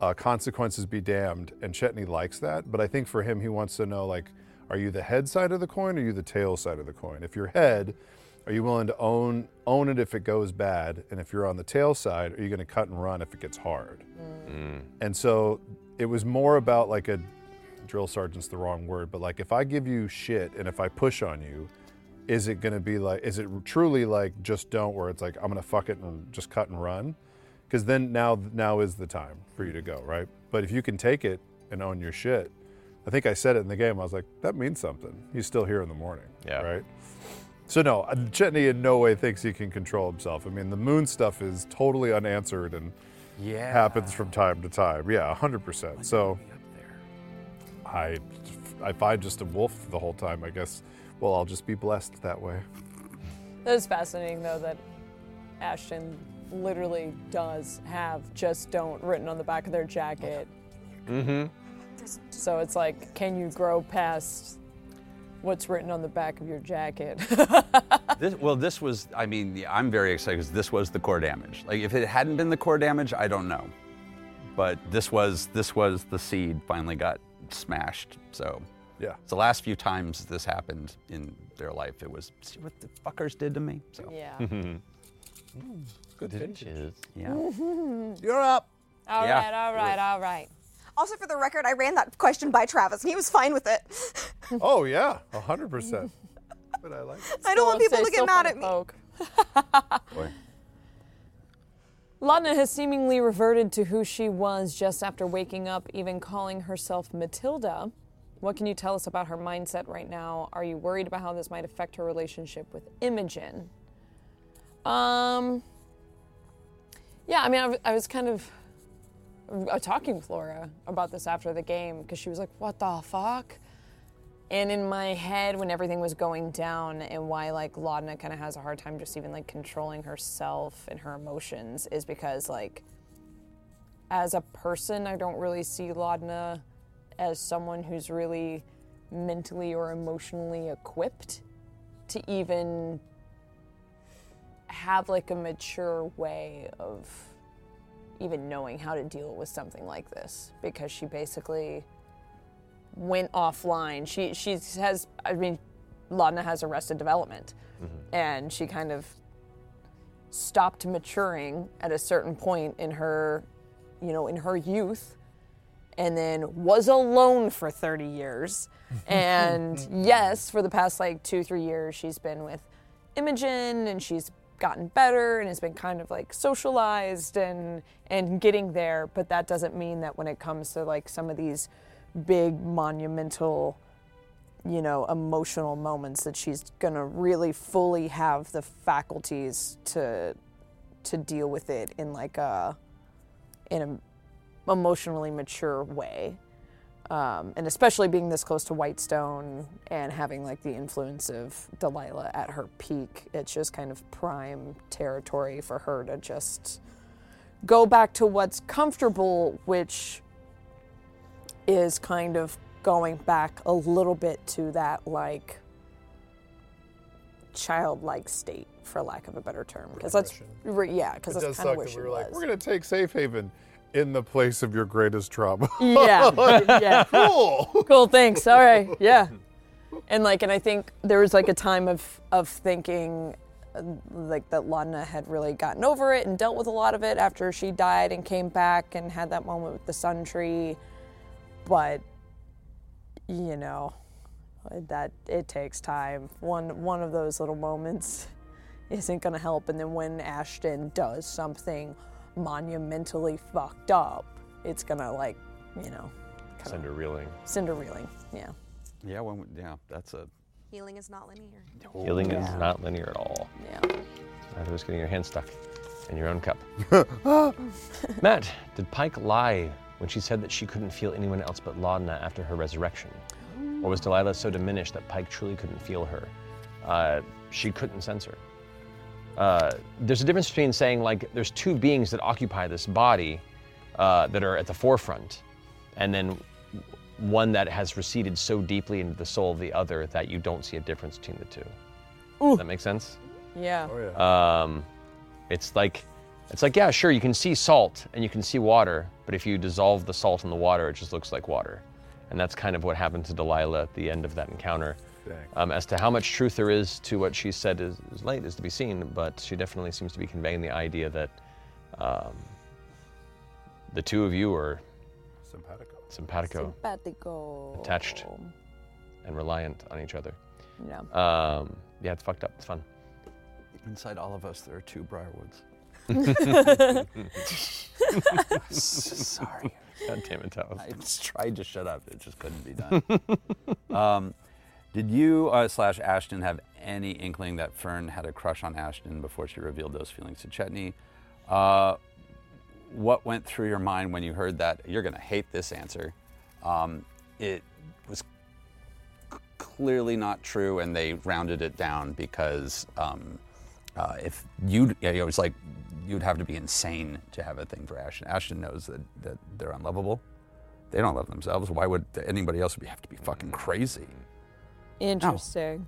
S8: Uh, consequences be damned. And Chetney likes that, but I think for him, he wants to know like, are you the head side of the coin or are you the tail side of the coin? If you're head, are you willing to own own it if it goes bad? And if you're on the tail side, are you going to cut and run if it gets hard? And so it was more about like a drill sergeant's the wrong word, but like if I give you shit and if I push on you, is it gonna be like is it truly like just don't where it's like I'm gonna fuck it and just cut and run? Because then now now is the time for you to go right. But if you can take it and own your shit, I think I said it in the game. I was like that means something. He's still here in the morning.
S11: Yeah.
S8: Right. So no, Chetney in no way thinks he can control himself. I mean, the moon stuff is totally unanswered and
S9: Yeah.
S8: happens from time to time. Yeah, 100%. So I if I'm just a wolf the whole time, I guess well, I'll just be blessed that way.
S7: That is fascinating, though, that Ashton literally does have just don't written on the back of their jacket. Mm-hmm. So it's like, can you grow past what's written on the back of your jacket?
S9: This, well, this was, I mean, yeah, I'm very excited because this was the core damage. Like, if it hadn't been the core damage, I don't know. But this was, this was the seed finally got smashed. So,
S8: Yeah.
S9: it's the last few times this happened in their life, it was, see what the fuckers did to me. So,
S7: yeah.
S5: Good finches.
S9: yeah.
S8: You're up.
S10: All right,
S9: Yeah.
S10: all right, all right. Also, for the record, I ran that question by Travis, and he was fine with it.
S8: Oh yeah, 100%. but I like it.
S10: I don't want
S7: Let's
S10: people
S7: say
S10: to get
S7: still
S10: mad
S7: fun
S10: at me.
S7: poke.
S9: Boy.
S7: Lana has seemingly reverted to who she was just after waking up, even calling herself Matilda. What can you tell us about her mindset right now? Are you worried about how this might affect her relationship with Imogen? Um. Yeah, I mean, I, w- I was kind of uh, talking with Laura about this after the game because she was like, "What the fuck?" And in my head, when everything was going down, and why like Laudna kind of has a hard time just even like controlling herself and her emotions is because like, as a person, I don't really see Laudna as someone who's really mentally or emotionally equipped to even have like a mature way of even knowing how to deal with something like this because she basically went offline. She she has I mean, Lana has arrested development, and she kind of stopped maturing at a certain point in her, you know, in her youth, and then was alone for 30 years. and yes, for the past like two three years, she's been with Imogen, and she's gotten better and has been kind of like socialized and and getting there but that doesn't mean that when it comes to like some of these big monumental you know emotional moments that she's gonna really fully have the faculties to to deal with it in like a in an emotionally mature way um, and especially being this close to Whitestone and having like the influence of Delilah at her peak, it's just kind of prime territory for her to just go back to what's comfortable, which is kind of going back a little bit to that like childlike state, for lack of a better term, because that's re- yeah, because
S8: It
S7: that's
S8: does
S7: kind of
S8: suck
S7: where
S8: that
S7: she
S8: we were like,
S7: was.
S8: we're going to take safe haven in the place of your greatest trauma.
S7: yeah, yeah.
S8: Oh, cool.
S7: cool thanks all right yeah and like and i think there was like a time of of thinking uh, like that lana had really gotten over it and dealt with a lot of it after she died and came back and had that moment with the sun tree but you know that it takes time one one of those little moments isn't going to help and then when ashton does something monumentally fucked up it's going to like you know
S5: Send her reeling.
S7: cinder reeling. Yeah.
S9: Yeah, when we, yeah, that's a,
S10: Healing is not linear.
S5: Healing is not linear at all.
S7: Yeah.
S5: I was getting your hand stuck. in your own cup. Matt, did Pike lie when she said that she couldn't feel anyone else but Laudna after her resurrection? Or was Delilah so diminished that Pike truly couldn't feel her? Uh, she couldn't sense her. Uh, there's a difference between saying, like, there's two beings that occupy this body uh, that are at the forefront, and then one that has receded so deeply into the soul of the other that you don't see a difference between the two. Does that make sense?
S7: Yeah.
S9: Oh,
S5: Um, it's like, it's like, yeah, sure, you can see salt and you can see water, but if you dissolve the salt in the water, it just looks like water. And that's kind of what happened to Delilah at the end of that encounter. Um, as to how much truth there is to what she said is, is late is to be seen, but she definitely seems to be conveying the idea that um, the two of you are
S8: Simpatico.
S5: simpatico,
S7: Simpatico.
S5: attached, and reliant on each other.
S7: Yeah.
S5: Um, yeah, it's fucked up. It's fun.
S9: Inside all of us, there are two Briarwoods. Sorry.
S5: God damn it, Talos.
S9: I just tried to shut up. It just couldn't be done. um, did you uh, slash Ashton have any inkling that Fern had a crush on Ashton before she revealed those feelings to Chetney? Uh, what went through your mind when you heard that? You're going to hate this answer. Um, it was c- clearly not true, and they rounded it down because um, uh, if you, yeah, it was like you'd have to be insane to have a thing for Ashton. Ashton knows that, that they're unlovable. They don't love themselves. Why would anybody else be, have to be fucking crazy?
S7: Interesting.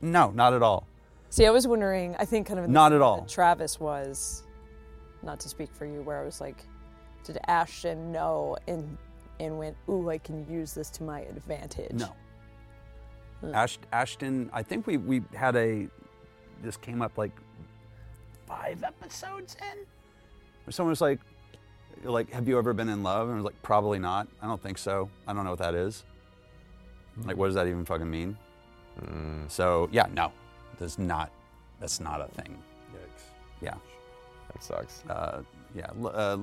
S9: No, not at all.
S7: See, I was wondering. I think kind of in the
S9: Not
S7: same
S9: at
S7: way
S9: all.
S7: that Travis was, not to speak for you, where I was like, did Ashton know and and went, ooh, I can use this to my advantage.
S9: No. Ash, Ashton, I think we, we had a, this came up like five episodes in. Where someone was like, like, have you ever been in love? And I was like, probably not. I don't think so. I don't know what that is.
S5: Hmm.
S9: Like, what does that even fucking mean? So yeah, no, that's not, that's not a thing. Yeah.
S5: That sucks.
S9: uh, yeah, lo- uh,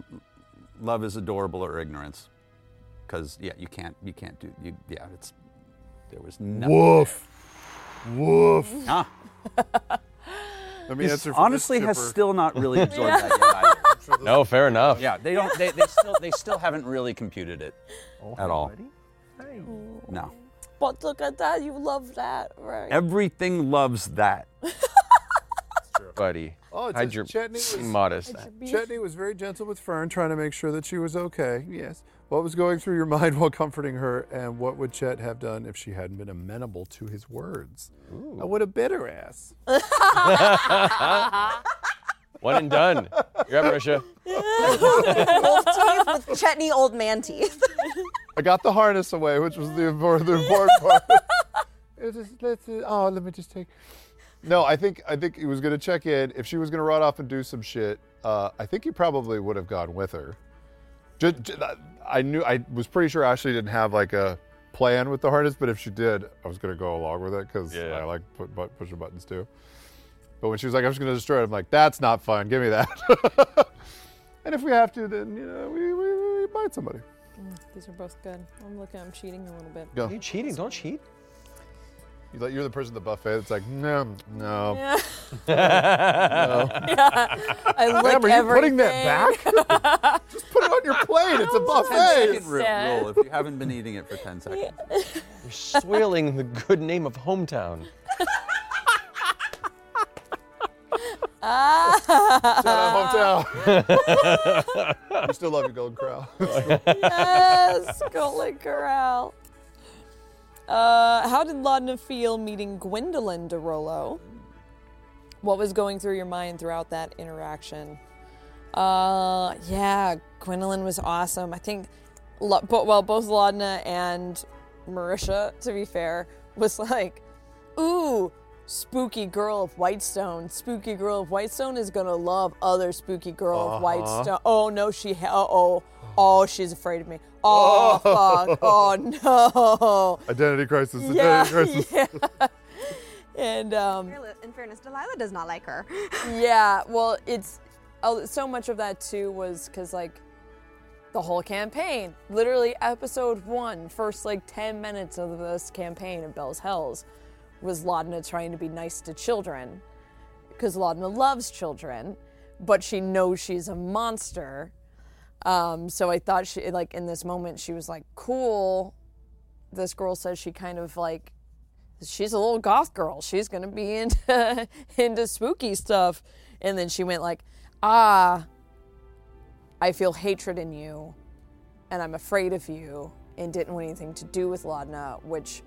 S9: love is adorable or ignorance, because yeah, you can't, you can't do, you, yeah, it's there was nothing. Woof, woof. Nah,
S8: Let me answer for
S9: honestly,
S8: this
S9: has
S8: chipper.
S9: still not really absorbed that yet. either.
S5: No, fair enough.
S9: Yeah, they don't, they, they still, they still haven't really computed it at all.
S7: Mm.
S9: No,
S7: But look at that. You love that, right?
S9: everything loves that.
S5: buddy.
S8: Oh, it
S5: Hide
S8: says
S5: your
S8: Chetney was-
S5: modest.
S8: Chetney was very gentle with Fern, trying to make sure that she was okay. Yes. What was going through your mind while comforting her, and what would Chet have done if she hadn't been amenable to his words? I would have bit her ass.
S5: One and done. You're up, Russia.
S10: Old teeth with Chetney old man teeth.
S8: I got the harness away, which was the important, the important part. it was just, let's, uh, oh, let me just take. No, I think I think he was gonna check in. If she was gonna run off and do some shit, uh, I think he probably would have gone with her. Just, I knew I was pretty sure Ashley didn't have like a plan with the harness, but if she did, I was gonna go along with it because
S5: Yeah.
S8: I like put, but pushing buttons too. But when she was like, "I'm just gonna destroy it," I'm like, "That's not fun. Give me that." and if we have to, then you know we, we, we bite somebody.
S7: Mm, These are both good. I'm looking. I'm cheating a little bit.
S8: Go.
S5: Are you cheating? Don't cheat.
S8: You're, like, you're the person at the buffet that's like, no, no.
S7: Yeah. I look
S8: Ma'am, are you
S7: everything.
S8: putting that back? Just put it on your plate. It's a buffet.
S9: Second ru-
S7: Sad.
S9: rule: if you haven't been eating it for ten seconds,
S5: You're soiling the good name of hometown.
S8: Shout out hometown. we still love you, Golden Crow.
S7: yes, Golden Corral. Uh, how did Laudna feel meeting Gwendolyn DeRollo? What was going through your mind throughout that interaction? Uh, yeah, Gwendolyn was awesome. I think, Lo- bo- well, both Laudna and Marisha, to be fair, was like, ooh, spooky girl of Whitestone. Spooky girl of Whitestone is gonna love other spooky girl of Whitestone. Oh no, she. Ha- oh, oh, she's afraid of me. Oh, fuck. Oh
S8: Identity crisis.
S7: no.
S8: Identity
S7: Yeah,
S8: crisis.
S7: yeah. And um,
S10: In fairness, Delilah does not like her.
S7: yeah, well, it's oh, so much of that too was because like the whole campaign, literally episode one, first like ten minutes of this campaign of Bell's Hells, was Laudna trying to be nice to children because Laudna loves children, but she knows she's a monster. Um, so I thought she like in this moment she was like, "Cool." This girl says she kind of like she's a little goth girl. She's gonna be into into spooky stuff. And then she went like, ah, I feel hatred in you, and I'm afraid of you, and didn't want anything to do with Laudna, which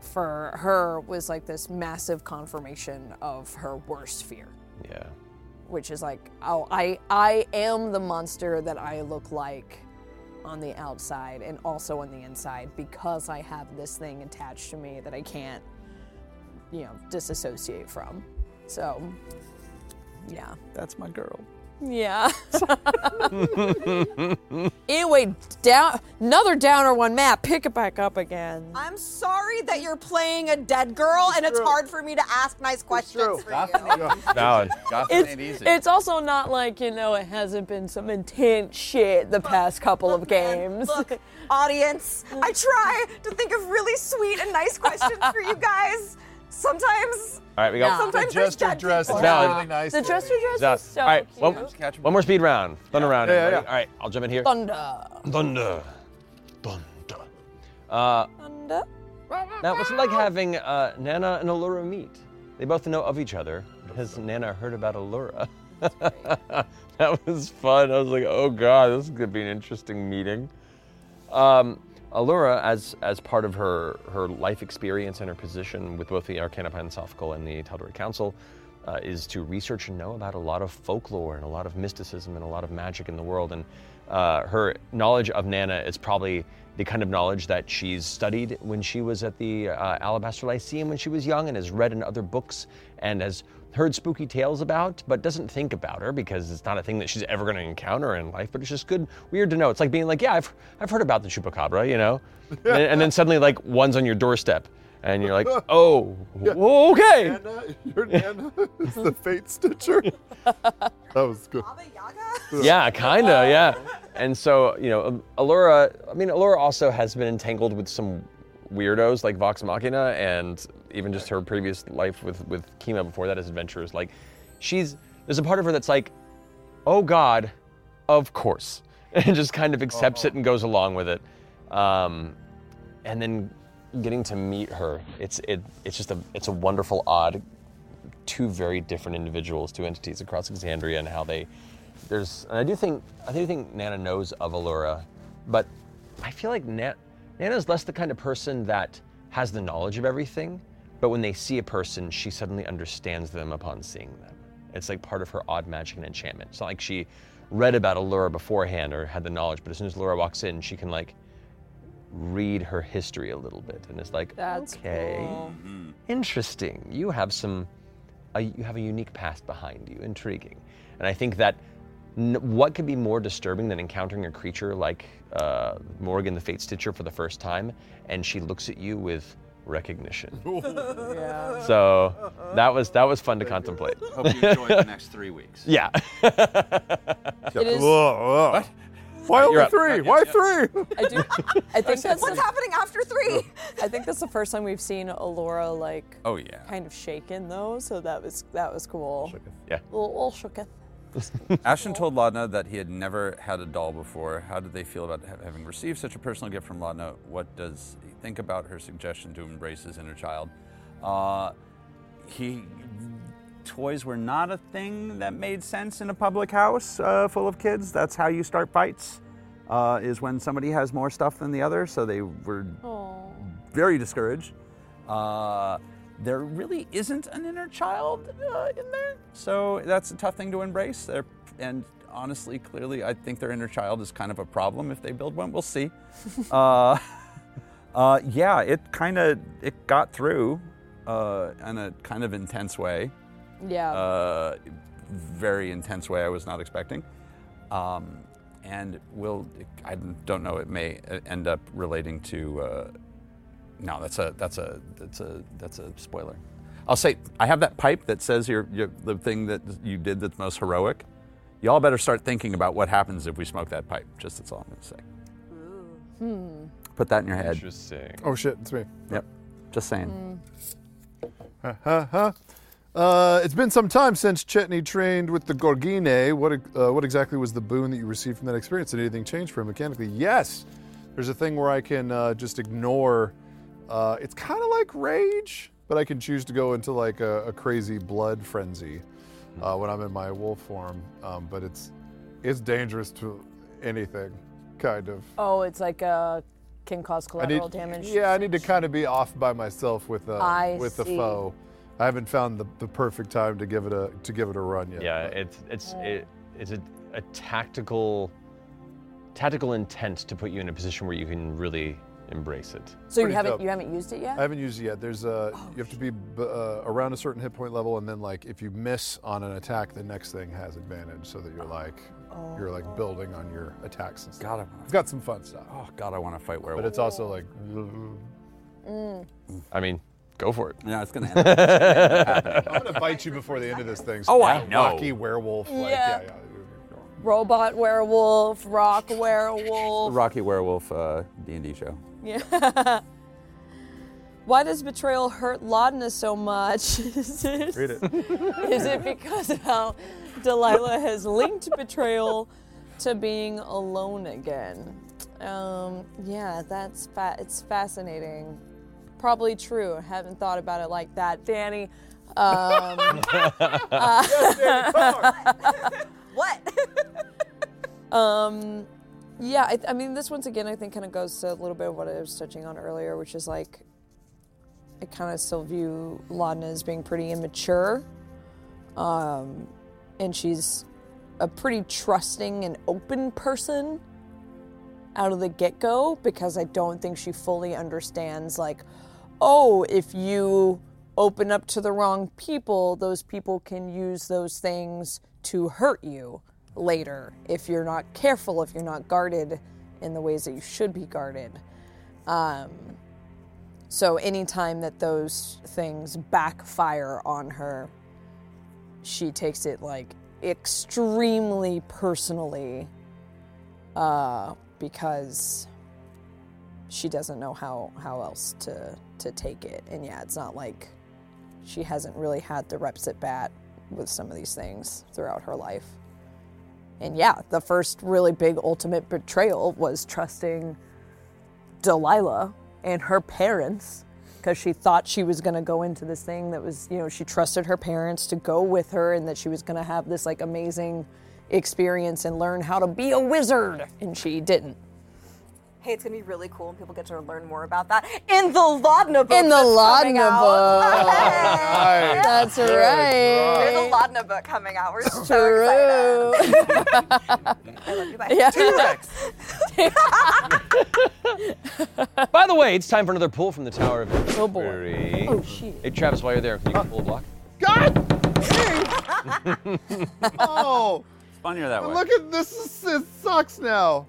S7: for her was like this massive confirmation of her worst fear
S5: Yeah.
S7: which is like, oh, I I am the monster that I look like on the outside and also on the inside because I have this thing attached to me that I can't, you know, disassociate from. So, yeah,
S9: That's my girl.
S7: yeah. anyway, down another downer one, Matt. Pick it back up again.
S10: I'm sorry that you're playing a dead girl, and it's hard for me to ask nice questions for you.
S5: Valid.
S9: Gotham
S7: It's,
S9: ain't easy.
S7: it's also not like you know it hasn't been some intense shit the past couple of games.
S10: Look, audience, I try to think of really sweet and nice questions for you guys. Sometimes,
S5: All right, we got.
S10: sometimes
S8: The jester
S10: there's dead
S8: dress
S10: people.
S8: is
S5: Valid.
S8: really nice.
S7: The dresser dress
S5: Zaz.
S7: is so
S5: All right,
S7: cute.
S5: one,
S9: Catch 'em.
S5: one more speed round. Thunder round.
S8: Yeah, yeah,
S5: everybody.
S8: yeah.
S5: All right, I'll jump in here.
S7: Thunder.
S5: Thunder. Thunder. Uh,
S7: Thunder.
S5: now, what's it like having uh, Nana and Allura meet? They both know of each other. Has Nana heard about Allura? that was fun. I was like, oh god, this is gonna be an interesting meeting. Um, Allura, as as part of her her life experience and her position with both the Arcana Philosophical and the Tal'Dorei Council, uh, is to research and know about a lot of folklore and a lot of mysticism and a lot of magic in the world. And uh, her knowledge of Nana is probably the kind of knowledge that she's studied when she was at the uh, Alabaster Lyceum when she was young, and has read in other books and has heard spooky tales about, but doesn't think about her because it's not a thing that she's ever going to encounter in life. But it's just good, weird to know. It's like being like, yeah, I've, I've heard about the chupacabra, you know, and, and then suddenly like one's on your doorstep, and you're like, oh, okay.
S8: Nana, your Nana is the fate stitcher. that was good.
S10: Baba Yaga?
S5: Yeah, kind of, yeah. And so, you know, Allura, I mean, Allura also has been entangled with some weirdos like Vox Machina and even just her previous life with, with Kima before that as adventurers. Like, she's, there's a part of her that's like, oh God, of course. And just kind of accepts it and goes along with it. Um, and then getting to meet her, it's, it, it's just a, it's a wonderful, odd two very different individuals, two entities across Alexandria, and how they there's. And I do think I do think Nana knows of Allura, but I feel like Na- Nana's less the kind of person that has the knowledge of everything, but when they see a person, she suddenly understands them upon seeing them. It's like part of her odd magic and enchantment. It's not like she read about Allura beforehand or had the knowledge, but as soon as Allura walks in, she can like read her history a little bit and is like,
S7: That's
S5: okay
S7: cool.
S5: interesting. You have some, uh, you have a unique past behind you. Intriguing, and I think that n- what could be more disturbing than encountering a creature like uh, Morgan the Fate Stitcher for the first time, and she looks at you with recognition.
S7: Yeah.
S5: so that was that was fun to contemplate.
S9: Hope you enjoy the next three weeks.
S5: Yeah,
S7: It is.
S8: Whoa, whoa. Why only
S5: up.
S8: three? Why three?
S7: I do. I think that's.
S10: What's
S7: The,
S10: happening after three?
S7: I think that's the first time we've seen Alora like
S9: Oh yeah.
S7: kind of shaken though. So that was that was cool.
S5: yeah.
S7: Little, little shooketh.
S9: Ashton told Laudna that he had never had a doll before. How did they feel about ha- having received such a personal gift from Laudna? What does he think about her suggestion to embrace his inner child? Uh, he toys were not a thing that made sense in a public house uh, full of kids. That's how you start fights. Uh, is when somebody has more stuff than the other, so they were very discouraged. Uh, there really isn't an inner child uh, in there, so that's a tough thing to embrace. There, and honestly, clearly, I think their inner child is kind of a problem if they build one. We'll see. uh, uh, yeah, it kind of it got through uh, in a kind of intense way,
S7: Yeah.
S9: uh, very intense way I was not expecting. Um, and will I don't know it may uh, end up relating to. Uh, no, that's a that's a that's a that's a spoiler. I'll say I have that pipe that says your, your the thing that you did that's most heroic. Y'all better start thinking about what happens if we smoke that pipe. Just that's all I'm going to say. Put that in your head.
S5: Interesting.
S8: Oh shit, it's me.
S9: Yep. Just saying.
S8: Ha, ha, ha. Mm. Uh, it's been some time since Chetney trained with the Gorgine. What, uh, what exactly was the boon that you received from that experience? Did anything change for him mechanically? Yes. There's a thing where I can uh, just ignore. Uh, it's kind of like rage, but I can choose to go into like a, a crazy blood frenzy uh, when I'm in my wolf form. Um, but it's it's dangerous to anything, kind of.
S7: Oh, it's like uh, can cause
S8: I
S7: collateral damage.
S8: Yeah, I need to kind of be off by myself with uh,
S7: I
S8: with the
S7: see.
S8: foe. I haven't found the, the perfect time to give it a to give it a run yet.
S5: Yeah, it's it's it, it's a, a tactical tactical intent to put you in a position where you can really embrace it.
S7: So you
S8: pretty
S7: haven't
S8: dope.
S7: you haven't used it yet?
S8: I haven't used it yet. There's uh,
S9: Oh,
S8: you have to be b- uh, around a certain hit point level, and then like if you miss on an attack, the next thing has advantage, so that you're like you're like building on your attacks and stuff.
S9: Oh. God, I
S8: It's got some fun stuff,
S9: oh God, I want to fight
S8: but
S9: werewolf.
S8: it's also like
S7: Mm.
S5: Mm. I mean, go for it.
S9: No, it's gonna happen.
S8: I'm gonna bite you before the end of this thing.
S9: Oh, I
S8: Yeah,
S9: know.
S8: Rocky werewolf. Like, yeah.
S7: Yeah.
S8: yeah,
S7: Robot werewolf, rock werewolf.
S9: Rocky Werewolf uh, D&D show.
S7: Why does betrayal hurt Laudna so much? Is it,
S8: Read it.
S7: is it because of how Delilah has linked betrayal to being alone again? Um, yeah, that's fa- it's fascinating. Probably true. I haven't thought about it like that, Danny. um, uh,
S10: What?
S7: Um, Yeah, I, I mean, this once again, I think kind of goes to a little bit of what I was touching on earlier, which is like, I kind of still view Laudna as being pretty immature. Um, and she's a pretty trusting and open person out of the get go because I don't think she fully understands, like, oh, if you open up to the wrong people, those people can use those things to hurt you later if you're not careful, if you're not guarded in the ways that you should be guarded. Um, so, anytime that those things backfire on her, she takes it like extremely personally uh, because she doesn't know how, how else to, to take it. And yeah, it's not like she hasn't really had the reps at bat with some of these things throughout her life. And yeah, the first really big ultimate betrayal was trusting Delilah and her parents because she thought she was going to go into this thing that was, you know, she trusted her parents to go with her and that she was going to have this like amazing experience and learn how to be a wizard. And she didn't.
S10: Hey, it's gonna be really cool, and people get to learn more about that in the Laudna book.
S7: In the
S10: that's coming
S7: Laudna
S10: out.
S7: book.
S10: Hey.
S7: That's right.
S10: There's a Laudna book coming out. We're so excited.
S7: True.
S10: I love you. Bye.
S7: Yeah.
S5: By the way, it's time for another pull from the Tower of Inquiry.
S7: Oh, boy. Oh, shit.
S5: Hey Travis, while you're there, can you pull a block?
S8: oh,
S9: Funnier that way.
S8: look at this! It sucks now.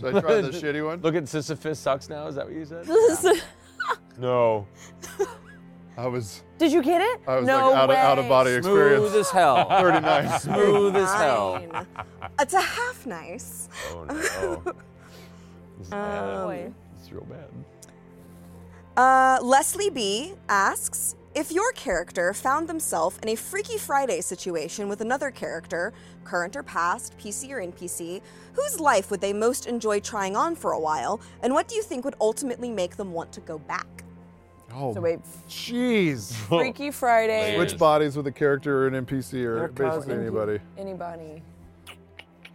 S8: Should I try the shitty one?
S5: Look at Sisyphus sucks now. Is that what you said?
S8: No. I was
S7: Did you get it?
S8: I was
S7: no
S8: like out
S7: way.
S8: of, out of body
S9: Smooth
S8: experience.
S9: as hell.
S8: 39.
S9: Smooth as hell.
S10: Fine. It's a half Uh, nice.
S5: Oh no. This is bad.
S7: boy.
S5: This is real bad.
S10: Uh, Leslie B asks if your character found themselves in a Freaky Friday situation with another character, current or past, PC or NPC, whose life would they most enjoy trying on for a while, and what do you think would ultimately make them want to go back?
S8: Oh,
S7: So wait,
S8: jeez.
S7: Freaky Friday.
S8: Which bodies with a character or an NPC or basically anybody?
S7: Anybody.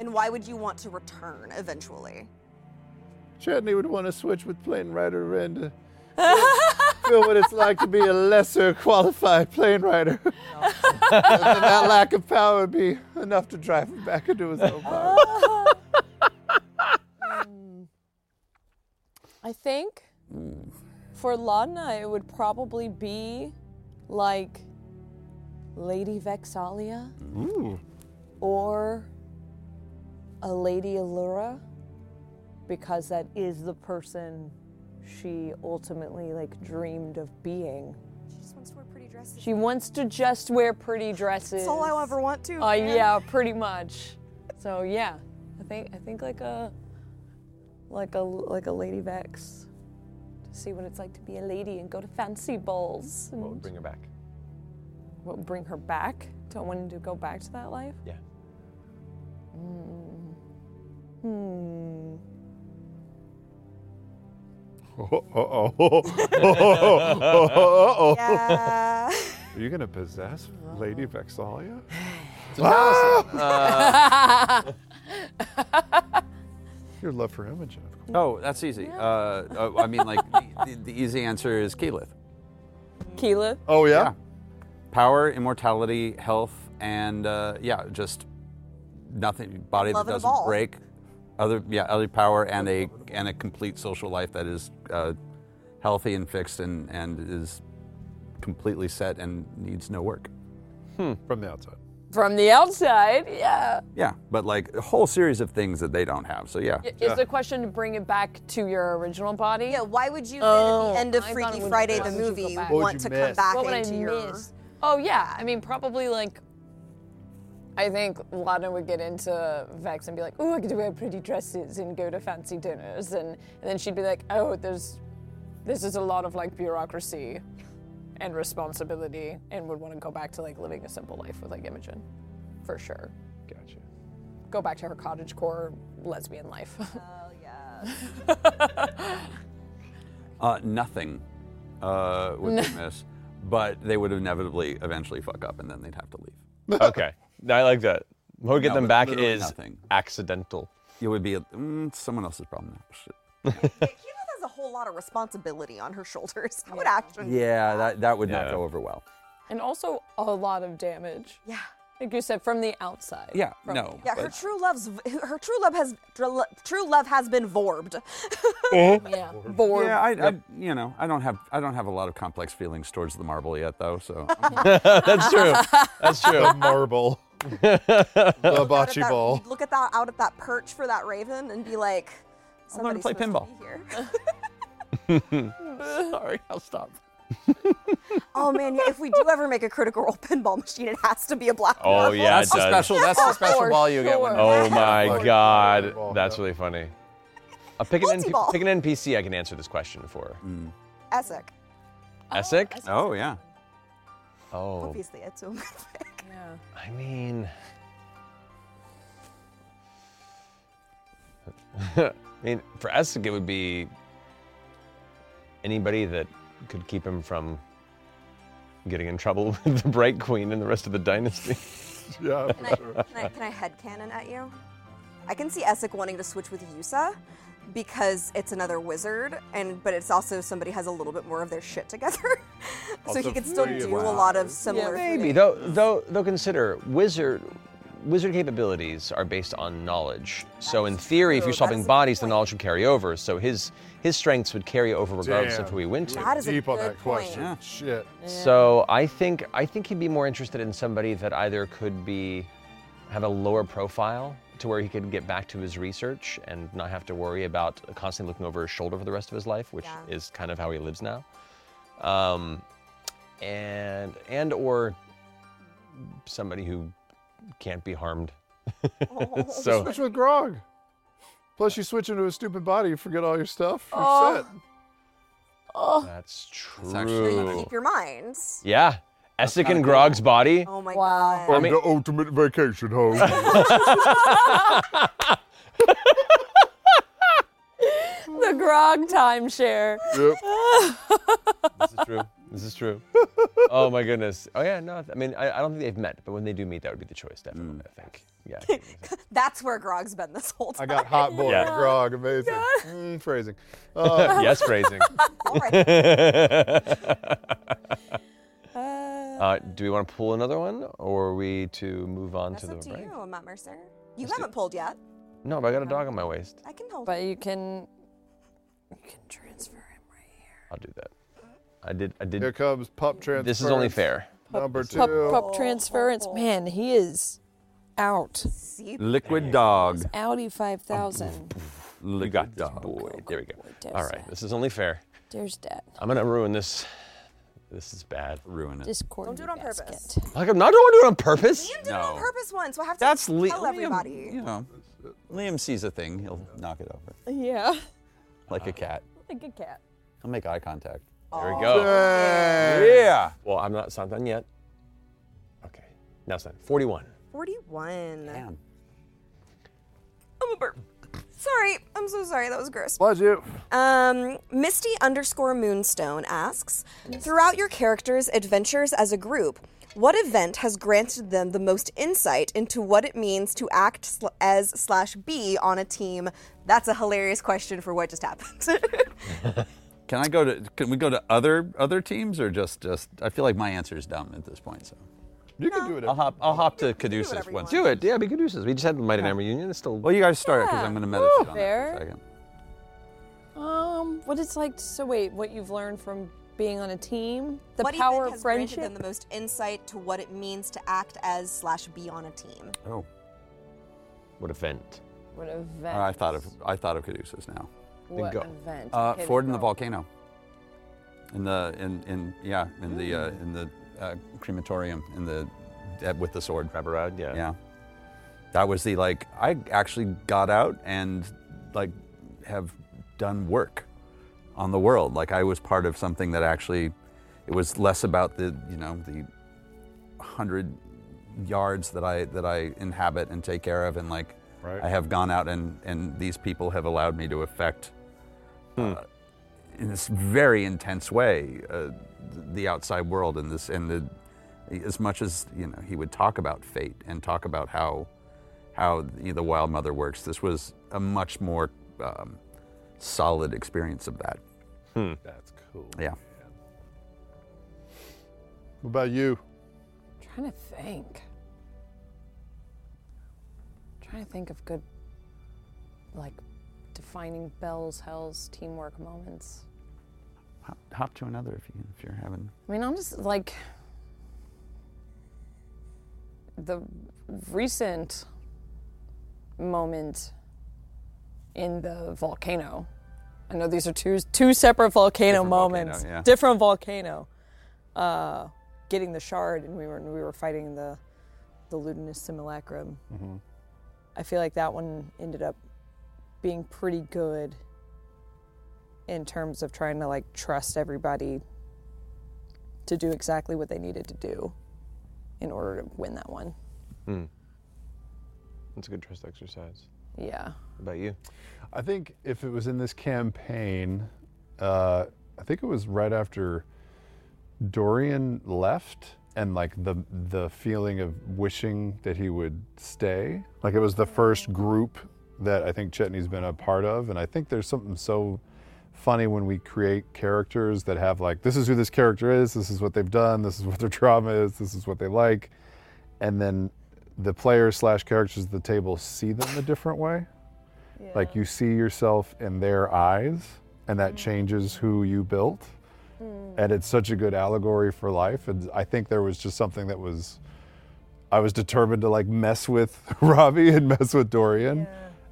S10: And why would you want to return eventually?
S8: Chetney would want to switch with plane rider and uh, feel what it's like to be a lesser qualified plane rider. and that lack of power would be enough to drive him back into his own power.
S7: I think for Lana, it would probably be like Lady Vexalia or a Lady Allura because that is the person she ultimately like dreamed of being.
S10: She just wants to wear pretty dresses.
S7: She wants to just wear pretty dresses.
S10: That's all I ever want to.
S7: Uh, yeah, pretty much. So yeah, I think I think like a like a like a lady vex to see what it's like to be a lady and go to fancy balls.
S5: What would bring her back?
S7: what, bring her back to wanting to go back to that life?
S5: Yeah.
S7: Hmm.
S8: Oh, oh, oh, oh, oh, oh, oh, oh.
S10: Yeah.
S8: Are you gonna possess Lady Vexalia? Ah! Uh. Your love for Imogen, of course.
S9: Oh, that's easy. Uh, oh, I mean, like, the, the easy answer is Keyleth.
S7: Keela?
S8: Oh yeah.
S9: Power, immortality, health, and uh, yeah, just nothing. Body
S10: Love
S9: that
S10: and a
S9: doesn't
S10: ball.
S9: break. Other yeah, other power and a and a complete social life that is uh, healthy and fixed and and is completely set and needs no work.
S8: Hmm. From the outside.
S7: From the outside, yeah.
S9: Yeah, but like a whole series of things that they don't have. So yeah,
S7: Is the question to bring it back to your original body?
S10: yeah. Why would you, at the end of
S7: I thought
S10: Freaky
S7: it would-
S10: Friday
S7: why
S10: the
S7: would you go
S10: movie,
S7: back? What
S8: would
S10: want
S8: you
S10: to
S8: miss?
S10: come back
S7: What would I
S10: into your?
S7: miss? Oh yeah, I mean probably like. I think Lana would get into Vex and be like, "Ooh, I get to wear pretty dresses and go to fancy dinners," and, and then she'd be like, "Oh, there's, this is a lot of like bureaucracy, and responsibility," and would want to go back to like living a simple life with like Imogen, for sure.
S5: Gotcha.
S7: Go back to her cottage core lesbian life.
S9: uh, nothing uh, would be missed, but they would inevitably eventually fuck up and then they'd have to leave.
S5: okay. I like that. What would get
S9: No,
S5: them
S9: but
S5: back
S9: literally
S5: is
S9: nothing.
S5: accidental.
S9: It would be a, mm, someone else's problem. now. Shit.
S10: Yeah, Keyleth has a whole lot of responsibility on her shoulders. I would actually.
S9: Yeah, that, that would
S5: Yeah.
S9: not go over well.
S7: and also a lot of damage.
S10: Yeah.
S7: Like you said, from the outside.
S9: Yeah, no.
S10: Yeah, her
S9: but-
S10: true love's her true love has true love has been vorbed.
S7: Yeah.
S5: Uh-huh.
S7: Bored.
S9: yeah, I, I, you know, I don't have, I don't have a lot of complex feelings towards the marble yet, though. So
S5: That's true. That's true.
S8: The marble. the
S10: Out at
S8: bocce
S10: that-
S8: ball.
S10: you'd Look at that out at that perch for that raven and be like,
S9: I'll learn
S10: somebody's
S9: to play
S10: supposed
S9: pinball.
S10: be here.
S9: sorry, I'll stop.
S10: oh man, yeah, if we do ever make a critical role pinball machine, it has to be a black.
S5: Oh
S10: knuckle.
S5: yeah, it
S9: That's the
S5: does.
S9: special. That's the special
S7: For
S9: ball you get. When,
S7: sure.
S5: Oh my
S8: Like,
S5: god,
S8: volleyball,
S5: that's
S8: yeah.
S5: really funny. I'll Uh, pick an, NP-
S10: Multi-ball.
S5: pick an NPC I can answer this question for.
S10: Essek.
S5: Essek?
S9: Oh yeah.
S5: Oh,
S10: Obviously, it's a
S5: I mean, I mean, for Essek it would be anybody that could keep him from getting in trouble with the Bright Queen and the rest of the dynasty.
S8: Yeah.
S10: Can I, can I, can I headcanon at you? I can see Essek wanting to switch with Yusa because it's another wizard, and but it's also somebody has a little bit more of their shit together, so
S8: Also
S10: he could still
S8: free
S10: do
S8: of
S10: a lot of similar.
S5: Maybe
S10: things.
S5: though. Though though consider wizard wizard capabilities are based on knowledge. so in theory, if
S10: true.
S5: you're
S10: That
S5: swapping
S10: is a good
S5: bodies, the
S10: point.
S5: knowledge would carry over. So his his strengths would carry over regardless
S8: Damn.
S5: of who he went to.
S10: That is a
S8: Deep on
S10: good
S8: that question.
S10: point.
S8: Shit.
S5: So I think I think he'd be more interested in somebody that either could be have a lower profile to where he could get back to his research and not have to worry about constantly looking over his shoulder for the rest of his life, which
S10: Yeah.
S5: is kind of how he lives now. Um, and and or somebody who can't be harmed.
S8: Oh.
S5: so
S8: Switch with Grog. Plus, you switch into a stupid body, you forget all your stuff. You're
S10: Oh.
S8: set.
S5: that's true.
S9: actually-
S10: Keep your minds.
S5: yeah, Essek and Grog's body.
S10: Oh my
S7: Wow.
S5: I
S10: god.
S5: mean-
S8: the ultimate vacation home.
S7: The grog timeshare.
S8: Yep.
S5: This is true. This is true. oh my goodness. Oh yeah, no. I mean, I, I don't think they've met, but when they do meet, that would be the choice, definitely. I think. Yeah. I think it is.
S10: That's where Grog's been this whole
S8: I
S10: time.
S8: got hot boy
S5: Yeah.
S8: Grog. Amazing. Mm, phrasing. Uh,
S5: yes, phrasing.
S10: All right.
S5: Uh, do we want to pull another one, or are we to move on
S10: That's
S5: to the
S10: up to
S5: break?
S10: you, Matt Mercer. You haven't pulled yet.
S5: No, but I got a dog on my waist.
S10: I can hold.
S7: But you can you can transfer him right here.
S5: I'll do that. I did. I
S8: here
S5: did.
S8: comes pup transfer.
S5: This is only fair.
S8: Number two.
S7: Pup, pup transference. Man, he is out.
S10: See,
S9: Liquid dog.
S7: Outie five thousand.
S5: You
S9: Liquid
S5: got this,
S9: dog.
S5: boy. There we go.
S7: there's
S5: All right.
S7: that.
S5: This is only fair.
S7: There's that.
S5: I'm gonna ruin this. This is bad.
S9: Ruin it.
S7: Discord.
S10: Don't do it on purpose.
S7: basket.
S5: Like I'm not doing it on purpose.
S10: Liam did it on
S9: No.
S10: purpose once. We'll have to
S9: That's Li-
S10: tell everybody.
S9: Liam. You know, Liam sees a thing, he'll knock it over
S7: Yeah.
S9: like a cat.
S7: Like a cat.
S9: He'll make eye contact.
S5: There we go.
S9: Yeah.
S5: Well, I'm not. It's not done yet. No, it's not. 41.
S10: 41.
S9: Damn.
S10: I'm a burp. Sorry. I'm so sorry. That was gross.
S8: Bless you.
S10: Um, Misty underscore Moonstone asks Throughout your characters' adventures as a group, what event has granted them the most insight into what it means to act sl- as slash be on a team? That's a hilarious question for what just happened.
S9: Can I go to? Can we go to other other teams or just just? I feel like my answer is dumb at this point. So
S8: You can do it.
S9: I'll hop. I'll hop to
S10: whatever
S9: Caduceus
S10: you
S9: once.
S5: Do it. Yeah, we could do this. We just had the Mighty Hammer Union. It's still.
S9: Well, you guys start because
S7: Yeah.
S9: I'm going to meditate on that
S7: Fair.
S9: for a second.
S7: Um, what it's like. So wait, what you've learned from being on a team? The
S10: what
S7: power
S10: event
S7: of
S10: has
S7: friendship.
S10: granted them the most insight to what it means to act as slash be on a team?
S9: Oh,
S5: What event?
S7: what event?
S9: I thought of I thought of Caduceus now.
S7: what
S5: go.
S7: event.
S9: Uh,
S7: Okay,
S9: Ford in the
S7: go.
S9: volcano. In the in in yeah in the
S7: Mm.
S9: uh, in the uh, crematorium in the uh, with the sword.
S5: Grab around, yeah.
S9: Yeah. That was the like I actually got out and like have done work on the world. Like I was part of something that actually it was less about the, you know, the 100 yards that I that I inhabit and take care of and like
S8: Right.
S9: I have gone out and and these people have allowed me to affect
S8: Hmm.
S9: uh, in this very intense way uh, the outside world and this and the as much as you know he would talk about fate and talk about how how the, the wild mother works this was a much more um, solid experience of that
S8: That's cool.
S9: yeah
S8: What about you?
S7: I'm trying to think. I'm trying to think of good, like, defining bells, hells, teamwork moments.
S9: hop, hop to another if you if you're having
S7: I mean, I'm just like the recent moment in the volcano. I know these are two two separate volcano
S9: Different volcano,
S7: moments,
S9: yeah.
S7: different volcano. Uh, getting the shard, and we were we were fighting the the Ludinus simulacrum. I feel like that one ended up being pretty good in terms of trying to like trust everybody to do exactly what they needed to do in order to win that one.
S5: Hmm. It's a good trust exercise.
S7: Yeah.
S5: What about you?
S8: I think if it was in this campaign, uh, I think it was right after Dorian left and like the the feeling of wishing that he would stay. Like it was the first group that I think Chetney's been a part of, and I think there's something so funny when we create characters that have like this is who this character is, this is what they've done, this is what their trauma is, this is what they like, and then the players slash characters at the table see them a different way. Like you see yourself in their eyes, and that changes who you built. And it's such a good allegory for life. And I think there was just something that was, I was determined to like mess with Robbie and mess with Dorian.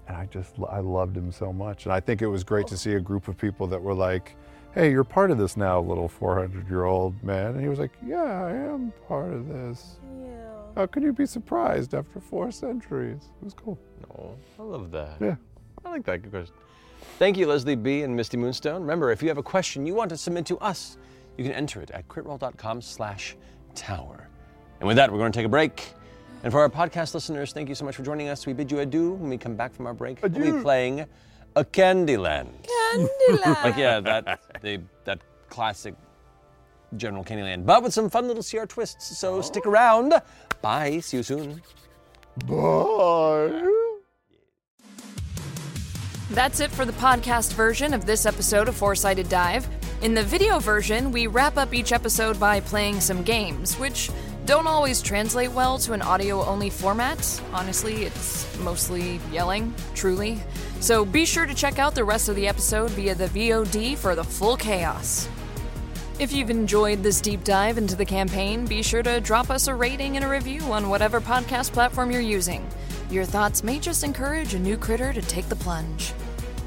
S8: And I just, I loved him so much. And I think it was great to see a group of people that were like, hey, you're part of this now, little 400 year old man. And he was like, yeah, I am part of this. How can you be surprised after four centuries? It was cool.
S5: No, I love that.
S8: Yeah.
S5: I like that. Good question. Thank you, Leslie B. and Misty Moonstone. Remember, if you have a question you want to submit to us, you can enter it at critroll.com slash tower. And with that, we're going to take a break. And for our podcast listeners, thank you so much for joining us. We bid you adieu when we come back from our break. We'll be playing a Candyland. Candyland. like, yeah, that, they, that classic General Candyland, but with some fun little CR twists. So stick around. Bye. See you soon.
S8: Bye.
S4: That's it for the podcast version of this episode of Foresighted Dive. In the video version, we wrap up each episode by playing some games, which don't always translate well to an audio only format. Honestly, it's mostly yelling, truly. So be sure to check out the rest of the episode via the VOD for the full chaos. If you've enjoyed this deep dive into the campaign, be sure to drop us a rating and a review on whatever podcast platform you're using. Your thoughts may just encourage a new critter to take the plunge.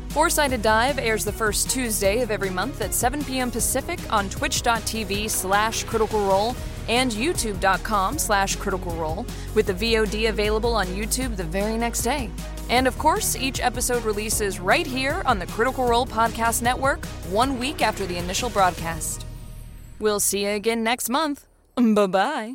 S4: Foresighted Dive airs the first Tuesday of every month at 7 p.m. Pacific on twitch.tv slash critical role and youtube.com slash critical role, with the VOD available on YouTube the very next day. And of course, each episode releases right here on the Critical Role Podcast Network one week after the initial broadcast. We'll see you again next month. Bye bye.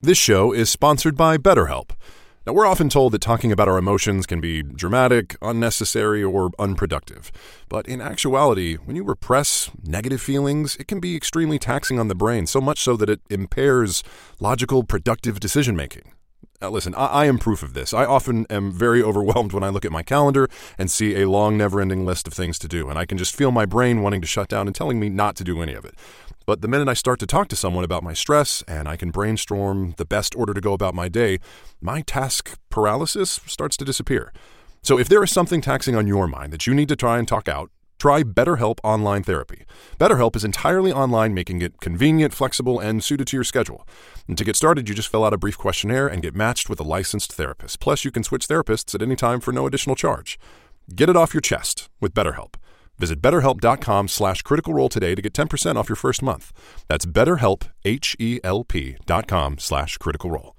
S8: This show is sponsored by BetterHelp. Now, we're often told that talking about our emotions can be dramatic, unnecessary, or unproductive. But in actuality, when you repress negative feelings, it can be extremely taxing on the brain, so much so that it impairs logical, productive decision making. Now, listen, I-, I am proof of this. I often am very overwhelmed when I look at my calendar and see a long, never ending list of things to do, and I can just feel my brain wanting to shut down and telling me not to do any of it. But the minute I start to talk to someone about my stress and I can brainstorm the best order to go about my day, my task paralysis starts to disappear. So if there is something taxing on your mind that you need to try and talk out, try BetterHelp Online Therapy. BetterHelp is entirely online, making it convenient, flexible, and suited to your schedule. And to get started, you just fill out a brief questionnaire and get matched with a licensed therapist. Plus, you can switch therapists at any time for no additional charge. Get it off your chest with BetterHelp. Visit betterhelp.com slash critical role today to get E 10% off your first month. That's betterhelp, H-E-L-P dot com slash critical role.